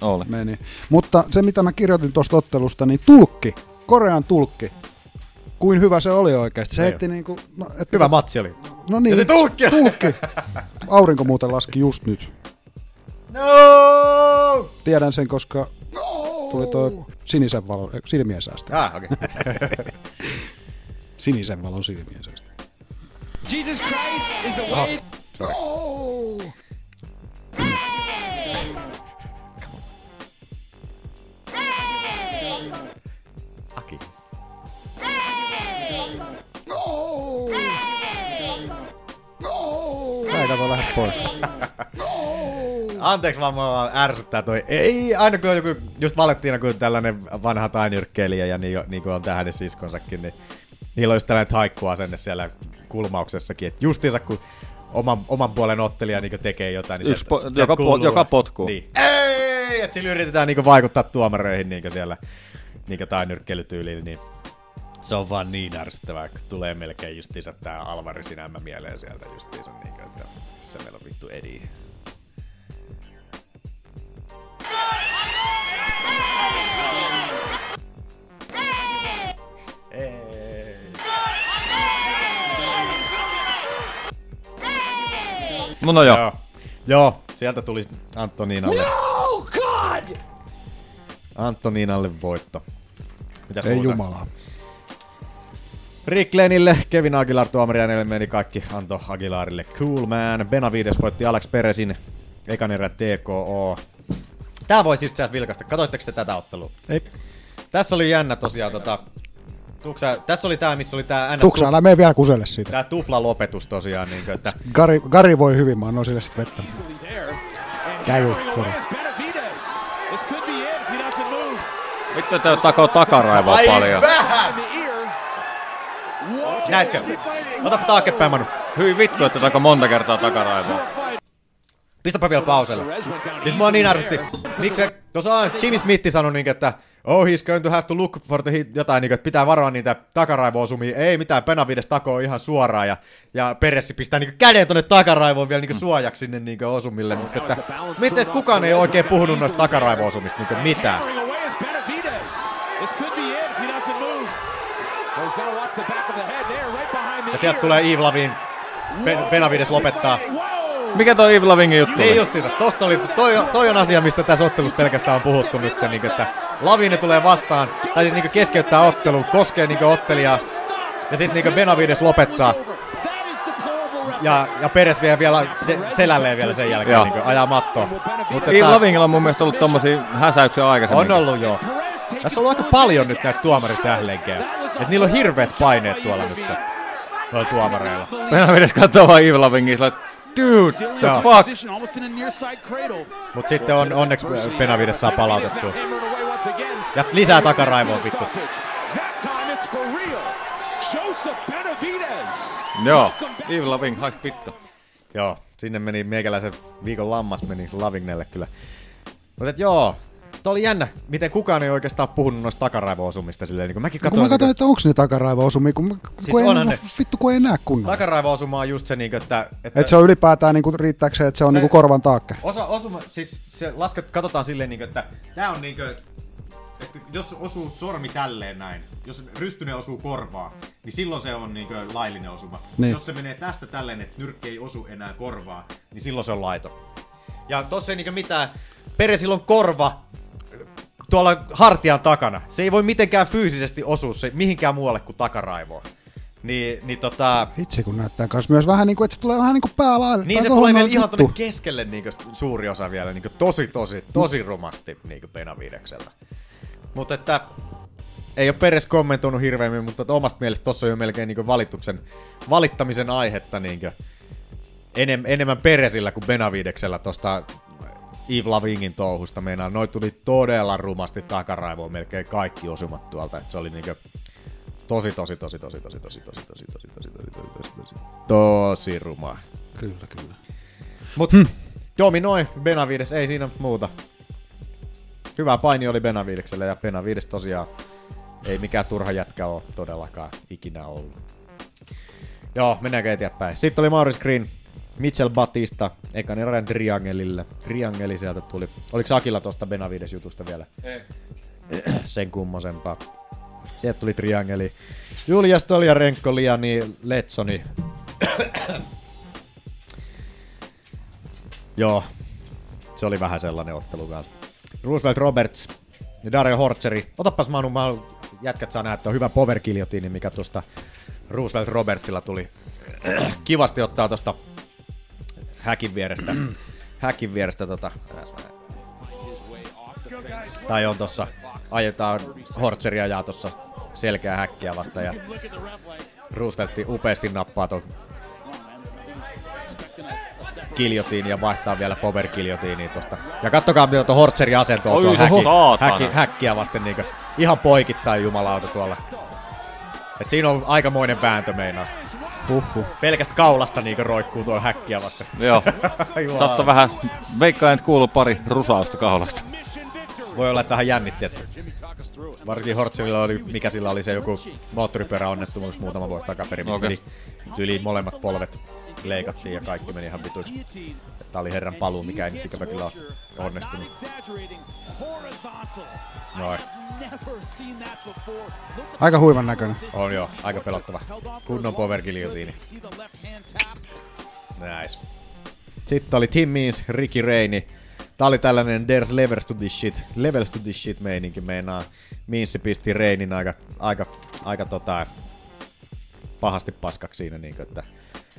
[SPEAKER 8] Oli.
[SPEAKER 5] Meni. Mutta se, mitä mä kirjoitin tuosta ottelusta, niin tulkki, Korean tulkki, kuin hyvä se oli oikeasti. Se
[SPEAKER 6] Niin.
[SPEAKER 5] heitti niinku... No, et,
[SPEAKER 6] Hyvä matsi oli.
[SPEAKER 5] No niin.
[SPEAKER 6] Ja se tulkki!
[SPEAKER 5] Tulkki. Aurinko muuten laski just nyt.
[SPEAKER 6] No!
[SPEAKER 5] Tiedän sen, koska tuli tuo sinisen valon, eh, silmien säästö.
[SPEAKER 6] Ah, okei.
[SPEAKER 5] sinisen valon silmien säästö.
[SPEAKER 15] Jesus Christ is the
[SPEAKER 5] Ah,
[SPEAKER 15] way.
[SPEAKER 5] sorry.
[SPEAKER 15] Oh.
[SPEAKER 6] Aki.
[SPEAKER 5] Ei kato lähde pois. tästä.
[SPEAKER 6] Anteeksi vaan, mua ärsyttää toi. Ei, aina kun on joku, just valettiina kun tällainen vanha tainyrkkeilijä ja niin, niin kuin on tähän hänen siskonsakin, niin niillä on just tällainen taikkuasenne siellä kulmauksessakin, että justiinsa kun oman, oman puolen ottelija niin tekee jotain, niin
[SPEAKER 8] Yksi po- joka po-
[SPEAKER 6] kuuluu-
[SPEAKER 8] joka potkuu.
[SPEAKER 6] Niin. Ei, että sillä yritetään niin vaikuttaa tuomareihin niin siellä niin tainyrkkeilytyyliin, niin se on vaan niin ärsyttävää, kun tulee melkein justiinsa tää Alvarisin ämmä mieleen sieltä justiinsa, niin kuin, että missä meillä on vittu Edi.
[SPEAKER 8] No no joo.
[SPEAKER 6] Joo. Joo, sieltä tuli Antoniinalle.
[SPEAKER 15] No, God!
[SPEAKER 6] Antoniinalle voitto. Mitäs
[SPEAKER 5] Ei
[SPEAKER 6] muuta?
[SPEAKER 5] jumalaa.
[SPEAKER 6] Rick Lenille, Kevin Aguilar tuomarianelle meni kaikki, antoi Aguilarille Cool Man. Benavides voitti Alex Peresin ekan erä TKO. Tää voi siis sieltä vilkasta. Katoitteko te tätä ottelua?
[SPEAKER 5] Ei.
[SPEAKER 6] Tässä oli jännä tosiaan tota... Tuksa, tässä oli tää, missä oli tää... NS
[SPEAKER 5] Tuksa, älä mene vielä kuselle siitä.
[SPEAKER 6] Tää tupla lopetus tosiaan, niin kuin, että
[SPEAKER 5] Gari, Gari voi hyvin, mä annoin sille sit vettä. Käy. sori.
[SPEAKER 15] This could be it. He doesn't move.
[SPEAKER 8] Vittu, että takoo takaraivaa
[SPEAKER 6] Ai
[SPEAKER 8] paljon.
[SPEAKER 6] vähän! Näetkö? Ota taakkepäin, Manu.
[SPEAKER 8] Hyi vittu, että takoo monta kertaa takaraivaa.
[SPEAKER 6] Pistäpä vielä pauselle. Siis mua niin ärsytti. Miksi se, tuossa Jimmy Smith sanoi niinkö, että oh he's going to have to look for the hit, jotain niinkö, että pitää varoa niitä takaraivoosumia. Ei mitään, Benavides takoo ihan suoraan ja, ja Peressi pistää niinkö käden tonne takaraivoon vielä niinkö suojaksi sinne niinkö osumille. Mutta että, miten että kukaan ei oikein puhunut noista takaraivoosumista niinkö mitään.
[SPEAKER 15] Hammering away is Benavides. This could be it. He doesn't move. Well, he's got to watch the back of the head there, right behind the
[SPEAKER 6] Ja sieltä tulee Yves Lavin. Ben- Benavides lopettaa.
[SPEAKER 8] Mikä toi Ivlavingin juttu
[SPEAKER 6] Niin
[SPEAKER 8] oli?
[SPEAKER 6] justiinsa, tosta oli, toi, toi on asia, mistä tässä ottelussa pelkästään on puhuttu nyt, niin että Lavine tulee vastaan, tai siis niin keskeyttää ottelun, koskee niin ottelijaa, ja sitten niin Benavides lopettaa. Ja, ja Peres vie vielä se, selälleen vielä sen jälkeen,
[SPEAKER 8] Joo. Niin,
[SPEAKER 6] niin ajaa mattoa. Mutta
[SPEAKER 8] Ei
[SPEAKER 6] tää-
[SPEAKER 8] Lavingilla on mun mielestä ollut tommosia häsäyksiä aikaisemmin.
[SPEAKER 6] on ollut joo. Tässä on ollut aika paljon nyt näitä tuomarisählenkejä. Et niillä on hirveät paineet tuolla nyt. Tuolla tuomareilla.
[SPEAKER 8] Meidän edes katsoa vaan Yves Lavingin sillä, dude, the
[SPEAKER 6] Joo.
[SPEAKER 8] fuck.
[SPEAKER 15] Position almost in a near side cradle.
[SPEAKER 6] Mut sitten on onneksi Benavides saa palautettua. Ja lisää takaraivoa vittu.
[SPEAKER 15] That time it's for real. Joseph Benavides.
[SPEAKER 6] Joo.
[SPEAKER 8] Yves Laving, hais pitto.
[SPEAKER 6] Joo, sinne meni meikäläisen viikon lammas meni Lavignelle kyllä. Mutta et joo, Tuo oli jännä, miten kukaan ei oikeastaan puhunut noista takaraivo-osumista silleen. Niin kun mäkin
[SPEAKER 5] No Kun
[SPEAKER 6] katsoin,
[SPEAKER 5] mä katsoin, että onks ne takaraivaosumia, kun,
[SPEAKER 6] Siis
[SPEAKER 5] kun,
[SPEAKER 6] onhan
[SPEAKER 5] en,
[SPEAKER 6] ne.
[SPEAKER 5] vittu, kun ei näe kunnolla.
[SPEAKER 6] takaraivo-osuma on just se, niin kuin, että, että
[SPEAKER 5] Et se on ylipäätään niinku, riittääkö se, että se on
[SPEAKER 6] Se-
[SPEAKER 5] niinku korvan taakka.
[SPEAKER 6] osa osuma, siis se lasket, katsotaan silleen, niin kuin, että tämä on niin kuin, että jos osuu sormi tälleen näin, jos rystynen osuu korvaa, niin silloin se on niin kuin laillinen osuma.
[SPEAKER 5] Niin.
[SPEAKER 6] Jos se menee tästä tälleen, että nyrkki ei osu enää korvaa, niin silloin se on laito. Ja tossa ei niinkö mitään, Peresillä on korva tuolla hartian takana. Se ei voi mitenkään fyysisesti osua se mihinkään muualle kuin takaraivoon. Niin, niin tota,
[SPEAKER 5] Itse kun näyttää kans myös vähän niinku, että se tulee vähän niinku päälaille.
[SPEAKER 6] niin
[SPEAKER 5] Tai
[SPEAKER 6] se
[SPEAKER 5] tohon
[SPEAKER 6] tulee
[SPEAKER 5] noin
[SPEAKER 6] vielä ihan
[SPEAKER 5] vittu.
[SPEAKER 6] tonne keskelle niin suuri osa vielä, niin tosi, tosi, tosi rumasti niin Benavidekselta. Mutta että ei ole Peres kommentoinut hirveämmin, mutta että omasta mielestä tossa on jo melkein niin valituksen, valittamisen aihetta niin enem, enemmän Peresillä kuin Benavideksellä tosta Yves Lavingin touhusta. Meinaan, noi tuli todella rumasti takaraivoon melkein kaikki osumat tuolta. Että se oli niin tosi, tosi, tosi, tosi, tosi, tosi, tosi, tosi, tosi, tosi, tosi, tosi, tosi, tosi rumaa.
[SPEAKER 5] Kyllä, kyllä.
[SPEAKER 6] Mut hmm. dominoi Benavides, ei siinä muuta. Hyvä paini oli Benavidekselle ja Benavides tosiaan ei mikään turha jätkä ole todellakaan ikinä ollut. Joo, mennäänkö eteenpäin. Sitten oli Maurice Green, Mitchell Batista, ekan erään Triangelille. Triangeli sieltä tuli. Oliko Akilla tosta Benavides-jutusta vielä?
[SPEAKER 8] Ei.
[SPEAKER 6] sen kummosempaa. Sieltä tuli triangeli. Julia Stoljarenko, Liani Letsoni. Joo, se oli vähän sellainen ottelu kanssa. Roosevelt Roberts, Ja Dario Horcheri, otapas Manu, mä haluan, jätkät saa nähdä, että on hyvä power guillotine, mikä tuosta Roosevelt Robertsilla tuli. Kivasti ottaa tuosta häkin vierestä, häkin vierestä tota, tai on tuossa, ajetaan Hortseri ajaa tuossa selkeä häkkiä vasta ja Rooseveltti upeasti nappaa tuon kiljotiin ja vaihtaa vielä power kiljotiiniin tuosta. Ja kattokaa, mitä tuo Hortserin asento on
[SPEAKER 8] Oi,
[SPEAKER 6] tuolla häki,
[SPEAKER 8] saatana.
[SPEAKER 6] häki, häkkiä vasten niin ihan poikittain jumalauta tuolla. Et siinä on aikamoinen vääntö meinaa.
[SPEAKER 5] Huhhuh.
[SPEAKER 6] Pelkästä kaulasta niin roikkuu tuo häkkiä vasten.
[SPEAKER 8] Joo.
[SPEAKER 6] Jumalauta.
[SPEAKER 8] Saattaa vähän, veikkaan, että kuuluu pari rusausta kaulasta.
[SPEAKER 6] Voi olla, että vähän jännitti, että varsinkin Hortselilla oli, mikä sillä oli se joku moottoripyöräonnettomuus muutama vuosi takaperin, missä
[SPEAKER 8] Okei.
[SPEAKER 6] meni yli molemmat polvet leikattiin ja kaikki meni ihan vituiksi. Tämä oli herran paluu, mikä ei nyt ikävä kyllä ole onnistunut. Noin.
[SPEAKER 5] Aika huivan näköinen.
[SPEAKER 6] On joo, aika pelottava. Kunnon power guillotine. Nice. Sitten oli Tim Means, Ricky Reini. Tää oli tällainen there's levels to this shit, levels to this shit meininki meinaa. Means pisti Reinin aika, aika, aika tota, pahasti paskaksi siinä. Niin kuin, että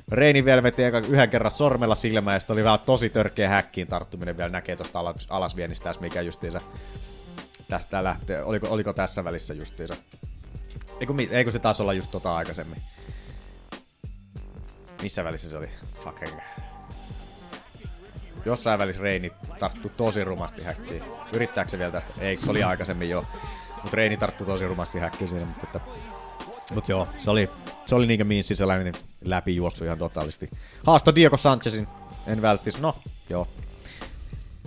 [SPEAKER 6] Reini vielä veti eka- yhden kerran sormella silmään ja sitten oli vähän tosi törkeä häkkiin tarttuminen vielä näkee tuosta alas, alasviennistä tässä, mikä justiinsa tästä lähtee. Oliko, oliko tässä välissä justiinsa? Eikö, mi- eikö se taas olla just tota aikaisemmin? Missä välissä se oli? Fucking. Jossain välissä Reini tarttu tosi rumasti häkkiin. Yrittääkö se vielä tästä? Ei, se oli aikaisemmin jo. Mutta Reini tarttu tosi rumasti häkkiin siinä. Mutta että... Mut joo, se oli, se oli niinkö Minssin sellainen läpijuoksu ihan totaalisti. Haasto Diego Sanchezin. En välttis. No, joo.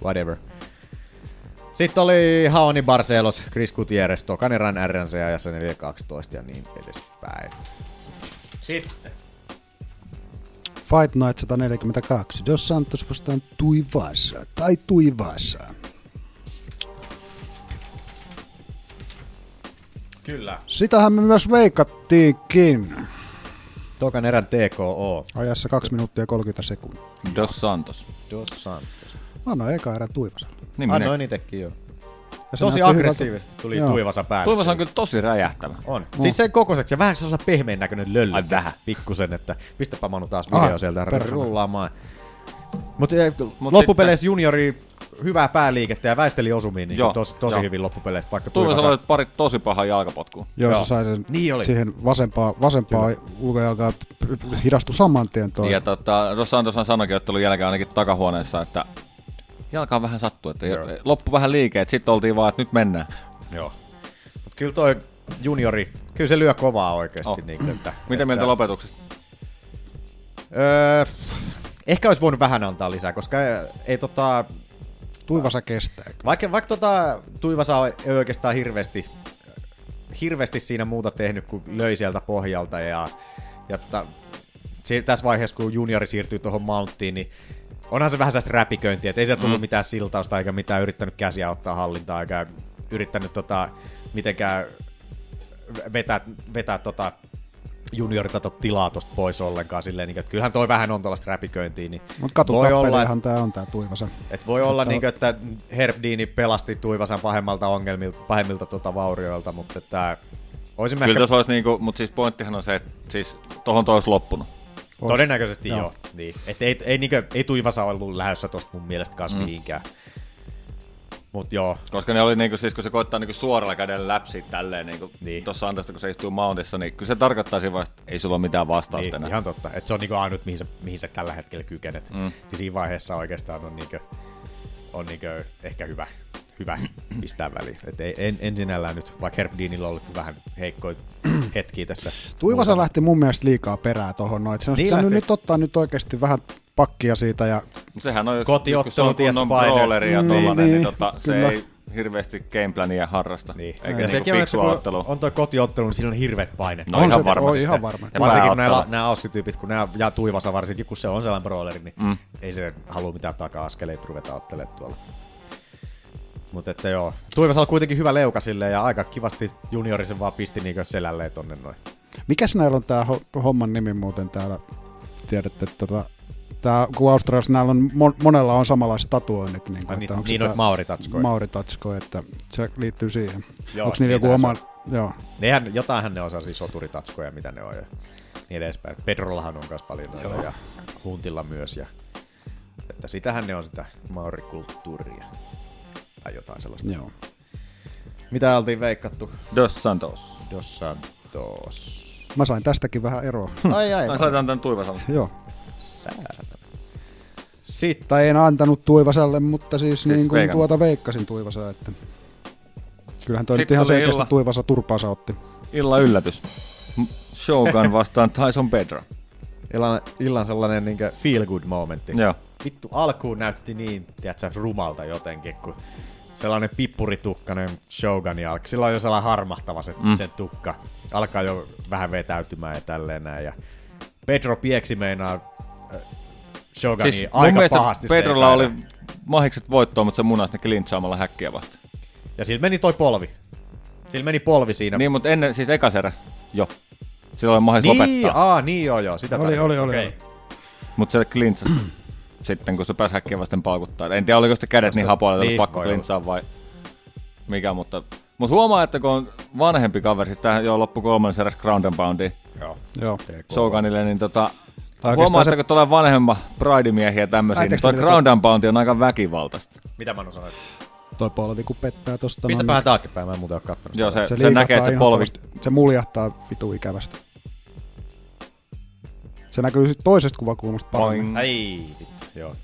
[SPEAKER 6] Whatever. Sitten oli Haoni Barcelos, Chris Gutierrez, Tokaneran RNC ajassa 4.12 ja niin edespäin. Sitten.
[SPEAKER 5] Fight Night 142. Dos Santos vastaan Tuivasa. Tai Tuivasa.
[SPEAKER 6] Kyllä.
[SPEAKER 5] Sitähän me myös veikattiinkin.
[SPEAKER 6] Tokan erän TKO.
[SPEAKER 5] Ajassa 2 minuuttia 30 sekuntia.
[SPEAKER 8] Dos Santos.
[SPEAKER 6] Dos
[SPEAKER 5] Niin
[SPEAKER 6] Santos.
[SPEAKER 5] Anna eka erän Tuivasa.
[SPEAKER 8] Niin
[SPEAKER 6] Annoin
[SPEAKER 8] menee.
[SPEAKER 6] itsekin jo.
[SPEAKER 5] Ja se
[SPEAKER 6] Tosi
[SPEAKER 5] näytti
[SPEAKER 6] aggressiivisesti
[SPEAKER 5] hyvältä.
[SPEAKER 6] tuli
[SPEAKER 5] Joo. Mm.
[SPEAKER 6] Tuivasa päälle.
[SPEAKER 8] Tuivasa on kyllä tosi räjähtävä.
[SPEAKER 6] On. Siis sen kokoiseksi ja vähän sellaisella pehmeän näköinen löllö. Ai vähän. Pikkusen, että pistäpä Manu taas video
[SPEAKER 8] Ah,
[SPEAKER 6] sieltä
[SPEAKER 8] perhana.
[SPEAKER 6] rullaamaan. Mutta Mut eh,
[SPEAKER 8] Mut
[SPEAKER 6] loppupeleissä juniori hyvää pääliikettä ja väisteli osumiin niin
[SPEAKER 8] Joo,
[SPEAKER 6] tosi, tosi
[SPEAKER 8] joo.
[SPEAKER 6] hyvin loppupeleissä. Vaikka
[SPEAKER 8] Tuivasa
[SPEAKER 6] Tuivasa
[SPEAKER 8] oli pari tosi pahaa jalkapotkua.
[SPEAKER 5] Joo, se sai sen
[SPEAKER 6] Niin oli.
[SPEAKER 5] siihen vasempaa, vasempaa ulkojalkaa hidastu saman tien
[SPEAKER 6] Niin,
[SPEAKER 5] toi.
[SPEAKER 8] Ja tota, Dos Santoshan sanoikin ottelun jälkeen ainakin takahuoneessa, että jalkaan vähän sattuu, että
[SPEAKER 6] Joo.
[SPEAKER 8] loppu vähän liikeet, sitten oltiin vaan, että nyt mennään.
[SPEAKER 6] Joo. Mut kyllä toi juniori, kyllä se lyö kovaa oikeasti. Oh. Niin, että,
[SPEAKER 8] Mitä mieltä
[SPEAKER 6] että-
[SPEAKER 8] lopetuksesta?
[SPEAKER 6] Öö, ehkä olisi voinut vähän antaa lisää, koska ei, ei tota,
[SPEAKER 5] Tuivasa kestää.
[SPEAKER 6] vaikka, vaikka tota, Tuivasa ei oikeastaan hirveästi, hirveästi siinä muuta tehnyt, kun löi sieltä pohjalta ja, ja tota, si- tässä vaiheessa, kun juniori siirtyy tuohon mounttiin, niin onhan se vähän sellaista räpiköintiä, että ei sieltä tullut
[SPEAKER 8] Mm.
[SPEAKER 6] mitään siltausta eikä mitään yrittänyt käsiä ottaa hallintaa eikä yrittänyt tota, mitenkään vetää, vetää tota, juniorita tot tilaa tosta pois ollenkaan. Silleen, niin, että kyllähän toi vähän on tuollaista räpiköintiä. Niin
[SPEAKER 5] Mutta
[SPEAKER 6] voi olla,
[SPEAKER 5] katutappelejahan tää on tää Tuivasa.
[SPEAKER 6] et voi olla,
[SPEAKER 5] Mutta-
[SPEAKER 6] niin kuin, että Herbdiini pelasti Tuivasan pahemmalta ongelmilta, pahemmilta tuota vaurioilta, mutta että olisin
[SPEAKER 8] Kyllä
[SPEAKER 6] ehkä...
[SPEAKER 8] tässä olisi niinku, mutta siis pointtihan on se, että siis tohon toi olisi loppunut.
[SPEAKER 6] Todennäköisesti
[SPEAKER 8] Joo.
[SPEAKER 6] joo. Niin. Et ei, ei, niinkö, ei Tuivasa ollut lähdössä tosta mun mielestä kans
[SPEAKER 8] Mm.
[SPEAKER 6] mihinkään. Mut joo,
[SPEAKER 8] Koska ne oli niinku, siis kun se koittaa niinku suoralla kädellä läpsiä tälleen, niinku niin. tuossa Antosta, kun se istuu mountissa, niin kyllä se tarkoittaa siinä vaiheessa, että ei sulla ole mitään vastausta
[SPEAKER 6] niin,
[SPEAKER 8] enää.
[SPEAKER 6] ihan totta. Et se on niinku ainut, mihin sä, mihin sä tällä hetkellä kykenet.
[SPEAKER 8] Mm.
[SPEAKER 6] Mm. Niin siinä vaiheessa oikeastaan on, niinkö, on niinkö ehkä hyvä, hyvä pistää väliin. Et ei, en, en sinällään nyt, vaikka Herbdiinilla on ollut vähän heikkoja hetkiä tässä.
[SPEAKER 5] Tuivasa lähti mun mielestä liikaa perää tohon noin. et Se on
[SPEAKER 6] Niin
[SPEAKER 5] niin pitänyt
[SPEAKER 6] lähti.
[SPEAKER 5] nyt ottaa nyt oikeasti vähän pakkia siitä ja
[SPEAKER 8] Mut Sehän on
[SPEAKER 6] Kotiottelu,
[SPEAKER 8] joskus se on
[SPEAKER 6] tiedätkö,
[SPEAKER 8] kunnon
[SPEAKER 6] paine.
[SPEAKER 8] brawleri ja
[SPEAKER 6] Mm,
[SPEAKER 8] tollanen,
[SPEAKER 6] niin,
[SPEAKER 8] niin,
[SPEAKER 6] niin,
[SPEAKER 8] tota, se
[SPEAKER 6] kyllä.
[SPEAKER 8] ei hirveästi gameplania harrasta. Niin. Eikä
[SPEAKER 6] Ja
[SPEAKER 8] niinku
[SPEAKER 6] sekin on, että
[SPEAKER 8] fiksua
[SPEAKER 6] kun
[SPEAKER 8] ottelua.
[SPEAKER 6] on toi kotiottelu, niin siinä on hirveät painet.
[SPEAKER 8] No On ihan se- varmasti. on ihan varma.
[SPEAKER 6] Ja varsinkin
[SPEAKER 8] Pääottelu.
[SPEAKER 6] kun näillä, nämä assityypit, kun nämä, ja Tuivasa varsinkin, kun se on sellainen brawleri, niin
[SPEAKER 8] Mm.
[SPEAKER 6] mm. ei se halua mitään taka-askeleita ruveta ottelemaan tuolla. Mutta että joo. Tuivasa on kuitenkin hyvä leuka silleen ja aika kivasti juniori sen vaan pisti niinkö selälleen tonne noin.
[SPEAKER 5] Mikäs näillä on tää ho- homman nimi muuten täällä? Tiedätte, että tota, Tää, kun Australiassa näillä on, mon- monella on samanlaiset tatuoinnit. Niin,
[SPEAKER 6] Ai
[SPEAKER 5] kuin,
[SPEAKER 6] niin-
[SPEAKER 5] että onko
[SPEAKER 6] niin
[SPEAKER 5] sitä-
[SPEAKER 6] noita maoritatskoja.
[SPEAKER 5] Maoritatskoja, että se liittyy siihen.
[SPEAKER 6] Joo,
[SPEAKER 5] Onko niillä joku
[SPEAKER 6] niitä
[SPEAKER 5] oma...
[SPEAKER 6] se on.
[SPEAKER 5] Joo.
[SPEAKER 6] Nehän, jotainhan ne on sellaisia soturitatskoja, mitä ne on ja niin edespäin. Pedrollahan on myös paljon noita ja Huntilla myös. Ja, että sitähän ne on sitä maorikulttuuria tai jotain sellaista.
[SPEAKER 5] Joo.
[SPEAKER 6] Mitä oltiin veikattu?
[SPEAKER 8] Dos Santos.
[SPEAKER 6] Dos Santos.
[SPEAKER 5] Mä sain tästäkin vähän eroa.
[SPEAKER 6] Ai ai.
[SPEAKER 8] Mä sain tämän Tuivasalle.
[SPEAKER 5] Joo.
[SPEAKER 6] Säätänä.
[SPEAKER 5] Sitten. Tai en antanut Tuivasalle, mutta siis,
[SPEAKER 8] Siis
[SPEAKER 5] niin kuin
[SPEAKER 8] veikannut.
[SPEAKER 5] tuota veikkasin Tuivasaa, että kyllähän toi nyt
[SPEAKER 8] Sitten
[SPEAKER 5] ihan
[SPEAKER 8] oli
[SPEAKER 5] selkeästi
[SPEAKER 8] illa.
[SPEAKER 5] Tuivasa turpaansa otti.
[SPEAKER 8] Illan yllätys. M- Shogun vastaan Tyson Pedro.
[SPEAKER 6] Illan, illan sellainen niin feel good momentti.
[SPEAKER 8] Joo.
[SPEAKER 6] Vittu, alkuun näytti niin, tiedätkö, rumalta jotenkin, kun sellainen pippuritukkainen Shogun jalka. Sillä on jo sellainen harmahtava se,
[SPEAKER 8] Mm.
[SPEAKER 6] mm. se tukka. Alkaa jo vähän vetäytymään ja tälleen näin. Ja Pedro Pieksi meinaa äh, Shogania
[SPEAKER 8] Siis mun
[SPEAKER 6] aika
[SPEAKER 8] mielestä
[SPEAKER 6] pahasti.
[SPEAKER 8] Pedrolla
[SPEAKER 6] seipäillä.
[SPEAKER 8] oli mahikset voittoa, mutta se munasi ne klintsaamalla häkkiä vasta.
[SPEAKER 6] Ja sillä meni toi polvi. Sillä meni polvi siinä.
[SPEAKER 8] Niin, mutta ennen, siis ekas erä, jo. Sillä oli mahis
[SPEAKER 6] niin,
[SPEAKER 8] lopettaa.
[SPEAKER 6] aa, niin joo, joo. Sitä
[SPEAKER 5] Oli,
[SPEAKER 6] tarkoitin.
[SPEAKER 5] oli, oli,
[SPEAKER 6] Okei.
[SPEAKER 5] oli.
[SPEAKER 8] Mutta se klintsasi sitten, kun se pääsi häkkiä vasten paukuttaa. En tiedä, oliko sitä kädet niin hapoilla, että oli
[SPEAKER 6] Niin,
[SPEAKER 8] pakko
[SPEAKER 6] voi olla.
[SPEAKER 8] klintsaa vai mikä, mutta... Mutta huomaa, että kun on vanhempi kaveri, siis tämähän jo loppu kolmannessa eräs Ground and Boundi
[SPEAKER 6] Joo.
[SPEAKER 5] Joo.
[SPEAKER 8] Shogunille, niin tota,
[SPEAKER 5] Tai
[SPEAKER 8] huomaa,
[SPEAKER 5] oikeastaan se- tota-
[SPEAKER 8] että kun tulee vanhemma Pride-miehiä tämmöisiä, niin
[SPEAKER 5] Äiteekö
[SPEAKER 8] toi
[SPEAKER 5] niitä
[SPEAKER 8] Ground and Boundi on aika väkivaltaista.
[SPEAKER 6] Mitä mä sanoin?
[SPEAKER 5] Toi polvi kun pettää tosta.
[SPEAKER 6] Pistäpä
[SPEAKER 5] noin,
[SPEAKER 6] vähän
[SPEAKER 5] niin-
[SPEAKER 6] taaksepäin, mä en muuten ole kattonut.
[SPEAKER 8] Joo,
[SPEAKER 6] sitä.
[SPEAKER 8] se- se näkee, että se
[SPEAKER 5] ihan
[SPEAKER 8] polvi-
[SPEAKER 5] tavasti- Se muljahtaa vitu ikävästi. Se näkyy sit toisesta kuvakulmasta
[SPEAKER 6] Mm.
[SPEAKER 5] paremmin.
[SPEAKER 6] Ai vittu, joo.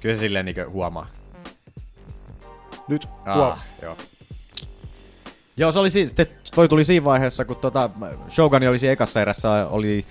[SPEAKER 6] Kyllä se silleen niinku huomaa.
[SPEAKER 5] Nyt tuo.
[SPEAKER 6] Ah, joo. Joo, se oli siis, te- toi tuli siinä vaiheessa, kun tota, Shogun oli siinä ekassa erässä, oli,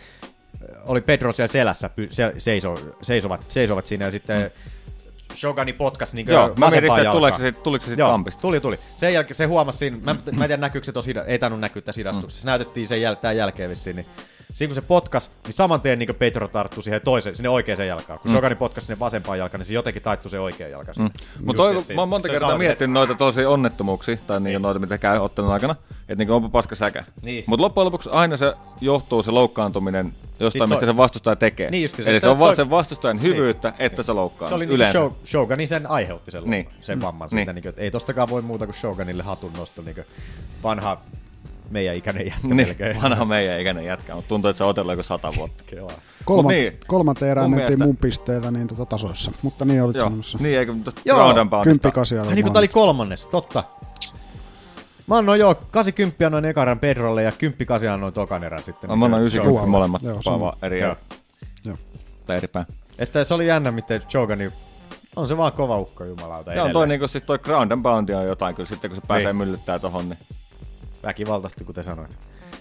[SPEAKER 6] oli Pedro siellä selässä, py, se, seiso, seisovat, seisovat siinä ja sitten mm. Shogani potkas niin
[SPEAKER 8] Joo, mä mietin sitä, että tuleeko se sit- tuliko se sit kampista.
[SPEAKER 6] Tuli, tuli. Sen jälkeen se huomasi siinä, mä, mä en tiedä näkyykö se tosi, ei tainnut näkyä tässä
[SPEAKER 8] Mm.
[SPEAKER 6] hidastuksessa, se näytettiin sen jäl, tämän jälkeen vissiin, niin siinä kun se potkas, niin saman tien niin Pedro tarttui siihen toiseen, sinne oikeaan jalkaan. Kun
[SPEAKER 8] Mm.
[SPEAKER 6] mm. Shogani potkas sinne vasempaan jalkaan, niin se jotenkin taittui se oikea jalka.
[SPEAKER 8] Mm. Mutta
[SPEAKER 6] siis
[SPEAKER 8] mä oon monta kertaa miettinyt noita tosi onnettomuuksia, tai niinku noita, mitä käy ottelun aikana, että niinku onpa paska säkä.
[SPEAKER 6] Niin.
[SPEAKER 8] Mutta loppujen lopuksi aina se johtuu se loukkaantuminen jostain,
[SPEAKER 6] Sit
[SPEAKER 8] mistä
[SPEAKER 6] toi-
[SPEAKER 8] se vastustaja tekee.
[SPEAKER 6] Niin justi se,
[SPEAKER 8] Eli
[SPEAKER 6] että
[SPEAKER 8] se on vaan
[SPEAKER 6] toi-
[SPEAKER 8] sen vastustajan
[SPEAKER 6] Niin.
[SPEAKER 8] hyvyyttä, että se loukkaa
[SPEAKER 6] Se oli
[SPEAKER 8] yleensä.
[SPEAKER 6] Niin Shogunin sen aiheutti sen,
[SPEAKER 8] Niin.
[SPEAKER 6] niin. sen vamman
[SPEAKER 8] Niin.
[SPEAKER 6] siitä, niin kuin, että ei tostakaan voi muuta kuin Shogunille hatun nosto, niin kuin vanha meidän ikäinen jätkä melkein.
[SPEAKER 8] Niin, vanha meidän ikäinen jätkä, mutta tuntuu, että se on otellut joku sata vuotta.
[SPEAKER 6] Kelaa.
[SPEAKER 5] Kolman, niin. Kolmanteen erään
[SPEAKER 8] Mun
[SPEAKER 5] mentiin
[SPEAKER 8] mielestä-
[SPEAKER 5] mun pisteellä niin tota tasoissa, mutta niin olit
[SPEAKER 8] Joo,
[SPEAKER 5] sanomassa.
[SPEAKER 8] niin eikö tosta Ground and Poundista-
[SPEAKER 5] Kymppikasia
[SPEAKER 6] Ai niin kuin tää oli kolmannes, totta. Mä annoin joo, 80 annoin ekan erän Pedrolle ja 10 annoin tokan erän sitten.
[SPEAKER 8] Mä annan 90
[SPEAKER 6] Shogunille.
[SPEAKER 8] molemmat
[SPEAKER 5] Joo,
[SPEAKER 8] vaan
[SPEAKER 5] sama.
[SPEAKER 8] vaan eri
[SPEAKER 6] Joo.
[SPEAKER 5] Joo.
[SPEAKER 8] tai eri pää.
[SPEAKER 6] Että se oli jännä, miten Shogun on se vaan kova ukko jumalauta
[SPEAKER 8] Joo,
[SPEAKER 6] edelleen.
[SPEAKER 8] toi, niinku, siis toi Ground and Boundi on jotain kyllä sitten, kun se pääsee
[SPEAKER 6] Niin.
[SPEAKER 8] myllyttää tohon, niin
[SPEAKER 6] Väkivaltaisesti, kuten sanoit.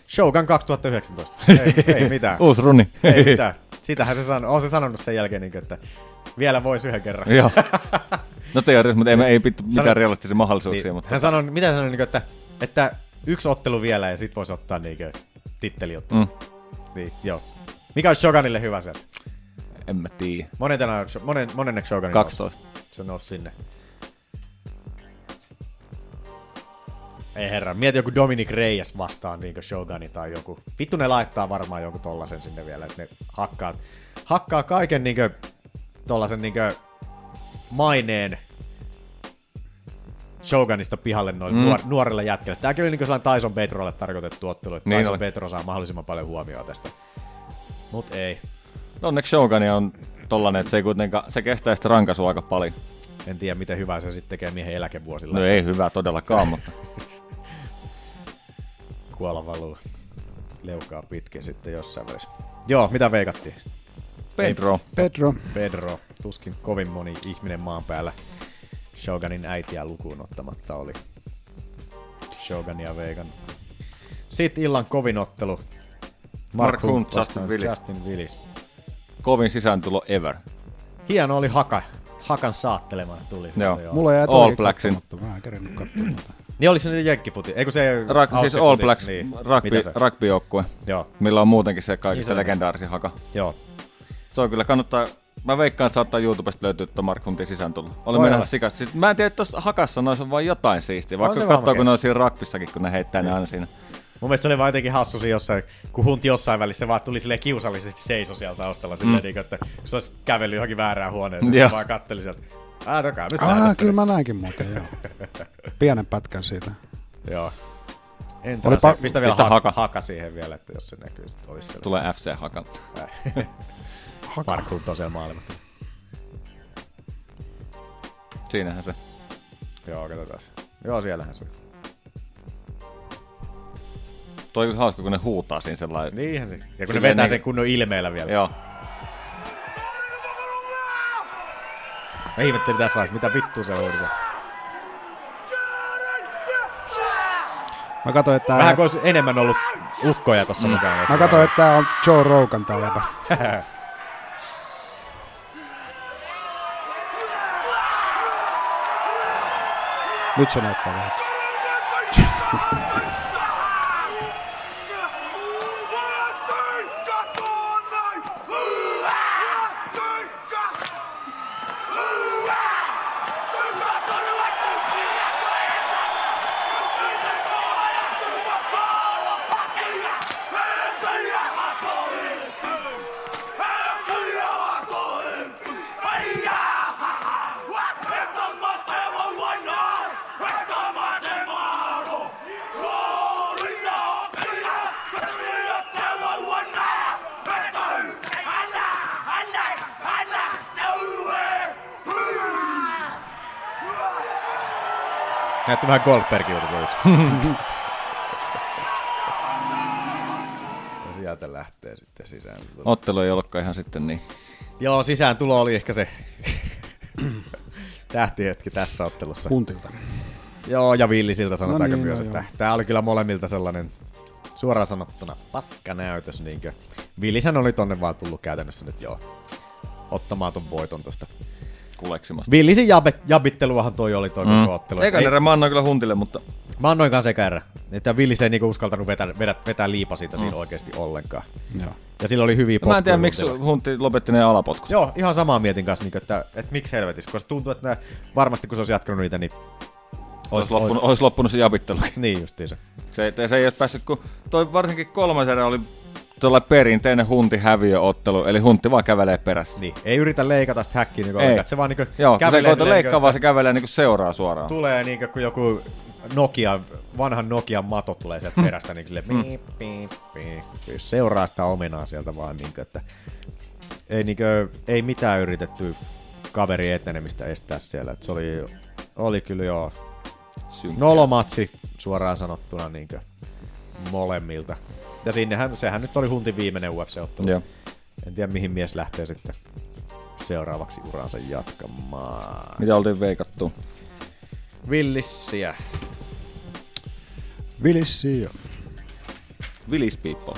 [SPEAKER 6] Shogun 2019. Ei, ei mitään.
[SPEAKER 8] Uusi runi.
[SPEAKER 6] ei mitään. Sitähän se sanoo. On se sanonut sen jälkeen, niin että vielä voisi yhden kerran.
[SPEAKER 8] Joo. No teoriassa, mutta ei, me- ei pit,
[SPEAKER 6] Sano-
[SPEAKER 8] mitään realistisia mahdollisuuksia.
[SPEAKER 6] Niin.
[SPEAKER 8] mutta
[SPEAKER 6] Hän sanoi, mitä hän sanoi, niin että, että yksi ottelu vielä ja sit voisi ottaa niin titteli ottaa.
[SPEAKER 8] Mm.
[SPEAKER 6] Mm. Niin, joo. Mikä olisi Shogunille hyvä sieltä?
[SPEAKER 8] en mä tiedä.
[SPEAKER 6] Monen tänään, monen, monenneksi Shogunin
[SPEAKER 8] 12.
[SPEAKER 6] Nousi? Se nousi sinne. Ei herra, mieti joku Dominic Reyes vastaan niin Shogani tai joku. Vittu ne laittaa varmaan joku tollasen sinne vielä, että ne hakkaa, hakkaa kaiken niin tollasen niin maineen Shoganista pihalle noin
[SPEAKER 8] Mm.
[SPEAKER 6] mm. nuor- nuorelle jätkelle. Tämäkin oli niin sellainen Tyson Petrolle tarkoitettu ottelu, että
[SPEAKER 8] Niin
[SPEAKER 6] niin Tyson
[SPEAKER 8] oli.
[SPEAKER 6] Petro saa mahdollisimman paljon huomioon tästä. Mut ei.
[SPEAKER 8] No onneksi Shogun on tollanen, että se, ei kuitenkaan, se kestää sitä rankaisua aika paljon.
[SPEAKER 6] En tiedä, miten hyvää se sitten tekee miehen eläkevuosilla.
[SPEAKER 8] No ei hyvää todellakaan, mutta
[SPEAKER 6] Kuola valuu leukaa pitkin sitten jossain välissä. Joo, mitä veikattiin?
[SPEAKER 8] Pedro.
[SPEAKER 5] Pedro.
[SPEAKER 6] Pedro. Tuskin kovin moni ihminen maan päällä Shoganin äitiä lukuun ottamatta oli Shogania veikan. Sitten illan kovin ottelu.
[SPEAKER 8] Mark Hunt, Justin
[SPEAKER 6] vastaan
[SPEAKER 8] Willis.
[SPEAKER 6] Justin Willis.
[SPEAKER 8] kovin sisääntulo ever.
[SPEAKER 6] Hieno oli Haka. Hakan saattelemaan tuli. sieltä,
[SPEAKER 8] Joo.
[SPEAKER 5] Mulla jäi
[SPEAKER 8] All
[SPEAKER 5] toikin
[SPEAKER 8] Blacksin.
[SPEAKER 5] katsomatta, Mä en kerennyt katsomaan.
[SPEAKER 6] Niin oliko se se jenkkifuti? Eikö se
[SPEAKER 8] Rak, siis
[SPEAKER 6] Aussie
[SPEAKER 8] All
[SPEAKER 6] futis?
[SPEAKER 8] Blacks
[SPEAKER 6] Niin.
[SPEAKER 8] rugby,
[SPEAKER 6] Mitä se?
[SPEAKER 8] rugbyyjoukkue,
[SPEAKER 6] Joo.
[SPEAKER 8] millä on muutenkin se
[SPEAKER 6] Niin
[SPEAKER 8] kaikista
[SPEAKER 6] se on.
[SPEAKER 8] niin legendaarisin haka.
[SPEAKER 6] Joo.
[SPEAKER 8] Se on kyllä kannattaa, mä veikkaan, että saattaa YouTubesta löytyä tuo Mark Huntin sisääntulo. Oli
[SPEAKER 6] Voi
[SPEAKER 8] mennä Siis
[SPEAKER 6] olla.
[SPEAKER 8] sikasta. Sitten mä en tiedä, että tuossa hakassa noissa on vain jotain siistiä,
[SPEAKER 6] On
[SPEAKER 8] vaikka
[SPEAKER 6] se Niin.
[SPEAKER 8] katsoo,
[SPEAKER 6] varmakin.
[SPEAKER 8] kun ne on siinä rugbyissakin, kun ne heittää ne aina siinä.
[SPEAKER 6] Mun mielestä se oli vaan jotenkin hassu se jossain, kun hunti jossain välissä se vaan tuli silleen kiusallisesti seiso siellä taustalla silleen,
[SPEAKER 8] Mm.
[SPEAKER 6] niin, että kun se olisi kävellyt johonkin väärään huoneeseen,
[SPEAKER 5] Mm, Joo.
[SPEAKER 6] se vaan katteli sieltä. Ah, tokaa, mistä
[SPEAKER 5] Ah,
[SPEAKER 6] lähdet?
[SPEAKER 5] kyllä mä näinkin muuten, joo. Pienen pätkän siitä.
[SPEAKER 6] Joo.
[SPEAKER 5] Olipa-
[SPEAKER 6] Entä Olipa... se, pistä vielä
[SPEAKER 5] Pistä
[SPEAKER 6] pistä haka.
[SPEAKER 5] haka.
[SPEAKER 6] haka. siihen vielä, että jos se näkyy, sit olisi siellä.
[SPEAKER 8] Tulee FC Haka.
[SPEAKER 6] haka. Mark Hunt on siellä maailma.
[SPEAKER 8] Siinähän se.
[SPEAKER 6] Joo, katsotaan se. Joo, siellähän se.
[SPEAKER 8] Toi on hauska, kun ne huutaa siinä sellainen.
[SPEAKER 6] Niinhän se. Ja kun ne
[SPEAKER 5] niin.
[SPEAKER 6] vetää sen kunnon ilmeellä vielä.
[SPEAKER 8] Joo.
[SPEAKER 6] Mä ihmettelin tässä vaiheessa, mitä vittu se on.
[SPEAKER 5] Mä katsoin, että
[SPEAKER 6] Vähän
[SPEAKER 5] tää,
[SPEAKER 6] kuin olisi enemmän ollut ukkoja tossa mm. mukana.
[SPEAKER 5] mä katsoin, että tää on Joe Rogan tää jäbä. Nyt se näyttää vähän.
[SPEAKER 6] Näytti vähän Goldbergilta tuo yksi. ja No sieltä lähtee sitten sisään.
[SPEAKER 8] Ottelu ei ollutkaan ihan sitten niin.
[SPEAKER 6] Joo, sisään tulo oli ehkä se tähtihetki tässä ottelussa.
[SPEAKER 5] Kuntilta.
[SPEAKER 6] Joo, ja villisiltä sanotaanko
[SPEAKER 5] No niin,
[SPEAKER 6] myös,
[SPEAKER 5] no
[SPEAKER 6] että
[SPEAKER 5] joo.
[SPEAKER 6] tämä oli kyllä molemmilta sellainen suoraan sanottuna paskanäytös. Niinkö. Villishän oli tonne vaan tullut käytännössä nyt joo ottamaan ton voiton tosta.
[SPEAKER 8] Kuleksimasta.
[SPEAKER 6] Villisin jab- jabitteluahan toi oli toi mm. ottelu.
[SPEAKER 8] Eikä
[SPEAKER 6] Ei-
[SPEAKER 8] erä, mä annoin kyllä huntille, mutta
[SPEAKER 6] Mä annoin kanssa ekärä. Että Villis ei niinku uskaltanut vetää, vetää, vetää liipa siitä siinä
[SPEAKER 8] Mm.
[SPEAKER 6] oikeasti ollenkaan.
[SPEAKER 5] Joo.
[SPEAKER 6] Ja sillä oli hyviä
[SPEAKER 8] no, mä en tiedä,
[SPEAKER 6] potkuja
[SPEAKER 8] miksi
[SPEAKER 6] Huntilla.
[SPEAKER 8] hunti lopetti ne alapotkut.
[SPEAKER 6] Joo, ihan samaa mietin kanssa, niinku, että, että miksi helvetissä, koska tuntuu, että nää, varmasti kun se olisi jatkanut niitä, niin
[SPEAKER 8] Olisi loppunut, ois loppunut se jabittelu.
[SPEAKER 6] Niin justiinsa.
[SPEAKER 8] Se, se ei olisi päässyt, kun toi varsinkin kolmas erä oli tuolla perinteinen hunti häviöottelu, eli hunti vaan kävelee perässä.
[SPEAKER 6] Niin, ei yritä leikata sitä häkkiä niinku
[SPEAKER 8] Ei.
[SPEAKER 6] ollenkaan, että se vaan niinku
[SPEAKER 8] Joo, kun se ei
[SPEAKER 6] kävelee
[SPEAKER 8] koeta
[SPEAKER 6] silleen
[SPEAKER 8] leikkaa,
[SPEAKER 6] niinku,
[SPEAKER 8] vaan se kävelee niinku seuraa suoraan.
[SPEAKER 6] Tulee niinku kun joku Nokia, vanhan Nokian mato tulee sieltä perästä, niin kyllä
[SPEAKER 8] Mm.
[SPEAKER 6] piip, piip, piip. Siis seuraa sitä omenaa sieltä vaan, niinku, että ei, niinku, ei mitään yritetty kaveri etenemistä estää siellä. Et se oli, oli kyllä joo No. nolomatsi suoraan sanottuna niinkö molemmilta. Ja sinnehän, sehän nyt oli Huntin viimeinen UFC-ottelu.
[SPEAKER 8] Joo.
[SPEAKER 6] En tiedä mihin mies lähtee sitten seuraavaksi uraansa jatkamaan.
[SPEAKER 8] Mitä oltiin veikattu?
[SPEAKER 6] Villissiä.
[SPEAKER 5] Vilissi joo.
[SPEAKER 8] Vilispiippo.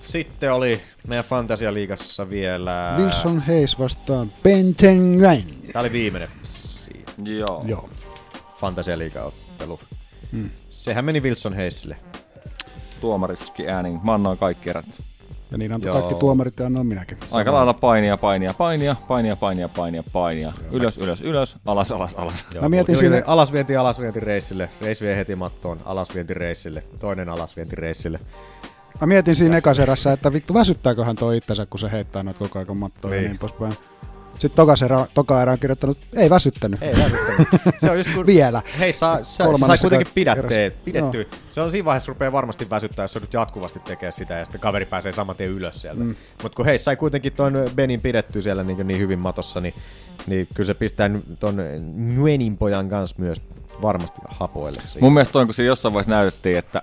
[SPEAKER 6] Sitten oli meidän Fantasialiigassa vielä...
[SPEAKER 5] Wilson Hayes vastaan Ben Tengain.
[SPEAKER 6] Tämä oli viimeinen siinä.
[SPEAKER 8] Joo.
[SPEAKER 5] Joo.
[SPEAKER 6] Fantasialiiga-ottelu.
[SPEAKER 5] Mm.
[SPEAKER 6] Sehän meni Wilson Heisille.
[SPEAKER 8] Tuomaritski äänin. Mä annoin kaikki erät.
[SPEAKER 5] Ja niin antoi
[SPEAKER 8] Joo.
[SPEAKER 5] kaikki tuomarit ja annoin minäkin.
[SPEAKER 8] Aika lailla painia, painia, painia, painia, painia, painia, painia. Ylös, ylös, ylös, alas, alas, alas.
[SPEAKER 6] Joo, mut julkinen Alasvienti, alasvienti reissille. Reis vie heti mattoon. Alasvienti reissille. Toinen alasvienti reissille.
[SPEAKER 5] Mä mietin siinä ekaserässä, että vittu väsyttääköhän toi itsensä, kun se heittää noita koko ajan mattoja ja
[SPEAKER 6] Niin.
[SPEAKER 5] niin poispäin. Sitten tokasera, toka erä on kirjoittanut, ei väsyttänyt.
[SPEAKER 6] Ei väsyttänyt. Se on just kun...
[SPEAKER 5] Vielä.
[SPEAKER 6] Hei, saa, sä, sä sai
[SPEAKER 5] Kolmannessa
[SPEAKER 6] kuitenkin
[SPEAKER 5] ka-
[SPEAKER 6] pidättee,
[SPEAKER 5] erässä.
[SPEAKER 6] pidettyä. Se on siinä vaiheessa, rupeaa varmasti väsyttää, jos se nyt jatkuvasti tekee sitä ja sitten kaveri pääsee saman tien ylös sieltä.
[SPEAKER 5] Mm.
[SPEAKER 6] Mm. Mutta kun hei, sai kuitenkin ton Benin pidettyä siellä niin, niin hyvin matossa, niin, niin kyllä se pistää n- ton Nguyenin pojan kanssa myös varmasti hapoille siinä.
[SPEAKER 8] Mun mielestä toi, kun se jossain vaiheessa näytettiin, että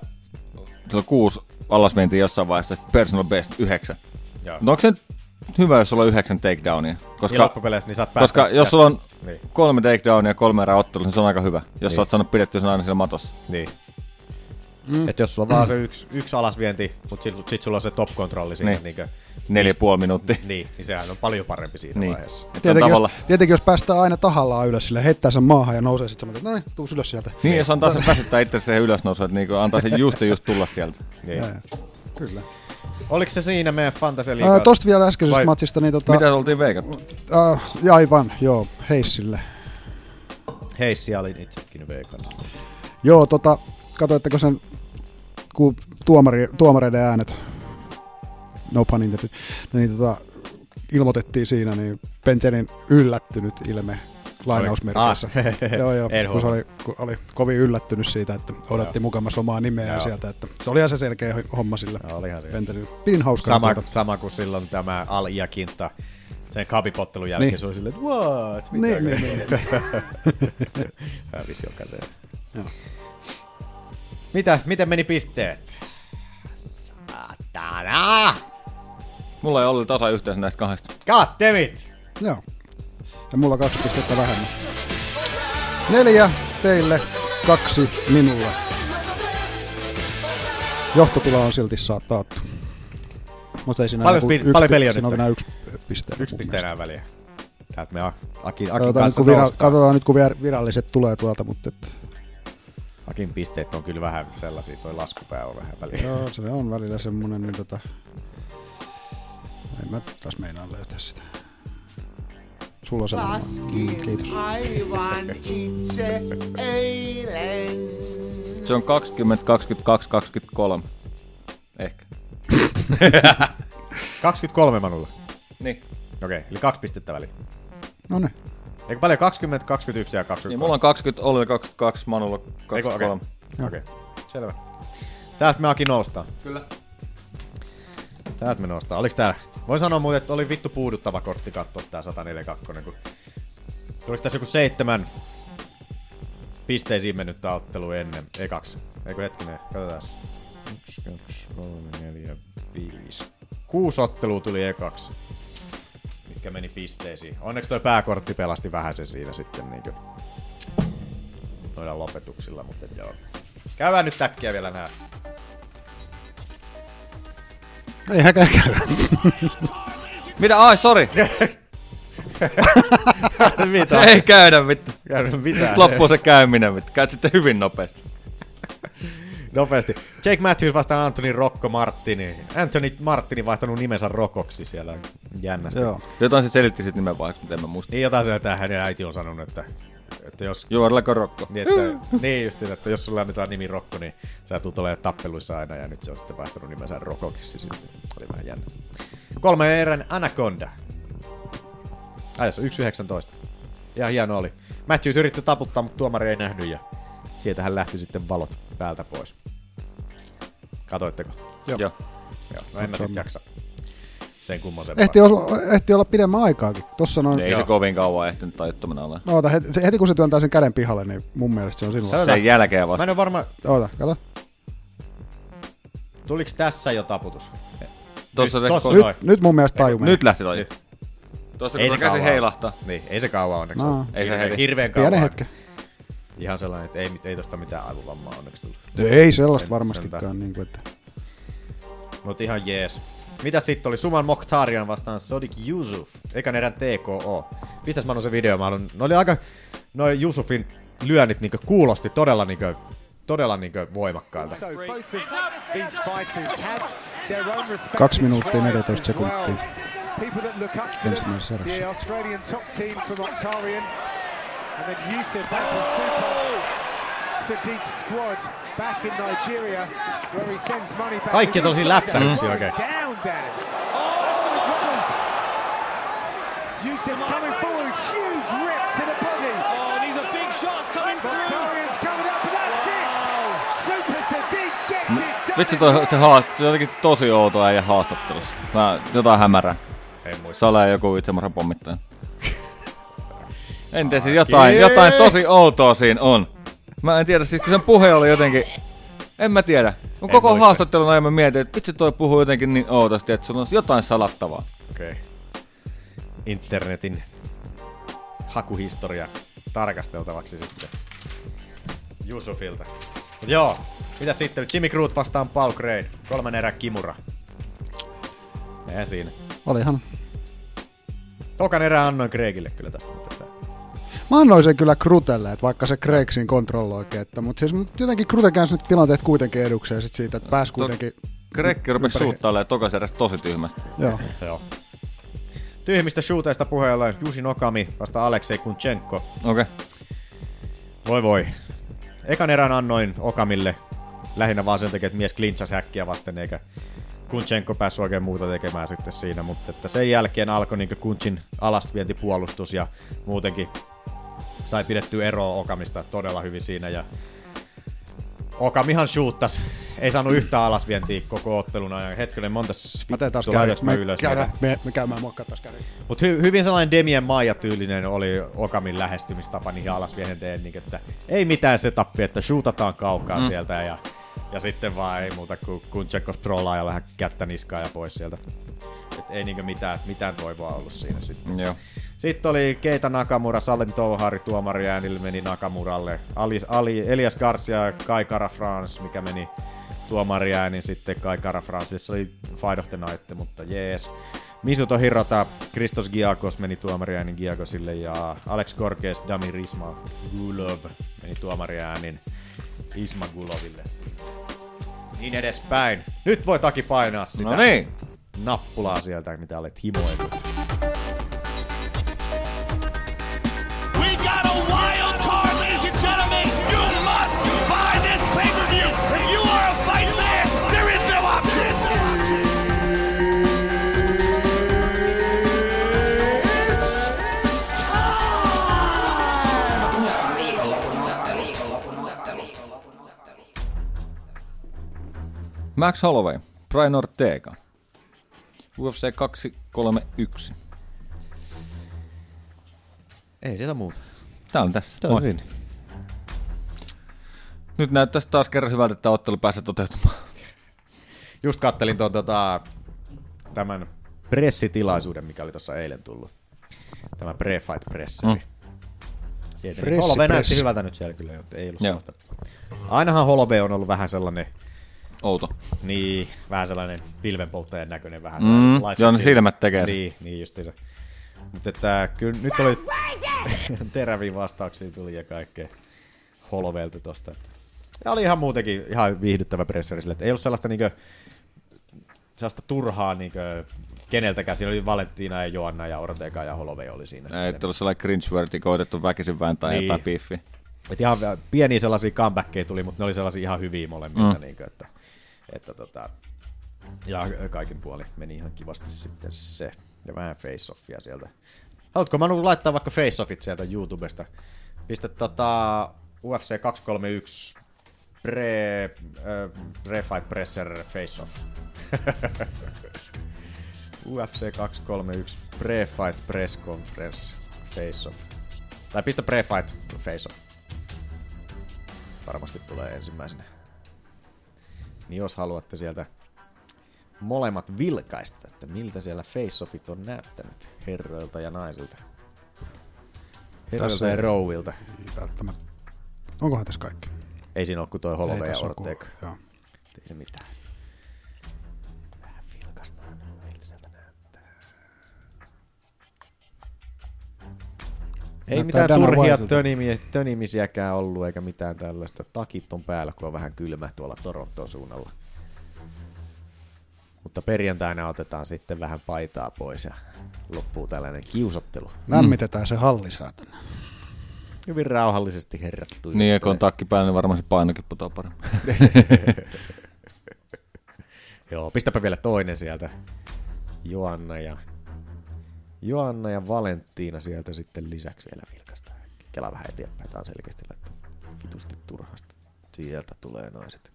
[SPEAKER 8] se oli kuusi alas mentiin jossain vaiheessa, sit personal best yhdeksän.
[SPEAKER 6] Joo.
[SPEAKER 8] No onko se nyt hyvä, jos sulla on yhdeksän takedownia?
[SPEAKER 6] Niin loppupeleissä, niin saat päästä-
[SPEAKER 8] koska jos sulla on
[SPEAKER 6] Niin.
[SPEAKER 8] kolme takedownia ja kolme erää ottelussa, niin se on aika hyvä, jos
[SPEAKER 6] Niin.
[SPEAKER 8] niin. sä oot saanut pidettyä sen aina siellä matossa.
[SPEAKER 6] Niin. Mm. Et jos sulla on vaan se yksi, yksi alasvienti, mutta sitten sit sulla on se top-kontrolli siinä. Niin.
[SPEAKER 8] Niin.
[SPEAKER 6] Niinkö,
[SPEAKER 8] Neljä ja puoli minuuttia.
[SPEAKER 6] Niin, niin sehän on paljon parempi siinä niin.
[SPEAKER 8] Niin.
[SPEAKER 6] vaiheessa.
[SPEAKER 5] Tietenkin jos, tietenkin jos päästään aina tahallaan ylös, sille heittää sen maahan ja nousee sitten sanotaan, että no niin, tuus ylös sieltä.
[SPEAKER 8] Niin, jos antaa sen väsyttää itse siihen ylösnousuun, että niinku antaa sen just ja just tulla sieltä.
[SPEAKER 6] Niin.
[SPEAKER 5] Kyllä.
[SPEAKER 6] Oliko se siinä meidän fantasia
[SPEAKER 5] Ää, tosta vielä äskeisestä matsista, niin tota- Mitä
[SPEAKER 8] oltiin veikattu?
[SPEAKER 5] Äh, ja aivan, joo, heissille.
[SPEAKER 6] Heissiä olin itsekin veikannut.
[SPEAKER 5] Joo, tota, katoitteko sen kun tuomari, tuomareiden äänet, no pun intended, niin tota, ilmoitettiin siinä, niin Pentenin yllättynyt ilme lainausmerkissä.
[SPEAKER 6] Ah.
[SPEAKER 5] joo, joo,
[SPEAKER 6] En
[SPEAKER 5] kun se
[SPEAKER 6] huomannut.
[SPEAKER 5] oli, kun oli kovin yllättynyt siitä, että odotti mukamas omaa nimeään
[SPEAKER 6] Joo.
[SPEAKER 5] sieltä. Että se oli ihan se selkeä ho- homma sillä
[SPEAKER 6] Olihan se.
[SPEAKER 5] Pentelillä. Pidin hauskaa.
[SPEAKER 6] sama,
[SPEAKER 5] tuota.
[SPEAKER 6] sama kuin silloin tämä Al Iakinta sen kapipottelun jälkeen
[SPEAKER 5] Niin.
[SPEAKER 6] se oli silleen, että what?
[SPEAKER 5] Niin, niin, niin, niin.
[SPEAKER 6] Hävisi jokaisen. Mitä, miten meni pisteet? Saatana!
[SPEAKER 8] Mulla ei ollut tasa yhteensä näistä kahdesta.
[SPEAKER 6] God damn it!
[SPEAKER 5] Joo. Ja mulla kaksi pistettä vähemmän. Neljä teille, kaksi minulle. Johtotila on silti saattu. Mutta ei siinä
[SPEAKER 6] Paljon
[SPEAKER 5] enää
[SPEAKER 6] pi-
[SPEAKER 5] kuin yksi
[SPEAKER 6] paljon
[SPEAKER 5] pi-
[SPEAKER 6] peliä
[SPEAKER 5] siinä on
[SPEAKER 6] nyt?
[SPEAKER 5] enää yksi piste.
[SPEAKER 6] Yksi piste enää väliä. Täältä me Akin, Akin
[SPEAKER 5] Katsotaan nyt,
[SPEAKER 6] kanssa
[SPEAKER 5] kun
[SPEAKER 6] vira-
[SPEAKER 5] vira- katsotaan nyt, kun vir- viralliset tulee tuolta, mutta et,
[SPEAKER 6] Akin pisteet on kyllä vähän sellaisia, toi laskupää on vähän väliä.
[SPEAKER 5] joo, se on välillä semmonen, niin tota... En mä taas meinaa löytää sitä. Sulla on sellainen. Mm, kiitos.
[SPEAKER 17] Aivan itse eilen.
[SPEAKER 8] Se on 20, 22, 23. Ehkä.
[SPEAKER 6] 23 Manulla.
[SPEAKER 8] Niin.
[SPEAKER 6] Okei, eli kaksi pistettä väliin.
[SPEAKER 5] No niin.
[SPEAKER 6] Eikö paljon? 20, 21 ja 23.
[SPEAKER 8] Niin, mulla on 20, oli 22, Manulla 23.
[SPEAKER 6] Okei, okei. Selvä. Täältä me Akin noustaan.
[SPEAKER 8] Kyllä.
[SPEAKER 6] Täältä me noustaan. Oliks tää? Voin sanoa muuten, että oli vittu puuduttava kortti katsoa tää 142. Kun... Tuliko tässä joku seitsemän pisteisiin mennyt tää ottelu ennen? Ekaksi. Eikö hetkinen? Katsotaan. Yksi, kaksi, kolme, neljä, viisi. Kuusi ottelua tuli ekaksi, mitkä meni pisteisiin. Onneksi toi pääkortti pelasti vähän sen siinä sitten niinkö noilla lopetuksilla, mutta et joo. Käydään nyt täkkiä vielä nää.
[SPEAKER 5] Ei häkää käy.
[SPEAKER 8] Mitä? Ai, sori.
[SPEAKER 6] Mitä?
[SPEAKER 8] Ei käydä vittu.
[SPEAKER 6] Käydä mitään.
[SPEAKER 8] Nyt loppuu se käyminen vittu. Käyt sitten hyvin nopeasti.
[SPEAKER 6] Nopeasti. Jake Matthews vastaan Anthony Rocco Martini. Anthony Martini vaihtanut nimensä Rokoksi siellä jännästi.
[SPEAKER 8] Joo. Jotain se selitti sit nimen vaihdoksi, mutta en mä muista.
[SPEAKER 6] Niin jotain se, että hänen äiti on sanonut, että, että jos...
[SPEAKER 8] Juorlako Rocco.
[SPEAKER 6] Niin, että, niin just, että jos sulla annetaan nimi Rocco, niin sä tulet olemaan tappeluissa aina, ja nyt se on sitten vaihtanut nimensä Rokokiksi sitten. Oli vähän jännä. Kolmen erän Anaconda. Ajassa 1.19. Ja hieno oli. Matthews yritti taputtaa, mutta tuomari ei nähnyt, ja sieltä hän lähti sitten valot päältä pois. Katoitteko?
[SPEAKER 5] Joo.
[SPEAKER 8] Joo.
[SPEAKER 6] Joo. No en mä sit jaksa sen kummoisempaa.
[SPEAKER 5] Ehti, olla, ehti olla pidemmän aikaakin. Tossa noin.
[SPEAKER 6] Niin.
[SPEAKER 8] Ei se kovin kauan ehtinyt tajuttomana olla.
[SPEAKER 5] No, ota, heti, heti, kun se työntää sen käden pihalle, niin mun mielestä se on silloin.
[SPEAKER 8] Sen jälkeen vasta.
[SPEAKER 6] Mä en ole varma,
[SPEAKER 5] Oota, kato.
[SPEAKER 6] tuliko tässä jo taputus?
[SPEAKER 8] Tossa
[SPEAKER 6] nyt,
[SPEAKER 8] se-
[SPEAKER 6] tossa
[SPEAKER 8] nyt-
[SPEAKER 6] noin.
[SPEAKER 5] Nyt mun mielestä taju meni.
[SPEAKER 8] Nyt lähti taju. Niin. Tuossa kun
[SPEAKER 6] Ei
[SPEAKER 8] se
[SPEAKER 6] se
[SPEAKER 8] käsi
[SPEAKER 6] kauan.
[SPEAKER 8] heilahtaa.
[SPEAKER 6] Niin, ei se kauan onneksi.
[SPEAKER 5] No.
[SPEAKER 6] ollut.
[SPEAKER 8] Ei se
[SPEAKER 6] hirveän,
[SPEAKER 8] heti.
[SPEAKER 6] hirveän
[SPEAKER 5] Pienen
[SPEAKER 6] kauan.
[SPEAKER 5] hetken.
[SPEAKER 6] Ihan sellainen, että ei, mit- ei tosta mitään aivovammaa onneksi tullut.
[SPEAKER 5] No Ei sellaista
[SPEAKER 6] Sen-
[SPEAKER 5] varmastikaan. Niin kuin, että.
[SPEAKER 6] Mut ihan jees. Mitä sitten oli? Suman Mokhtarian vastaan Sodik Yusuf. Eikä erän TKO. Pistäs Manu se video. Mä haluan... No oli aika... Noi Yusufin lyönnit niinku kuulosti todella niinku todella niinku voimakkailta.
[SPEAKER 15] So both of these fighters had their own respective
[SPEAKER 5] Kaksi minuuttia
[SPEAKER 15] triumphs
[SPEAKER 5] 14
[SPEAKER 15] as well.
[SPEAKER 5] sekuntia.
[SPEAKER 15] People that look up to
[SPEAKER 5] Ensimmäisessä
[SPEAKER 15] them,
[SPEAKER 5] erässä.
[SPEAKER 15] the Australian top team from Octarian, and then Yusuf, that's a super Sadiq squad back in Nigeria, where he sends money back.
[SPEAKER 6] Kaikki tosi läpsähdyksiä
[SPEAKER 15] Mm.
[SPEAKER 6] oikein.
[SPEAKER 15] Down Oh, there. Yusuf coming forward, huge rips to the body. Oh, these are big shots coming through. Octarian's coming up, and that's it. Super Sadiq gets it done.
[SPEAKER 8] Vitsi toi se haast, se on jotenkin tosi outo äijä haastattelussa. Mä jotain hämärää.
[SPEAKER 6] Ei muista.
[SPEAKER 8] Sale joku itsemurhan pommittaja. en tiedä, siis jotain, jotain tosi outoa siinä on. Mä en tiedä, siis kun sen puhe oli jotenkin... En mä tiedä. Mun
[SPEAKER 6] En
[SPEAKER 8] koko
[SPEAKER 6] muista.
[SPEAKER 8] haastattelun ajan mä mietin, että vitsi toi puhuu jotenkin niin outosti, että sulla on jotain salattavaa.
[SPEAKER 6] Okei. Okay. Internetin hakuhistoria tarkasteltavaksi sitten Jusufilta. Mut joo, mitä sitten? Jimmy Crute vastaan Paul Gray. Kolmen erä kimura. Eihän siinä.
[SPEAKER 5] Olihan.
[SPEAKER 6] Tokan erä annoin Craigille kyllä tästä. mutta että-
[SPEAKER 5] Mä annoin sen kyllä Krutelle, että vaikka se Gregsin kontrolloikin, että, mutta siis mut jotenkin Krute käänsi nyt tilanteet kuitenkin edukseen sit siitä, että pääsi kuitenkin...
[SPEAKER 8] Grekki rupesi
[SPEAKER 5] ympäri-
[SPEAKER 8] suuttailemaan tokaserästä tosi tyhmästi.
[SPEAKER 5] Joo.
[SPEAKER 6] joo. Tyhmistä shooteista puheella on Jushin Okami vasta Aleksei Kunchenko.
[SPEAKER 8] Okei.
[SPEAKER 6] Voi voi. Ekan erän annoin Okamille lähinnä vaan sen takia, että mies klintsasi häkkiä vasten, eikä Kunchenko päässyt oikein muuta tekemään sitten siinä, mutta että sen jälkeen alkoi niin Kunchin alastvientipuolustus ja muutenkin sai pidetty eroa Okamista todella hyvin siinä ja Okam ihan shoottas. Ei saanut yhtään alasvientiä koko ottelun ajan. Hetkinen, monta
[SPEAKER 5] Mä teen taas
[SPEAKER 6] vittua
[SPEAKER 5] käy,
[SPEAKER 6] laitanko mä
[SPEAKER 5] me,
[SPEAKER 6] ylös.
[SPEAKER 5] käydään, me, me käymään moikkaa taas käydään.
[SPEAKER 6] Mutta hy, hyvin sellainen Demien Maija-tyylinen oli Okamin lähestymistapa niihin alasviehenteen, niin että ei mitään setappi, että shootataan kaukaa
[SPEAKER 8] Mm.
[SPEAKER 6] mm. sieltä ja, ja sitten vaan ei muuta kuin kun Tsekov trollaa ja vähän kättä niskaa ja pois sieltä. Et ei niinkö mitään, mitään toivoa ollut siinä sitten.
[SPEAKER 8] Joo.
[SPEAKER 6] Sitten oli Keita Nakamura, Salem Touhari, tuomari äänillä meni Nakamuralle. Alis, Ali, Elias Garcia ja Kaikara France, mikä meni tuomari äänin sitten Kaikara France. Se oli Fight of the Night, mutta jees. Misuto Hirota, Christos Giakos meni tuomari äänin Giakosille ja Alex Korkees, Dami Risma Gulov meni tuomari äänin Isma Guloville. Niin edespäin. Nyt voi taki painaa sitä
[SPEAKER 8] No niin.
[SPEAKER 6] nappulaa sieltä, mitä olet himoillut.
[SPEAKER 15] We got a wild card, ladies and gentlemen. You must buy this pay-per-view. If you are a fight fan, there is no option.
[SPEAKER 8] Max Holloway, Brian Ortega, UFC 231.
[SPEAKER 6] Ei siellä muuta.
[SPEAKER 8] Tää on tässä.
[SPEAKER 6] Tää on
[SPEAKER 8] Moi.
[SPEAKER 6] siinä.
[SPEAKER 8] Nyt näyttäisi taas kerran hyvältä, että tämä ottelu pääsee toteutumaan.
[SPEAKER 6] Just kattelin tuon tota, tämän pressitilaisuuden, mikä oli tuossa eilen tullut. Tämä pre-fight presseri. Mm. Sieltä niin
[SPEAKER 8] Pressi,
[SPEAKER 6] Holloway näytti
[SPEAKER 8] pressi.
[SPEAKER 6] hyvältä nyt siellä kyllä, mutta ei ollut
[SPEAKER 8] Joo.
[SPEAKER 6] sellaista. Ainahan Holloway on ollut vähän sellainen...
[SPEAKER 8] Outo.
[SPEAKER 6] Niin, vähän sellainen pilvenpolttajan näköinen vähän.
[SPEAKER 8] Mm,
[SPEAKER 6] tällaiset laiskat
[SPEAKER 8] joo, ne
[SPEAKER 6] silmät.
[SPEAKER 8] silmät tekee sen.
[SPEAKER 6] Niin, niin justiinsa. Mutta että kyllä nyt oli teräviä vastauksia tuli ja kaikkea Hollowelta tosta. Ja oli ihan muutenkin ihan viihdyttävä presseri sille, että ei ollut sellaista niinkö sellaista turhaa niinkö keneltäkään. Siinä oli Valentina ja Joanna ja Ortega ja Holloway oli siinä.
[SPEAKER 8] Ei tullut sellainen cringe-worthy koitettu väkisin vääntää
[SPEAKER 6] Niin.
[SPEAKER 8] niin. jotain piffiä.
[SPEAKER 6] Et ihan pieniä sellaisia comebackkejä tuli, mutta ne oli sellaisia ihan hyviä molemmilta. Mm.
[SPEAKER 8] Mm.
[SPEAKER 6] Niin että, että tota, ja kaikin puoli meni ihan kivasti sitten se. Ja vähän face-offia sieltä. Haluatko Manu laittaa vaikka face-offit sieltä YouTubesta? Pistä tota UFC 231 pre, äh, pre-fight presser face-off. UFC 231 pre-fight press conference face-off. Tai pistä pre-fight face-off. Varmasti tulee ensimmäisenä. Niin jos haluatte sieltä molemmat vilkaista, että miltä siellä face-offit on näyttänyt herroilta ja naisilta. Herroilta
[SPEAKER 5] Tässä
[SPEAKER 6] ja
[SPEAKER 5] ei-
[SPEAKER 6] rouvilta.
[SPEAKER 5] Ei välttämättä. Onkohan tässä kaikki?
[SPEAKER 6] Ei siinä ole kuin toi Holloway
[SPEAKER 5] Ei
[SPEAKER 6] ja
[SPEAKER 5] tässä ole kuin-
[SPEAKER 6] Ortega.
[SPEAKER 5] joo.
[SPEAKER 6] Ei se mitään. Vähän vilkastaan, miltä sieltä näyttää. Ei
[SPEAKER 5] Näyttää
[SPEAKER 6] mitään
[SPEAKER 5] Dana
[SPEAKER 6] turhia
[SPEAKER 5] Whitelta.
[SPEAKER 6] tönimi- tönimisiäkään ollut eikä mitään tällaista. Takit on päällä, kun on vähän kylmä tuolla Toronton suunnalla. Mutta perjantaina otetaan sitten vähän paitaa pois ja loppuu tällainen kiusottelu.
[SPEAKER 5] Lämmitetään se halli saatana.
[SPEAKER 6] Hyvin rauhallisesti herrattu.
[SPEAKER 8] Niin, ja kun on takki päällä, niin varmaan se painokin putoaa paremmin.
[SPEAKER 6] Joo, pistäpä vielä toinen sieltä. Joanna ja, Joanna ja Valentina sieltä sitten lisäksi vielä vilkasta. Kela vähän eteenpäin, tää on selkeästi laittu vitusti turhasta. Sieltä tulee naiset.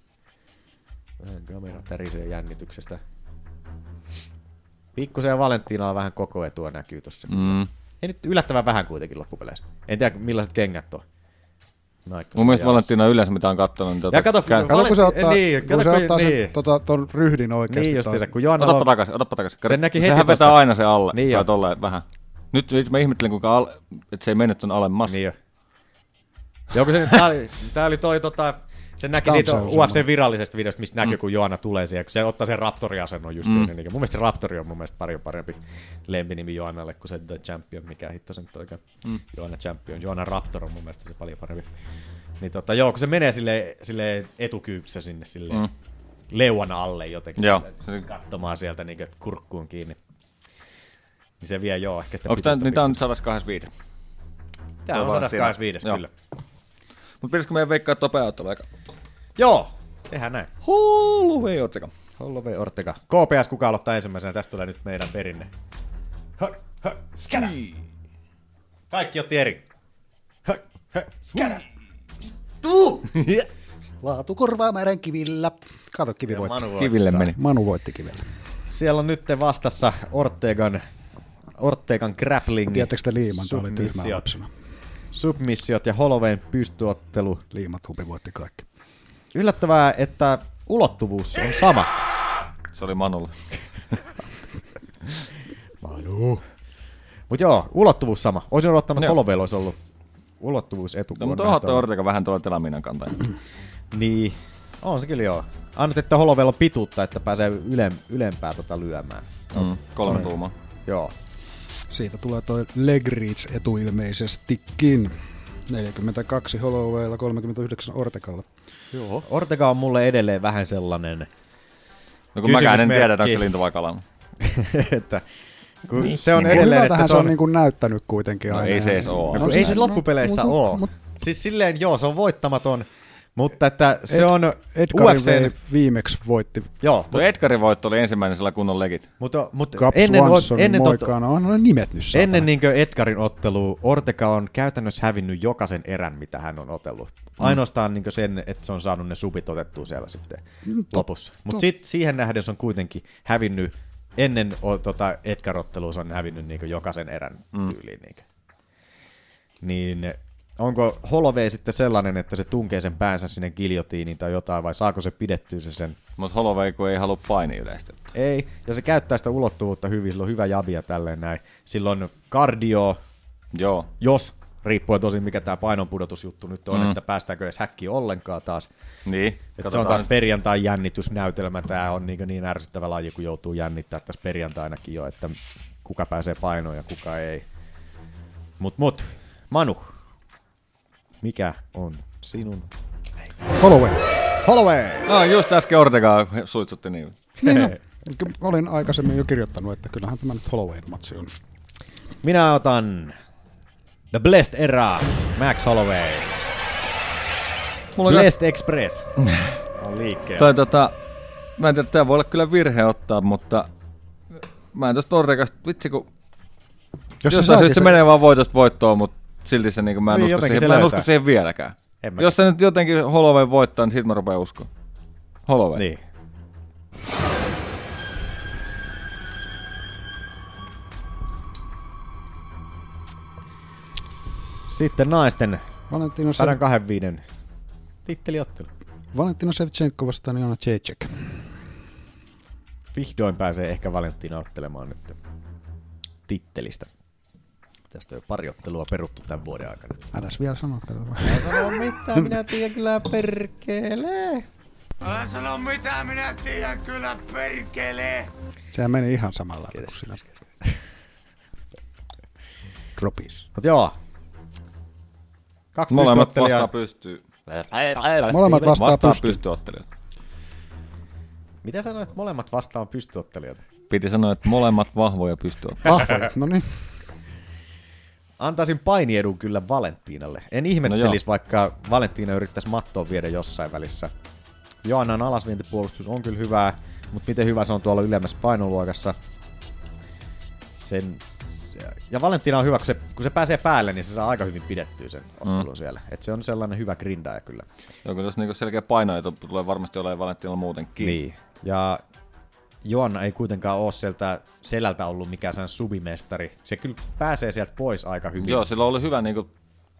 [SPEAKER 6] Vähän kamera tärisee jännityksestä. Pikkusen Valentina on vähän koko etua näkyy tossa.
[SPEAKER 8] Mm.
[SPEAKER 6] Ei nyt yllättävän vähän kuitenkin loppupeleissä. En tiedä millaiset kengät on. Nike-
[SPEAKER 8] Mun mielestä
[SPEAKER 6] jalassa.
[SPEAKER 8] Valentina yleensä, mitä on katsonut, niin
[SPEAKER 6] Ja kato, kun
[SPEAKER 8] kään-
[SPEAKER 5] Kato, kun se ottaa,
[SPEAKER 6] Niin,
[SPEAKER 5] niin, kun
[SPEAKER 6] kato,
[SPEAKER 5] se
[SPEAKER 6] kun-
[SPEAKER 5] ottaa niin.
[SPEAKER 6] niin.
[SPEAKER 5] sen, tota, ton ryhdin oikeasti.
[SPEAKER 6] Niin justiinsa,
[SPEAKER 5] tuon-
[SPEAKER 6] kun Johanna
[SPEAKER 8] Otapa takaisin, otapa takaisin.
[SPEAKER 6] Sen näki
[SPEAKER 8] Sehän
[SPEAKER 6] heti
[SPEAKER 8] vetää
[SPEAKER 6] tosta.
[SPEAKER 8] aina se alle,
[SPEAKER 6] Niin
[SPEAKER 8] niin tai
[SPEAKER 6] jo.
[SPEAKER 8] tolleen vähän. Nyt, nyt mä ihmettelin, kuinka al, että se ei mennyt tuon alemmas.
[SPEAKER 6] Niin jo. Joku se, tää, oli, tää oli toi tota, se näki
[SPEAKER 8] Stamps
[SPEAKER 6] siitä
[SPEAKER 8] on semmoinen.
[SPEAKER 6] UFC virallisesta videosta, mistä näkyy, kun Joana tulee siihen, kun se ottaa sen Raptori-asennon just mm.
[SPEAKER 8] Mm.
[SPEAKER 6] siinä. Niin, mun mielestä se Raptori on mun mielestä paljon parempi lempinimi Joanalle kuin se The Champion, mikä hitto se nyt oikein. Mm.
[SPEAKER 8] Mm.
[SPEAKER 6] Joana Champion, Joana Raptor on mun mielestä se paljon parempi. Niin tota, joo, kun se menee sille, sille etukyypsä sinne sille mm.
[SPEAKER 8] Mm.
[SPEAKER 6] leuan alle jotenkin
[SPEAKER 8] Joo.
[SPEAKER 6] sille, katsomaan sieltä niin kurkkuun kiinni. Niin se vie joo, ehkä sitä
[SPEAKER 8] Onko tämä,
[SPEAKER 6] pituutta
[SPEAKER 8] niin tämä on nyt 125?
[SPEAKER 6] Tää on 125, kyllä.
[SPEAKER 8] Mutta pitäisikö meidän veikkaa tuo pääottelu aika?
[SPEAKER 6] Joo, Tehdään näin.
[SPEAKER 8] Holloway Ortega.
[SPEAKER 6] Holloway Ortega. KPS kuka aloittaa ensimmäisenä? Tästä tulee nyt meidän perinne. Hö, hö, skärä. Kaikki otti eri. Hö, hö, skärä.
[SPEAKER 5] Tuu! Laatu korvaa määrän kivillä. Kato, kivi
[SPEAKER 6] Ja
[SPEAKER 5] voitti.
[SPEAKER 6] Manu Niin. voittaa. Kiville meni.
[SPEAKER 5] Manu voitti kivellä.
[SPEAKER 6] Siellä on nyt vastassa Ortegan, Ortegan grappling.
[SPEAKER 5] Tiedättekö te liiman? Tää oli tyhmää
[SPEAKER 6] submissiot.
[SPEAKER 5] lapsena.
[SPEAKER 6] Submissiot ja Holowayn pystyottelu.
[SPEAKER 5] Liimatupi voitti kaikki.
[SPEAKER 6] Yllättävää, että ulottuvuus on sama.
[SPEAKER 8] Se oli Manulla.
[SPEAKER 6] Manu. Mut joo, ulottuvuus sama. Olisin odottanut, että
[SPEAKER 8] Joo.
[SPEAKER 6] Hollowaylla olisi ollut ulottuvuus etupuolella.
[SPEAKER 8] No, mutta onhan toi Ortega vähän tuolla telaminan kantaja.
[SPEAKER 6] Niin, on se kyllä joo. Annat, että Hollowaylla on pituutta, että pääsee ylem, ylempää tota lyömään.
[SPEAKER 8] Mm, kolme tuumaa.
[SPEAKER 6] Joo.
[SPEAKER 5] Siitä tulee toi leg reach etu ilmeisestikin. 42 Hollowaylla, 39 Ortekalla.
[SPEAKER 6] Joo. Ortega on mulle edelleen vähän sellainen...
[SPEAKER 8] No kun mäkään en tiedä, että onko se
[SPEAKER 6] kysymysmerkki.
[SPEAKER 8] lintu vai kala.
[SPEAKER 6] että, kun
[SPEAKER 8] Niin.
[SPEAKER 6] se on
[SPEAKER 8] Niin,
[SPEAKER 6] edelleen,
[SPEAKER 5] Hyvältähän
[SPEAKER 6] että
[SPEAKER 5] se on, niinku näyttänyt kuitenkin
[SPEAKER 8] No
[SPEAKER 5] aina.
[SPEAKER 8] ei se edes oo.
[SPEAKER 6] No, kun ei se loppupeleissä
[SPEAKER 5] mut-
[SPEAKER 6] ole.
[SPEAKER 5] mut-
[SPEAKER 6] Siis silleen, joo, se on voittamaton, mutta että se on
[SPEAKER 5] Edgar
[SPEAKER 6] UFCn...
[SPEAKER 5] viimeksi voitti.
[SPEAKER 6] Joo.
[SPEAKER 8] Tuo Edgarin voitto oli ensimmäinen sillä kunnon legit.
[SPEAKER 6] Mutta, mutta
[SPEAKER 5] Cap
[SPEAKER 6] ennen,
[SPEAKER 5] Swanson,
[SPEAKER 6] ennen,
[SPEAKER 5] Moikana, on ne nimet nyt saatana.
[SPEAKER 6] ennen niinkö Edgarin ottelua Ortega on käytännössä hävinnyt jokaisen erän, mitä hän on otellut. Ainoastaan niinkö sen, että se on saanut ne subit otettua siellä sitten
[SPEAKER 5] Mm, tot-
[SPEAKER 6] lopussa.
[SPEAKER 5] tot-
[SPEAKER 6] Mutta siihen nähden se on kuitenkin hävinnyt, ennen o- tota Edgar-ottelua se on hävinnyt niinkö jokaisen erän
[SPEAKER 8] Mm.
[SPEAKER 6] tyyliin. Niinkö. Niin onko Holloway sitten sellainen, että se tunkee sen päänsä sinne giljotiiniin tai jotain, vai saako se pidettyä se sen
[SPEAKER 8] Mutta Holloway kun ei halua paini yleistä.
[SPEAKER 6] ei, ja se käyttää sitä ulottuvuutta hyvin, sillä on hyvä jabia tälleen näin. Silloin kardio,
[SPEAKER 8] Joo.
[SPEAKER 6] jos, riippuen tosin mikä tämä painonpudotusjuttu nyt on,
[SPEAKER 8] Mm.
[SPEAKER 6] mm. että päästäänkö edes häkkiin ollenkaan taas.
[SPEAKER 8] Niin,
[SPEAKER 6] Et se on
[SPEAKER 8] katsotaan.
[SPEAKER 6] taas perjantain jännitysnäytelmä, tämä on niin, niin ärsyttävä laji, kun joutuu jännittää tässä perjantainakin jo, että kuka pääsee painoon ja kuka ei. Mut mut, Manu, mikä on sinun?
[SPEAKER 5] Holloway.
[SPEAKER 6] Holloway!
[SPEAKER 8] No just äsken Ortegaa suitsutti niin.
[SPEAKER 5] Niin no, kyllä olin aikaisemmin jo kirjoittanut, että kyllähän tämä nyt Hollowayn matsi on.
[SPEAKER 6] Minä otan The Blessed Era, Max Holloway.
[SPEAKER 8] Mulla
[SPEAKER 6] Mulla
[SPEAKER 8] on
[SPEAKER 6] Blessed Express on liikkeellä.
[SPEAKER 8] Tai tota, mä en tiedä, tää voi olla kyllä virhe ottaa, mutta mä en tosta Ortegasta, vitsi kun... Jos
[SPEAKER 6] se
[SPEAKER 8] Jostain
[SPEAKER 6] saakin
[SPEAKER 8] syystä se
[SPEAKER 6] sen-
[SPEAKER 8] menee vaan voitosta voittoon, mutta silti se niinku, mä en,
[SPEAKER 6] Niin,
[SPEAKER 8] usko
[SPEAKER 6] jotenkin
[SPEAKER 8] siihen,
[SPEAKER 6] se
[SPEAKER 8] mä en
[SPEAKER 6] löytää.
[SPEAKER 8] usko siihen vieläkään.
[SPEAKER 6] En mä-
[SPEAKER 8] Jos se nyt jotenkin Holloway voittaa, niin sit mä rupean uskoon. Holloway.
[SPEAKER 6] Niin. Sitten naisten
[SPEAKER 5] Valentino, Sev-
[SPEAKER 6] 125 titteliottelu.
[SPEAKER 5] Valentino Shevchenko vastaan niin Jana Jacek.
[SPEAKER 6] Vihdoin pääsee ehkä Valentina ottelemaan nyt tittelistä. Tästä on jo pari ottelua peruttu tämän vuoden aikana.
[SPEAKER 5] Äläs vielä sano, kato vaan.
[SPEAKER 6] Ei sano mitään, minä tiedän kyllä perkele.
[SPEAKER 14] Älä sano mitään, minä tiedän kyllä perkelee.
[SPEAKER 5] Sehän meni ihan samalla lailla kuin sinä. Dropis.
[SPEAKER 6] Mut joo. Kaksi
[SPEAKER 8] Molemmat
[SPEAKER 6] pystyottelijaa.
[SPEAKER 8] vastaa pystyy.
[SPEAKER 5] Molemmat vastaa pystyy.
[SPEAKER 8] pystyottelijat.
[SPEAKER 6] Mitä sanoit, molemmat vastaan pystyottelijoita?
[SPEAKER 8] Piti sanoa, että molemmat vahvoja pystyottelijat.
[SPEAKER 5] Vahvoja, no niin.
[SPEAKER 6] Antaisin painiedun kyllä Valentinalle. En
[SPEAKER 8] No joo.
[SPEAKER 6] ihmettelisi, no vaikka Valentina yrittäisi mattoon viedä jossain välissä. Joannan alasvientipuolustus on kyllä hyvää, mutta miten hyvä se on tuolla ylemmässä painoluokassa. Sen... Ja Valentina on hyvä, kun se, kun se pääsee päälle, niin se saa aika hyvin pidettyä sen
[SPEAKER 8] Mm.
[SPEAKER 6] ottelun siellä. Et se on sellainen hyvä grindaaja kyllä.
[SPEAKER 8] Joo, kun jos niinku selkeä painoetu tulee varmasti olemaan Valentinalla muutenkin.
[SPEAKER 6] Niin. Ja Joanna ei kuitenkaan ole sieltä selältä ollut mikään sen subimestari. Se kyllä pääsee sieltä pois aika hyvin.
[SPEAKER 8] Joo, sillä oli hyvä niinku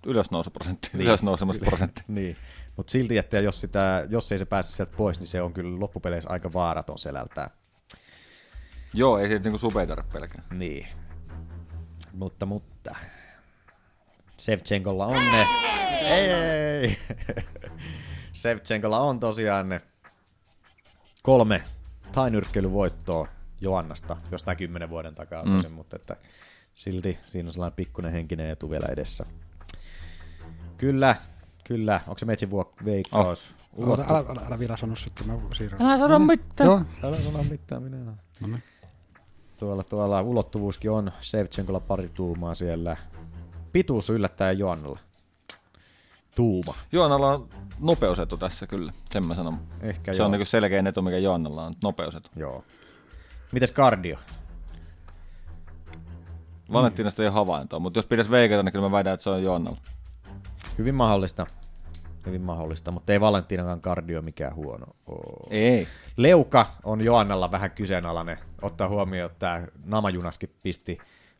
[SPEAKER 8] ylösnousuprosentti, niin. ylösnousemusprosentti.
[SPEAKER 6] niin. Mutta silti, että jos, sitä, jos ei se pääse sieltä pois, niin se on kyllä loppupeleissä aika vaaraton selältään.
[SPEAKER 8] Joo, ei siitä niinku supeita pelkää.
[SPEAKER 6] Niin. Mutta, mutta. Sevchenkolla on ne. Ei, ei. Sevchenkolla on tosiaan ne kolme tainyrkkeilyvoittoa Joannasta jostain kymmenen vuoden takaa
[SPEAKER 8] Mm.
[SPEAKER 6] tosin, mutta että silti siinä on sellainen pikkuinen henkinen etu vielä edessä. Kyllä, kyllä. Onko se Metsin vuok- veikkaus?
[SPEAKER 5] Ota,
[SPEAKER 6] Ulottu-
[SPEAKER 5] Älä, älä, älä, vielä sano sitten, mä siirryn.
[SPEAKER 6] Älä
[SPEAKER 5] No
[SPEAKER 6] sano
[SPEAKER 5] niin.
[SPEAKER 6] mitään.
[SPEAKER 5] Joo.
[SPEAKER 6] Älä sano mitään, minä en.
[SPEAKER 8] No niin.
[SPEAKER 6] Tuolla, tuolla ulottuvuuskin on Sevchenkolla pari tuumaa siellä. Pituus yllättäen Joannalla. tuuma.
[SPEAKER 8] Joannalla on nopeusetu tässä kyllä, sen mä sanon.
[SPEAKER 6] Ehkä
[SPEAKER 8] se
[SPEAKER 6] joo.
[SPEAKER 8] on niin selkein etu, mikä Joannalla on, nopeusetu.
[SPEAKER 6] Joo. Mites kardio?
[SPEAKER 8] Valentinasta ei ole havaintoa, mutta jos pitäisi veikata, niin kyllä mä väitän, että se on Joannalla.
[SPEAKER 6] Hyvin mahdollista. Hyvin mahdollista, mutta ei Valentinakaan kardio mikään huono oo.
[SPEAKER 8] Ei.
[SPEAKER 6] Leuka on Joannalla vähän kyseenalainen. Ottaa huomioon, että tämä namajunaskin pisti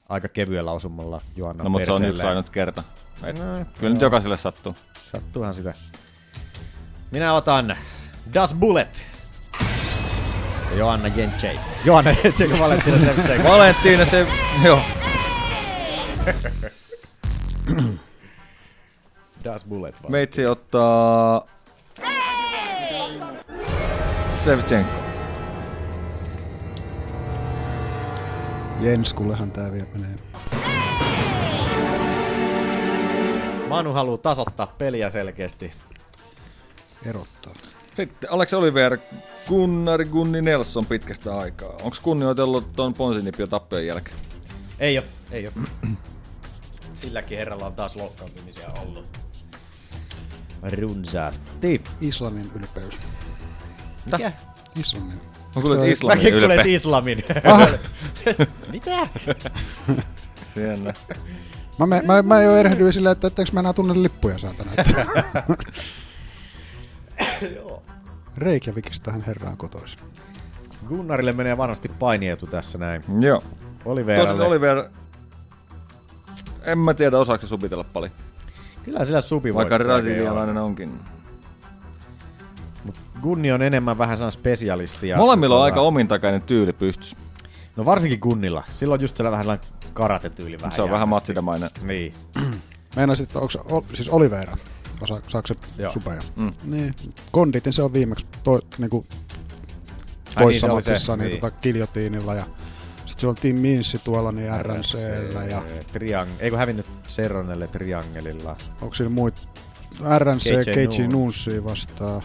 [SPEAKER 6] aika kevyellä osumalla Joannan
[SPEAKER 8] No, mutta se on
[SPEAKER 6] perseelle.
[SPEAKER 8] yksi ainut kerta. Et,
[SPEAKER 6] No,
[SPEAKER 8] no, kyllä
[SPEAKER 6] joo.
[SPEAKER 8] nyt jokaiselle sattuu.
[SPEAKER 6] Sattuuhan sitä. Minä otan Das Bullet. Ja Joanna Jentsei. Joanna Jentsei, kun Valentina Sevtsei.
[SPEAKER 8] Valentina se... Joo.
[SPEAKER 6] Das Bullet vaan.
[SPEAKER 8] Meitsi ottaa... Sevchenko.
[SPEAKER 5] Jenskullehan tää vielä menee.
[SPEAKER 6] Manu haluaa tasoittaa peliä selkeästi.
[SPEAKER 5] Erottaa.
[SPEAKER 8] Sitten Alex Oliver, Gunnar Gunni Nelson pitkästä aikaa. Onko kunnioitellut ton ponsinipio tappion jälkeen?
[SPEAKER 6] Ei oo, ei oo. Silläkin herralla on taas loukkaantumisia ollut. Runsaasti.
[SPEAKER 5] Islannin ylpeys.
[SPEAKER 6] Mikä?
[SPEAKER 5] Islannin.
[SPEAKER 8] Mä kuulen, että Islamin
[SPEAKER 6] Mäkin kuulen,
[SPEAKER 8] ylpeä.
[SPEAKER 6] että islamin.
[SPEAKER 5] Ah.
[SPEAKER 6] Mitä?
[SPEAKER 8] Siellä.
[SPEAKER 5] Mä, mä, mä, mä jo erehdyin silleen, että etteikö mä enää tunne lippuja saatana.
[SPEAKER 6] Joo.
[SPEAKER 5] Reikjavikista hän herraan kotoisin.
[SPEAKER 6] Gunnarille menee varmasti painietu tässä näin.
[SPEAKER 8] Joo. Tosin
[SPEAKER 6] Oliveralle. Oli...
[SPEAKER 8] Oliver... En mä tiedä, osaako se supitella paljon.
[SPEAKER 6] Kyllä sillä supi
[SPEAKER 8] Vaikka
[SPEAKER 6] voittaa,
[SPEAKER 8] brasilialainen onkin.
[SPEAKER 6] Gunni on enemmän vähän sellainen spesialisti. Ja
[SPEAKER 8] Molemmilla on
[SPEAKER 6] tota-
[SPEAKER 8] aika omintakainen tyyli pystys.
[SPEAKER 6] No varsinkin Gunnilla. Sillä on just sellainen vähän sellainen karate-tyyli. Vähän
[SPEAKER 8] Se on vähän matsidamainen.
[SPEAKER 6] Niin.
[SPEAKER 5] Meinasin, että onko, o, siis Oliveira, osa, saako se
[SPEAKER 6] Joo.
[SPEAKER 5] supeja?
[SPEAKER 6] Mm.
[SPEAKER 5] Mm. Niin. Konditin se on viimeksi to, niinku,
[SPEAKER 6] Ai niin,
[SPEAKER 5] toissa
[SPEAKER 6] se oli
[SPEAKER 5] niin,
[SPEAKER 6] se,
[SPEAKER 5] matsissa niin,
[SPEAKER 6] niin.
[SPEAKER 5] niin. Tota, kiljotiinilla ja sitten silloin Team Minssi tuolla niin RNCllä ja
[SPEAKER 6] Äh, Triang... Eikö hävinnyt Serronelle Triangelilla?
[SPEAKER 5] onko siinä muut RNC
[SPEAKER 6] KJ
[SPEAKER 5] Keiji
[SPEAKER 6] Nunes.
[SPEAKER 5] Nunsi vastaan.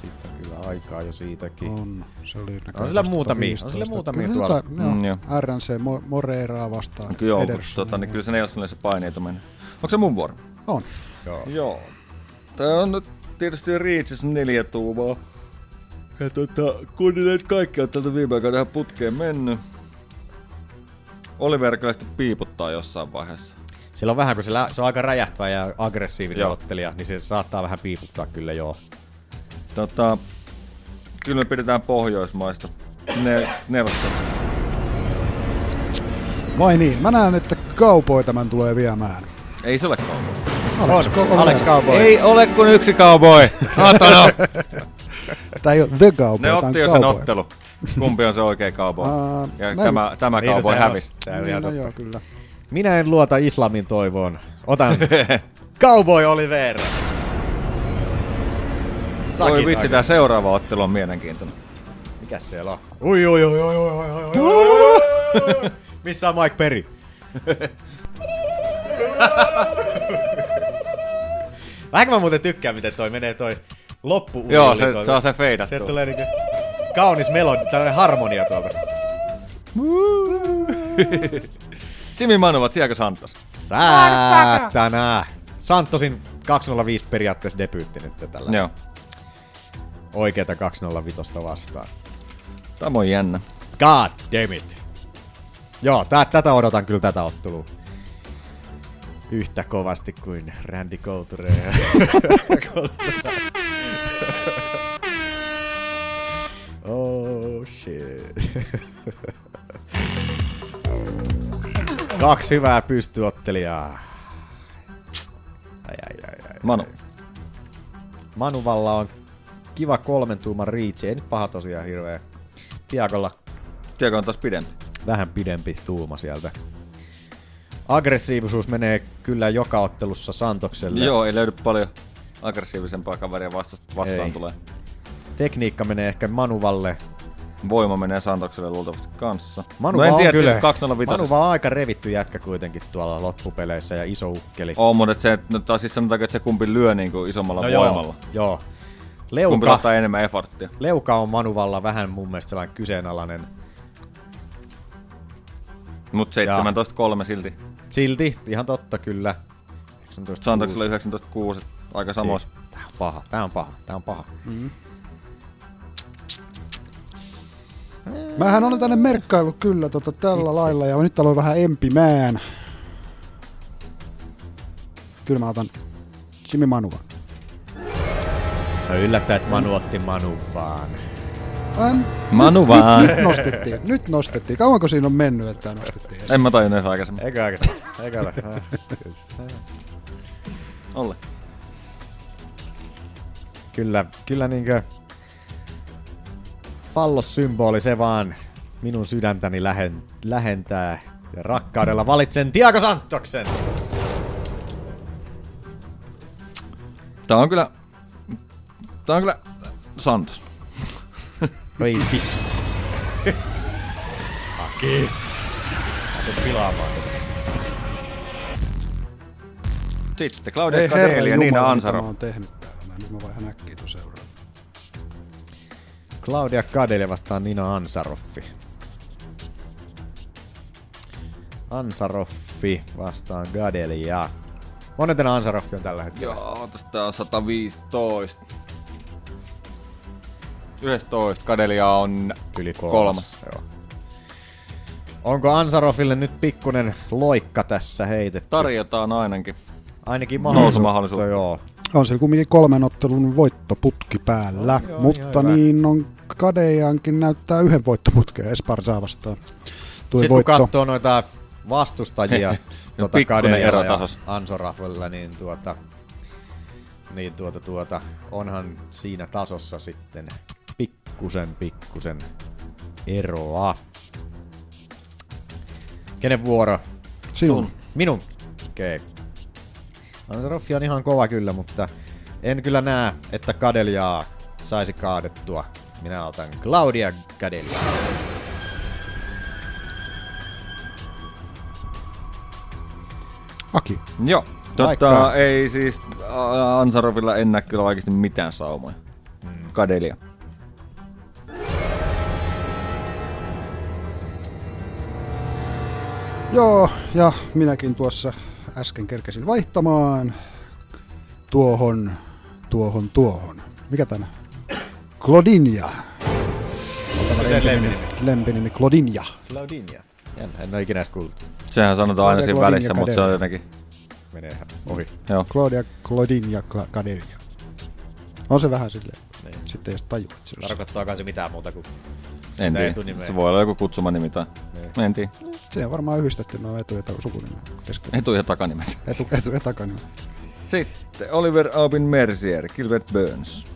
[SPEAKER 6] Siitä on kyllä aikaa jo siitäkin.
[SPEAKER 5] On. Se oli
[SPEAKER 6] on sillä muutamia, on sillä muutamia
[SPEAKER 5] Kyllä
[SPEAKER 6] tuolla.
[SPEAKER 5] Sitä,
[SPEAKER 8] Mm,
[SPEAKER 5] mm,
[SPEAKER 8] joo.
[SPEAKER 5] RNC Mo- Moreiraa vastaan.
[SPEAKER 8] Kyllä, on,
[SPEAKER 5] Ederson
[SPEAKER 8] tota, niin
[SPEAKER 5] ja-
[SPEAKER 8] kyllä se Nelsonille se paineetu mennyt. Onko se mun vuoro?
[SPEAKER 5] On.
[SPEAKER 6] Joo.
[SPEAKER 8] Joo. Tää on nyt tietysti Riitsis neljä tuumaa. Ja tota, kuunnelleet kaikki on tältä viime aikoina ihan putkeen mennyt. Oliver kyllä sitten piiputtaa jossain vaiheessa.
[SPEAKER 6] Sillä on vähän, kun sillä, se on aika räjähtävä ja aggressiivinen
[SPEAKER 8] Joo.
[SPEAKER 6] ottelija, niin se saattaa vähän piiputtaa kyllä joo.
[SPEAKER 8] Tota, kyllä me pidetään pohjoismaista. Ne, Nelson.
[SPEAKER 5] Vai niin, mä näen, että kaupoi tämän tulee viemään.
[SPEAKER 8] Ei se ole kauan.
[SPEAKER 5] Alex,
[SPEAKER 6] On.
[SPEAKER 5] Ko-
[SPEAKER 6] Alex Cowboy.
[SPEAKER 8] Ei ole kuin yksi cowboy. Atano.
[SPEAKER 5] Tää ei ole The Cowboy,
[SPEAKER 8] ne
[SPEAKER 5] tää on
[SPEAKER 8] otti jo sen
[SPEAKER 5] Cowboy.
[SPEAKER 8] ottelu. Kumpi on se oikea cowboy?
[SPEAKER 5] Aa,
[SPEAKER 8] ja
[SPEAKER 5] näin.
[SPEAKER 8] tämä, tämä
[SPEAKER 6] Niin, no
[SPEAKER 8] cowboy
[SPEAKER 6] sehän on-
[SPEAKER 8] hävisi.
[SPEAKER 6] sehän on
[SPEAKER 5] Niin,
[SPEAKER 6] ihan
[SPEAKER 5] no
[SPEAKER 6] totta.
[SPEAKER 5] joo, kyllä.
[SPEAKER 6] Minä en luota islamin toivoon. Otan Cowboy Oliveira. Sakin
[SPEAKER 8] Voi vitsi,
[SPEAKER 6] takia.
[SPEAKER 8] tämä seuraava ottelu on mielenkiintoinen.
[SPEAKER 6] Mikäs siellä on? Ui, ui, ui, ui, ui, ui, ui, ui, ui, ui, ui. Missä on Mike Perry? Vähän mä muuten tykkään, miten toi menee toi loppu
[SPEAKER 8] Joo, se- se on se feidattu.
[SPEAKER 6] Se tulee niinku kaunis melodi, tämmönen harmonia tuolta.
[SPEAKER 8] Jimmy Manovat, sielläkö Santos?
[SPEAKER 6] Saatana. Santosin 205 periaatteessa debyytti nyt tällä.
[SPEAKER 8] Joo.
[SPEAKER 6] Oikeeta 205 vastaan.
[SPEAKER 8] Tämä on jännä.
[SPEAKER 6] God damn it. Joo, tää, tätä odotan kyllä tätä ottelua. Yhtä kovasti kuin Randy Couture. ja Kotsala. oh shit. Kaksi hyvää pystyottelijaa. Ai, ai, ai, ai.
[SPEAKER 8] Manu.
[SPEAKER 6] Manuvalla on kiva kolmen tuuman riitsi. Ei nyt paha tosiaan hirveä. Tiakolla
[SPEAKER 8] Tiedätkö on taas pidempi?
[SPEAKER 6] vähän pidempi tuuma sieltä. Aggressiivisuus menee kyllä joka ottelussa Santokselle.
[SPEAKER 8] Joo, ei löydy paljon aggressiivisempaa kaveria vasta- vastaan
[SPEAKER 6] Ei.
[SPEAKER 8] tulee.
[SPEAKER 6] Tekniikka menee ehkä Manuvalle.
[SPEAKER 8] Voima menee Santokselle luultavasti kanssa. No
[SPEAKER 6] Manuva
[SPEAKER 8] en
[SPEAKER 6] on
[SPEAKER 8] tiedä,
[SPEAKER 6] kyllä,
[SPEAKER 8] tietysti 205.
[SPEAKER 6] Manuva on aika revitty jätkä kuitenkin tuolla loppupeleissä ja iso ukkeli.
[SPEAKER 8] On, mutta et se, no, tai siis sanotaanko, että se kumpi lyö niin kuin isommalla no voimalla.
[SPEAKER 6] Joo, joo.
[SPEAKER 8] Kumpi
[SPEAKER 6] Leuka,
[SPEAKER 8] ottaa enemmän efforttia.
[SPEAKER 6] Leuka on Manuvalla vähän mun mielestä sellainen kyseenalainen.
[SPEAKER 8] Mut 17-3 silti.
[SPEAKER 6] Silti, ihan totta kyllä. 19
[SPEAKER 8] Santoksella 19-6. aika samoissa.
[SPEAKER 6] Tää on paha, tää on paha, tää on paha.
[SPEAKER 5] Mm. Mähän olen tänne merkkailu kyllä tota, tällä lailla ja nyt aloin vähän empimään. Kyllä mä otan Jimmy Manuva.
[SPEAKER 6] No yllättää, että Manu otti Manu vaan.
[SPEAKER 5] An-
[SPEAKER 8] Manu
[SPEAKER 5] nyt,
[SPEAKER 8] vaan.
[SPEAKER 5] Nyt, nyt nostettiin, nyt nostettiin. Kauanko siinä on mennyt, että tää nostettiin?
[SPEAKER 8] En mä tajunnut edes aikaisemmin.
[SPEAKER 6] Eikö aikaisemmin? Eikö ole? Ah,
[SPEAKER 8] Olle.
[SPEAKER 6] Kyllä, kyllä niinkö fallossymboli se vaan minun sydäntäni lähen, lähentää. Ja rakkaudella valitsen Tiago Santoksen.
[SPEAKER 8] Tää on kyllä... Tää on kyllä Santos.
[SPEAKER 6] Reitti. Aki. Lähdet pilaamaan.
[SPEAKER 8] Sitten Claudia Kadeli ja Niina Ansaro.
[SPEAKER 5] mä oon tehnyt täällä. näin. Nyt mä vaihan äkkiä tuon seuraan.
[SPEAKER 6] Claudia Kadele vastaan Nina Ansaroffi. Ansaroffi vastaan Gadelia. Monentena Ansaroffi on tällä hetkellä.
[SPEAKER 8] Joo, tästä on 115. 11. Kadelia on
[SPEAKER 6] Yli kolmas.
[SPEAKER 8] kolmas.
[SPEAKER 6] Joo. Onko Ansarofille nyt pikkunen loikka tässä heitetty?
[SPEAKER 8] Tarjotaan ainakin.
[SPEAKER 6] Ainakin
[SPEAKER 8] Nousumahdollisuus.
[SPEAKER 6] mahdollisuutta, joo.
[SPEAKER 5] On siellä kumminkin kolmen ottelun voittoputki päällä,
[SPEAKER 6] joo,
[SPEAKER 5] mutta
[SPEAKER 6] ihan hyvä.
[SPEAKER 5] niin on Kadejankin näyttää yhden voittoputkeen Esparsaa vastaan. Tuo
[SPEAKER 6] Sitten
[SPEAKER 5] voitto.
[SPEAKER 6] kun katsoo noita vastustajia tuota
[SPEAKER 8] pikkunen
[SPEAKER 6] Kadejalla
[SPEAKER 8] ero
[SPEAKER 6] ja
[SPEAKER 8] tasossa.
[SPEAKER 6] Ansorafilla, niin tuota, niin tuota, tuota, onhan siinä tasossa sitten pikkusen, pikkusen eroa. Kenen vuoro?
[SPEAKER 5] Sinun.
[SPEAKER 6] Minun. Okei. Okay. Ansaroffi on ihan kova kyllä, mutta en kyllä näe, että Kadeliaa saisi kaadettua. Minä otan Claudia Kadeliaa.
[SPEAKER 5] Aki.
[SPEAKER 8] Joo.
[SPEAKER 6] Vaikka-
[SPEAKER 8] Totta, ei siis ä, Ansarovilla en näe kyllä oikeasti mitään saumoja.
[SPEAKER 6] Mm.
[SPEAKER 8] Kadelia.
[SPEAKER 5] Joo, ja minäkin tuossa äsken kerkesin vaihtamaan tuohon, tuohon, tuohon. Mikä tämä? Clodinia.
[SPEAKER 6] Onko se lempinimi?
[SPEAKER 5] Lempinimi Clodinia.
[SPEAKER 6] Claudinia. En, en ole ikinä edes kuullut.
[SPEAKER 8] Sehän sanotaan aina siinä
[SPEAKER 5] Claudia
[SPEAKER 8] välissä, mutta se on
[SPEAKER 5] Kadeli.
[SPEAKER 8] jotenkin...
[SPEAKER 6] Menee ihan ohi.
[SPEAKER 8] Joo.
[SPEAKER 5] Claudia Clodinia Cla- Cadelia. On se vähän silleen.
[SPEAKER 6] Niin.
[SPEAKER 5] Sitten jos tajuu, että se on se.
[SPEAKER 6] Tarkoittaakaan se mitään muuta kuin
[SPEAKER 8] En
[SPEAKER 6] sitä
[SPEAKER 8] tiedä.
[SPEAKER 6] etunimeä.
[SPEAKER 8] Se voi olla joku kutsumanimi tai...
[SPEAKER 6] Niin.
[SPEAKER 8] En tiedä.
[SPEAKER 5] Se on varmaan yhdistetty nuo etu- ja ta- sukunimet. keskenään.
[SPEAKER 8] Etu- ja takanimet.
[SPEAKER 5] Etu, etu- ja takanimet.
[SPEAKER 8] Sitten Oliver Aubin Mercier, Gilbert Burns.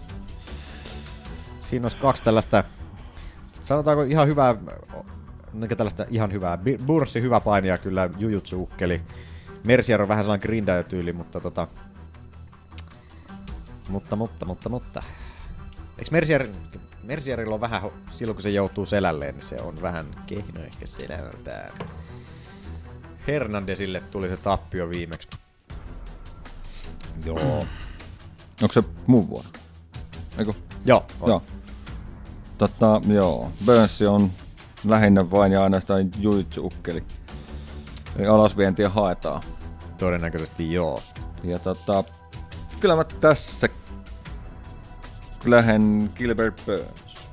[SPEAKER 6] Siinä olisi kaksi tällaista, sanotaanko ihan hyvää, niin tällaista ihan hyvää. Bi- Burssi hyvä painija kyllä, jujutsu-ukkeli. Mercier on vähän sellainen grindajatyyli, mutta tota... Mutta, mutta, mutta, mutta. Eikö Mercier, Mercierilla on vähän, ho- silloin kun se joutuu selälleen, niin se on vähän kehno ehkä selältään. Hernandezille tuli se tappio viimeksi. Joo.
[SPEAKER 8] Onko se mun vuoro? Eiku?
[SPEAKER 6] Joo, on.
[SPEAKER 8] joo. Totta, joo. Burns on lähinnä vain ja ainoastaan jujutsu-ukkeli. Eli alasvientiä haetaan.
[SPEAKER 6] Todennäköisesti joo.
[SPEAKER 8] Ja tota, kyllä mä tässä lähden Gilbert Burns.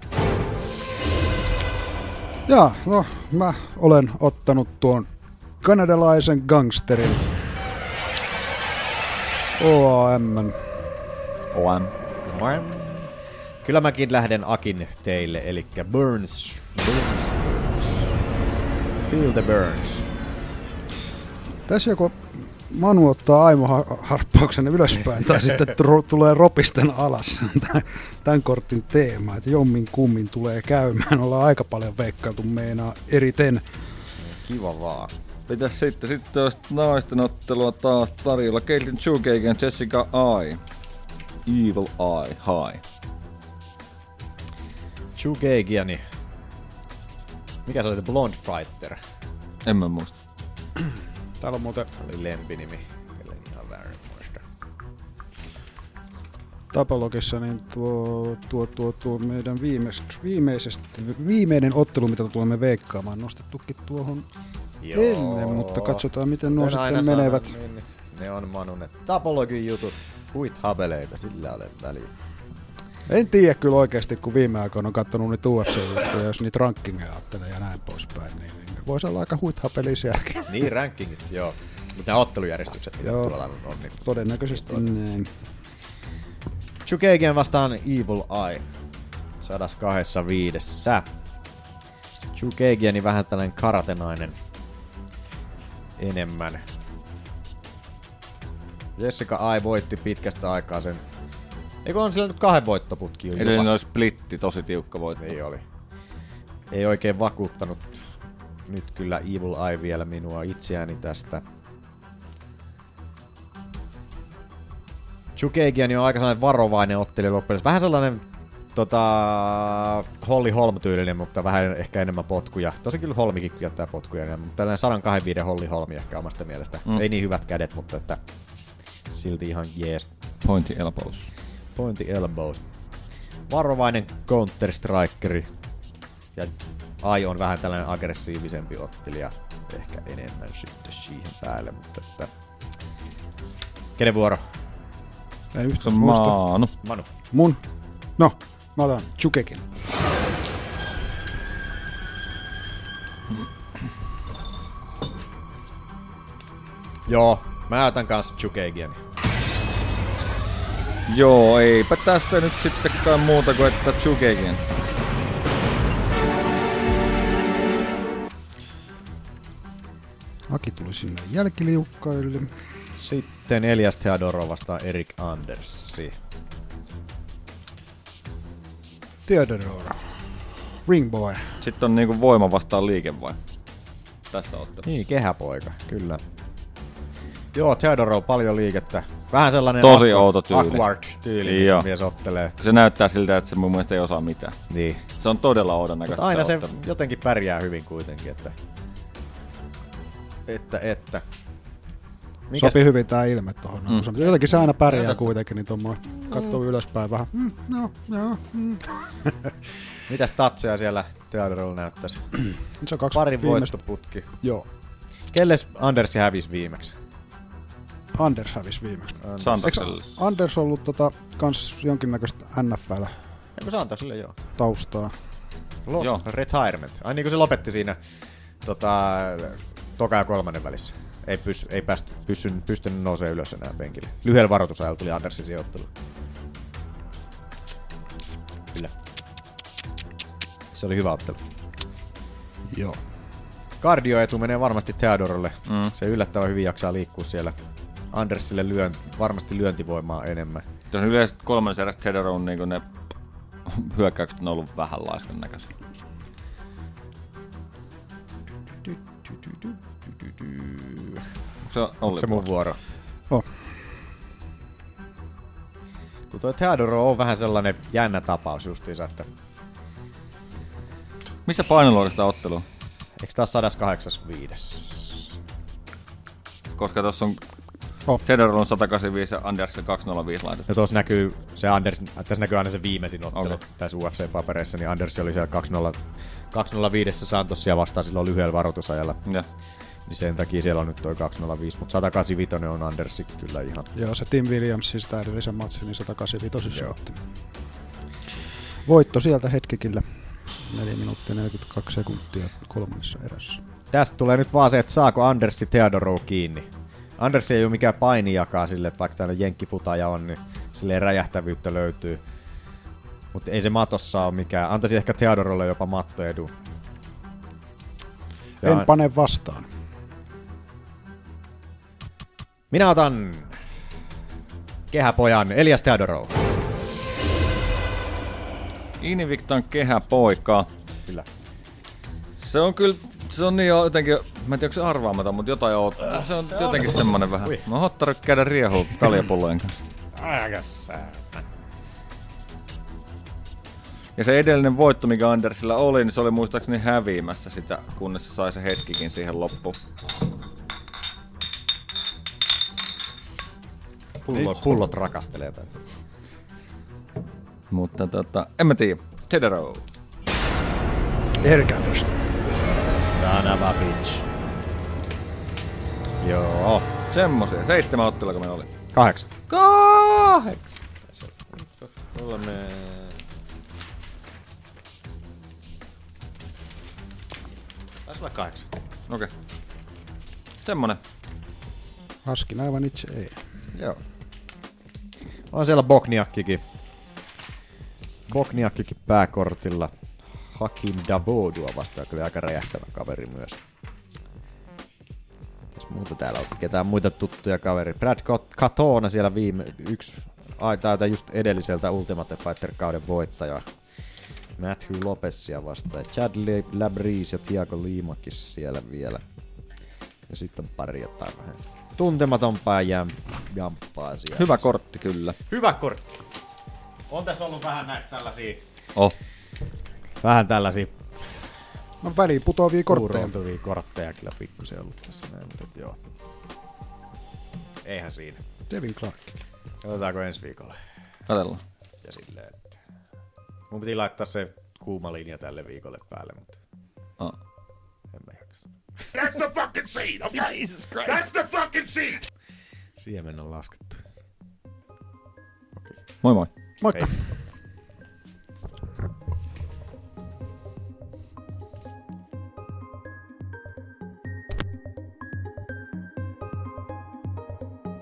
[SPEAKER 5] Jaa, no mä olen ottanut tuon kanadalaisen gangsterin OAM.
[SPEAKER 8] OM.
[SPEAKER 6] OM. Kyllä mäkin lähden Akin teille, eli Burns. Burns. Feel the Burns.
[SPEAKER 5] Tässä joko Manu ottaa aimoharppauksen ylöspäin tai sitten tru- tulee ropisten alas. Tämän kortin teema, että jommin kummin tulee käymään. Ollaan aika paljon veikkailtu meinaa eriten.
[SPEAKER 6] Kiva vaan.
[SPEAKER 8] Mitäs sitten? Sitten olisi naisten ottelua taas tarjolla. Caitlin Chukeiken ja Jessica Ai. Evil Eye High.
[SPEAKER 6] Chugeigiani. Mikä se oli se Blonde Fighter?
[SPEAKER 8] En mä muista.
[SPEAKER 5] Täällä on muuten
[SPEAKER 6] Oli lempinimi. Kyllä ihan väärin muista.
[SPEAKER 5] Tapologissa niin tuo, tuo, tuo, tuo meidän viimeis, viimeisestä, viimeinen ottelu, mitä tulemme veikkaamaan, nostettukin tuohon
[SPEAKER 6] Joo.
[SPEAKER 5] ennen, mutta katsotaan miten nuo
[SPEAKER 6] Kuten aina niin.
[SPEAKER 5] sitten menevät.
[SPEAKER 6] Sanon, niin ne on Manunen tapologin jutut. Huithabeleita, sillä ole väliä.
[SPEAKER 5] En tiedä kyllä oikeasti, kun viime aikoina on katsonut niitä UFC-juttuja, jos niitä rankingeja ajattelee ja näin poispäin, niin, niin voisi olla aika huithapelisiäkin.
[SPEAKER 6] Niin, rankingit, joo. Mutta nämä ottelujärjestykset, mitä
[SPEAKER 5] Joo.
[SPEAKER 6] tuolla on, on niin
[SPEAKER 5] Todennäköisesti näin.
[SPEAKER 6] Chukagien vastaan Evil Eye. 125. Chukagieni niin vähän tällainen karatenainen enemmän. Jessica Ai voitti pitkästä aikaa sen. Eikö on sillä nyt kahden voittoputki jo?
[SPEAKER 8] Eli oli splitti, tosi tiukka voitto.
[SPEAKER 6] Niin oli. Ei oikein vakuuttanut nyt kyllä Evil Eye vielä minua itseäni tästä. Chukagian on aika sellainen varovainen ottelija loppujen lopuksi. Vähän sellainen tota, Holly Holm-tyylinen, mutta vähän ehkä enemmän potkuja. Tosi kyllä Holmikin jättää potkuja, enemmän, mutta tällainen 125 Holly Holmi ehkä omasta mielestä.
[SPEAKER 8] Mm.
[SPEAKER 6] Mm. Ei niin hyvät kädet, mutta että silti ihan jees.
[SPEAKER 8] Pointti elbows.
[SPEAKER 6] Pointti elbows. Varovainen counter-strikeri. Ja Ai on vähän tällainen aggressiivisempi ottelija. Ehkä enemmän sitten siihen päälle, mutta että... Kenen vuoro?
[SPEAKER 5] Ei
[SPEAKER 8] Se
[SPEAKER 5] yhtään
[SPEAKER 8] on
[SPEAKER 5] muista.
[SPEAKER 8] Maanu.
[SPEAKER 6] Manu.
[SPEAKER 5] Mun? No, mä otan Chukekin.
[SPEAKER 6] Joo, mä otan kanssa Chukagian.
[SPEAKER 8] Joo, eipä tässä nyt sittenkään muuta kuin että Chukekin.
[SPEAKER 5] Aki tuli sinne jälkiliukkaille.
[SPEAKER 6] Sitten Elias Theodoro vastaan Erik Andersi.
[SPEAKER 5] Theodore. Ringboy.
[SPEAKER 8] Sitten on niinku voima vastaan liike vai? Tässä ottelussa.
[SPEAKER 6] Niin, kehäpoika, kyllä. Joo, Theodoro on paljon liikettä. Vähän sellainen
[SPEAKER 8] Tosi
[SPEAKER 6] awkward-
[SPEAKER 8] outo tyyli.
[SPEAKER 6] awkward tyyli,
[SPEAKER 8] Joo.
[SPEAKER 6] Joo. mies ottelee.
[SPEAKER 8] Se näyttää siltä, että se mun mielestä ei osaa mitään.
[SPEAKER 6] Niin.
[SPEAKER 8] Se on todella oudon näköistä.
[SPEAKER 6] Mutta aina se
[SPEAKER 8] ottelu.
[SPEAKER 6] jotenkin pärjää hyvin kuitenkin, että... Että, että...
[SPEAKER 5] Mikäs? Sopii hyvin tää ilme tuohon.
[SPEAKER 6] Mm.
[SPEAKER 5] Mm. Jotenkin se aina pärjää
[SPEAKER 6] Totta.
[SPEAKER 5] kuitenkin, niin tuommoinen katsoo
[SPEAKER 6] Mm.
[SPEAKER 5] ylöspäin vähän. Mm. No, joo. Mm.
[SPEAKER 6] Mitäs tatseja siellä Theodorolla näyttäisi?
[SPEAKER 5] Se on kaksi
[SPEAKER 6] Pari
[SPEAKER 5] viimeistä.
[SPEAKER 6] voittoputki.
[SPEAKER 5] Joo.
[SPEAKER 6] Kelles Andersi hävisi viimeksi?
[SPEAKER 5] Anders hävisi viimeksi.
[SPEAKER 6] Anders.
[SPEAKER 8] Sanderselle.
[SPEAKER 5] Eikö Anders ollut tota, kans jonkinnäköistä
[SPEAKER 6] Eikö se antoi sille joo?
[SPEAKER 5] NFL-taustaa?
[SPEAKER 6] Lost Joo. Retirement. Ai niin kuin se lopetti siinä tota, toka ja kolmannen välissä. Ei, pys, ei päästy, pysyn, pystynyt nousemaan ylös enää penkille. Lyhyellä varoitusajalla tuli Andersin sijoittelu. Kyllä. Se oli hyvä ottelu.
[SPEAKER 5] Joo.
[SPEAKER 6] Kardioetu menee varmasti Theodorolle.
[SPEAKER 8] Mm.
[SPEAKER 6] Mm. Se yllättävän hyvin jaksaa liikkua siellä. Andersille lyön, varmasti lyöntivoimaa enemmän.
[SPEAKER 8] Jos yleensä kolmannen erästä Cedaro on niinku ne hyökkäykset on ollut vähän laiskan näköisiä. Se on Olli.
[SPEAKER 6] Onko se mun vuoro?
[SPEAKER 5] Oh.
[SPEAKER 6] Kun toi Theodoro on vähän sellainen jännä tapaus justiinsa, että
[SPEAKER 8] Missä painoluokasta ottelu? on?
[SPEAKER 6] eikö tää ole 185?
[SPEAKER 8] Koska tuossa on
[SPEAKER 5] oh.
[SPEAKER 8] Cedaro on 185 ja Andersen 205 laitettu.
[SPEAKER 6] No tuossa näkyy, se Anders, äh, tässä näkyy aina se viimeisin ottelu
[SPEAKER 8] Okei.
[SPEAKER 6] okay. tässä UFC-papereissa, niin Anders oli siellä 20, 205 Santosia vastaan silloin lyhyellä varoitusajalla.
[SPEAKER 8] Ja.
[SPEAKER 6] Niin sen takia siellä on nyt toi 205, mutta 185 on Andersi kyllä ihan.
[SPEAKER 5] Joo, se Tim Williams, siis tämä edellisen matsin, niin 185 otti. Voitto sieltä hetkikillä. 4 minuuttia 42 sekuntia kolmannessa erässä.
[SPEAKER 6] Tästä tulee nyt vaan se, että saako Andersi Theodorou kiinni. Anders ei ole mikään painijakaa sille, että vaikka täällä jenkkifutaja on, niin silleen räjähtävyyttä löytyy. Mutta ei se matossa ole mikään. Antaisin ehkä Theodorolle jopa mattoedu.
[SPEAKER 5] Ja en pane vastaan.
[SPEAKER 6] Minä otan kehäpojan Elias Theodorou.
[SPEAKER 8] Invictan kehäpoika.
[SPEAKER 6] Kyllä.
[SPEAKER 8] Se on kyllä, se on niin jotenkin, mä en tiedä onko se arvaamaton, mutta jotain on, Äh, se on niinku- jotenkin semmonen vähän.
[SPEAKER 6] Ui.
[SPEAKER 8] Mä oon ottanut käydä riehuu kaljapullojen kanssa.
[SPEAKER 6] Aika sää.
[SPEAKER 8] Ja se edellinen voitto, mikä Andersilla oli, niin se oli muistaakseni häviämässä sitä, kunnes se sai se hetkikin siihen loppuun.
[SPEAKER 6] Pullot, pullot rakastelee tätä.
[SPEAKER 8] Mutta tota, en mä tiedä. Tedero.
[SPEAKER 5] Erik Andersen.
[SPEAKER 6] Son of a bitch. Joo.
[SPEAKER 8] Semmosia. Seitsemän ottelua, kun meillä oli.
[SPEAKER 6] Kahdeksan.
[SPEAKER 8] Ka- kahdeksi.
[SPEAKER 6] Kolme. Taisi olla kahdeksan.
[SPEAKER 8] Okei. Okay. Semmonen.
[SPEAKER 5] Laskin aivan itse, ei.
[SPEAKER 6] Joo. On siellä Bokniakkikin. Bokniakkikin pääkortilla. Hakim Davodua vastaan kyllä aika räjähtävä kaveri myös. Mitäs muuta täällä on? Ketään muita tuttuja kaveri. Brad Kat- Katona siellä viime yksi ai, täältä just edelliseltä Ultimate Fighter kauden voittaja. Matthew Lopesia vastaan. Chad Le- Labriz ja Tiago Liimakin siellä vielä. Ja sitten pari jotain vähän tuntematonpaa jäm- jamppaa siellä.
[SPEAKER 8] Hyvä kortti kyllä.
[SPEAKER 6] Hyvä kortti. On tässä ollut vähän näitä tällaisia.
[SPEAKER 8] Oh.
[SPEAKER 6] Vähän tällaisia
[SPEAKER 5] No väliin putoavia kortteja.
[SPEAKER 6] Puuroutuvia kortteja kyllä pikkusen ollut tässä näin, mutta et joo. Eihän siinä.
[SPEAKER 5] Devin Clark.
[SPEAKER 6] Otetaanko ensi viikolla?
[SPEAKER 8] Katsellaan.
[SPEAKER 6] Ja silleen, että... Mun piti laittaa se kuuma linja tälle viikolle päälle, mutta
[SPEAKER 8] Oh.
[SPEAKER 6] en mä jaksa. Oh,
[SPEAKER 14] That's the fucking seed. Okay?
[SPEAKER 6] Jesus Christ.
[SPEAKER 14] That's the fucking seed.
[SPEAKER 6] Siemen on laskettu.
[SPEAKER 8] Moi moi.
[SPEAKER 5] Moikka.
[SPEAKER 6] Hei.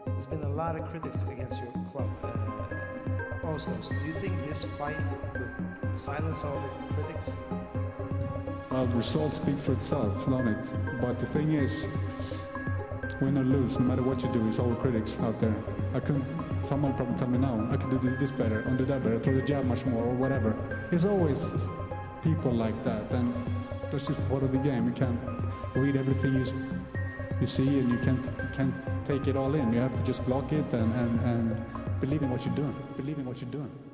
[SPEAKER 18] There's been a lot of critics against your club. Uh, also, so do you think this fight would silence all the critics?
[SPEAKER 19] Well, the results speak for itself, don't it? But the thing is, win or lose, no matter what you do, it's all critics out there. I couldn't, someone probably tell me now, I could do this better, or do that better, throw the jab much more, or whatever. It's always people like that, and that's just part of the game. You can't read everything you, you see, and you can't, you can't take it all in. You have to just block it and, and, and believe in what you're doing. Believe in what you're doing.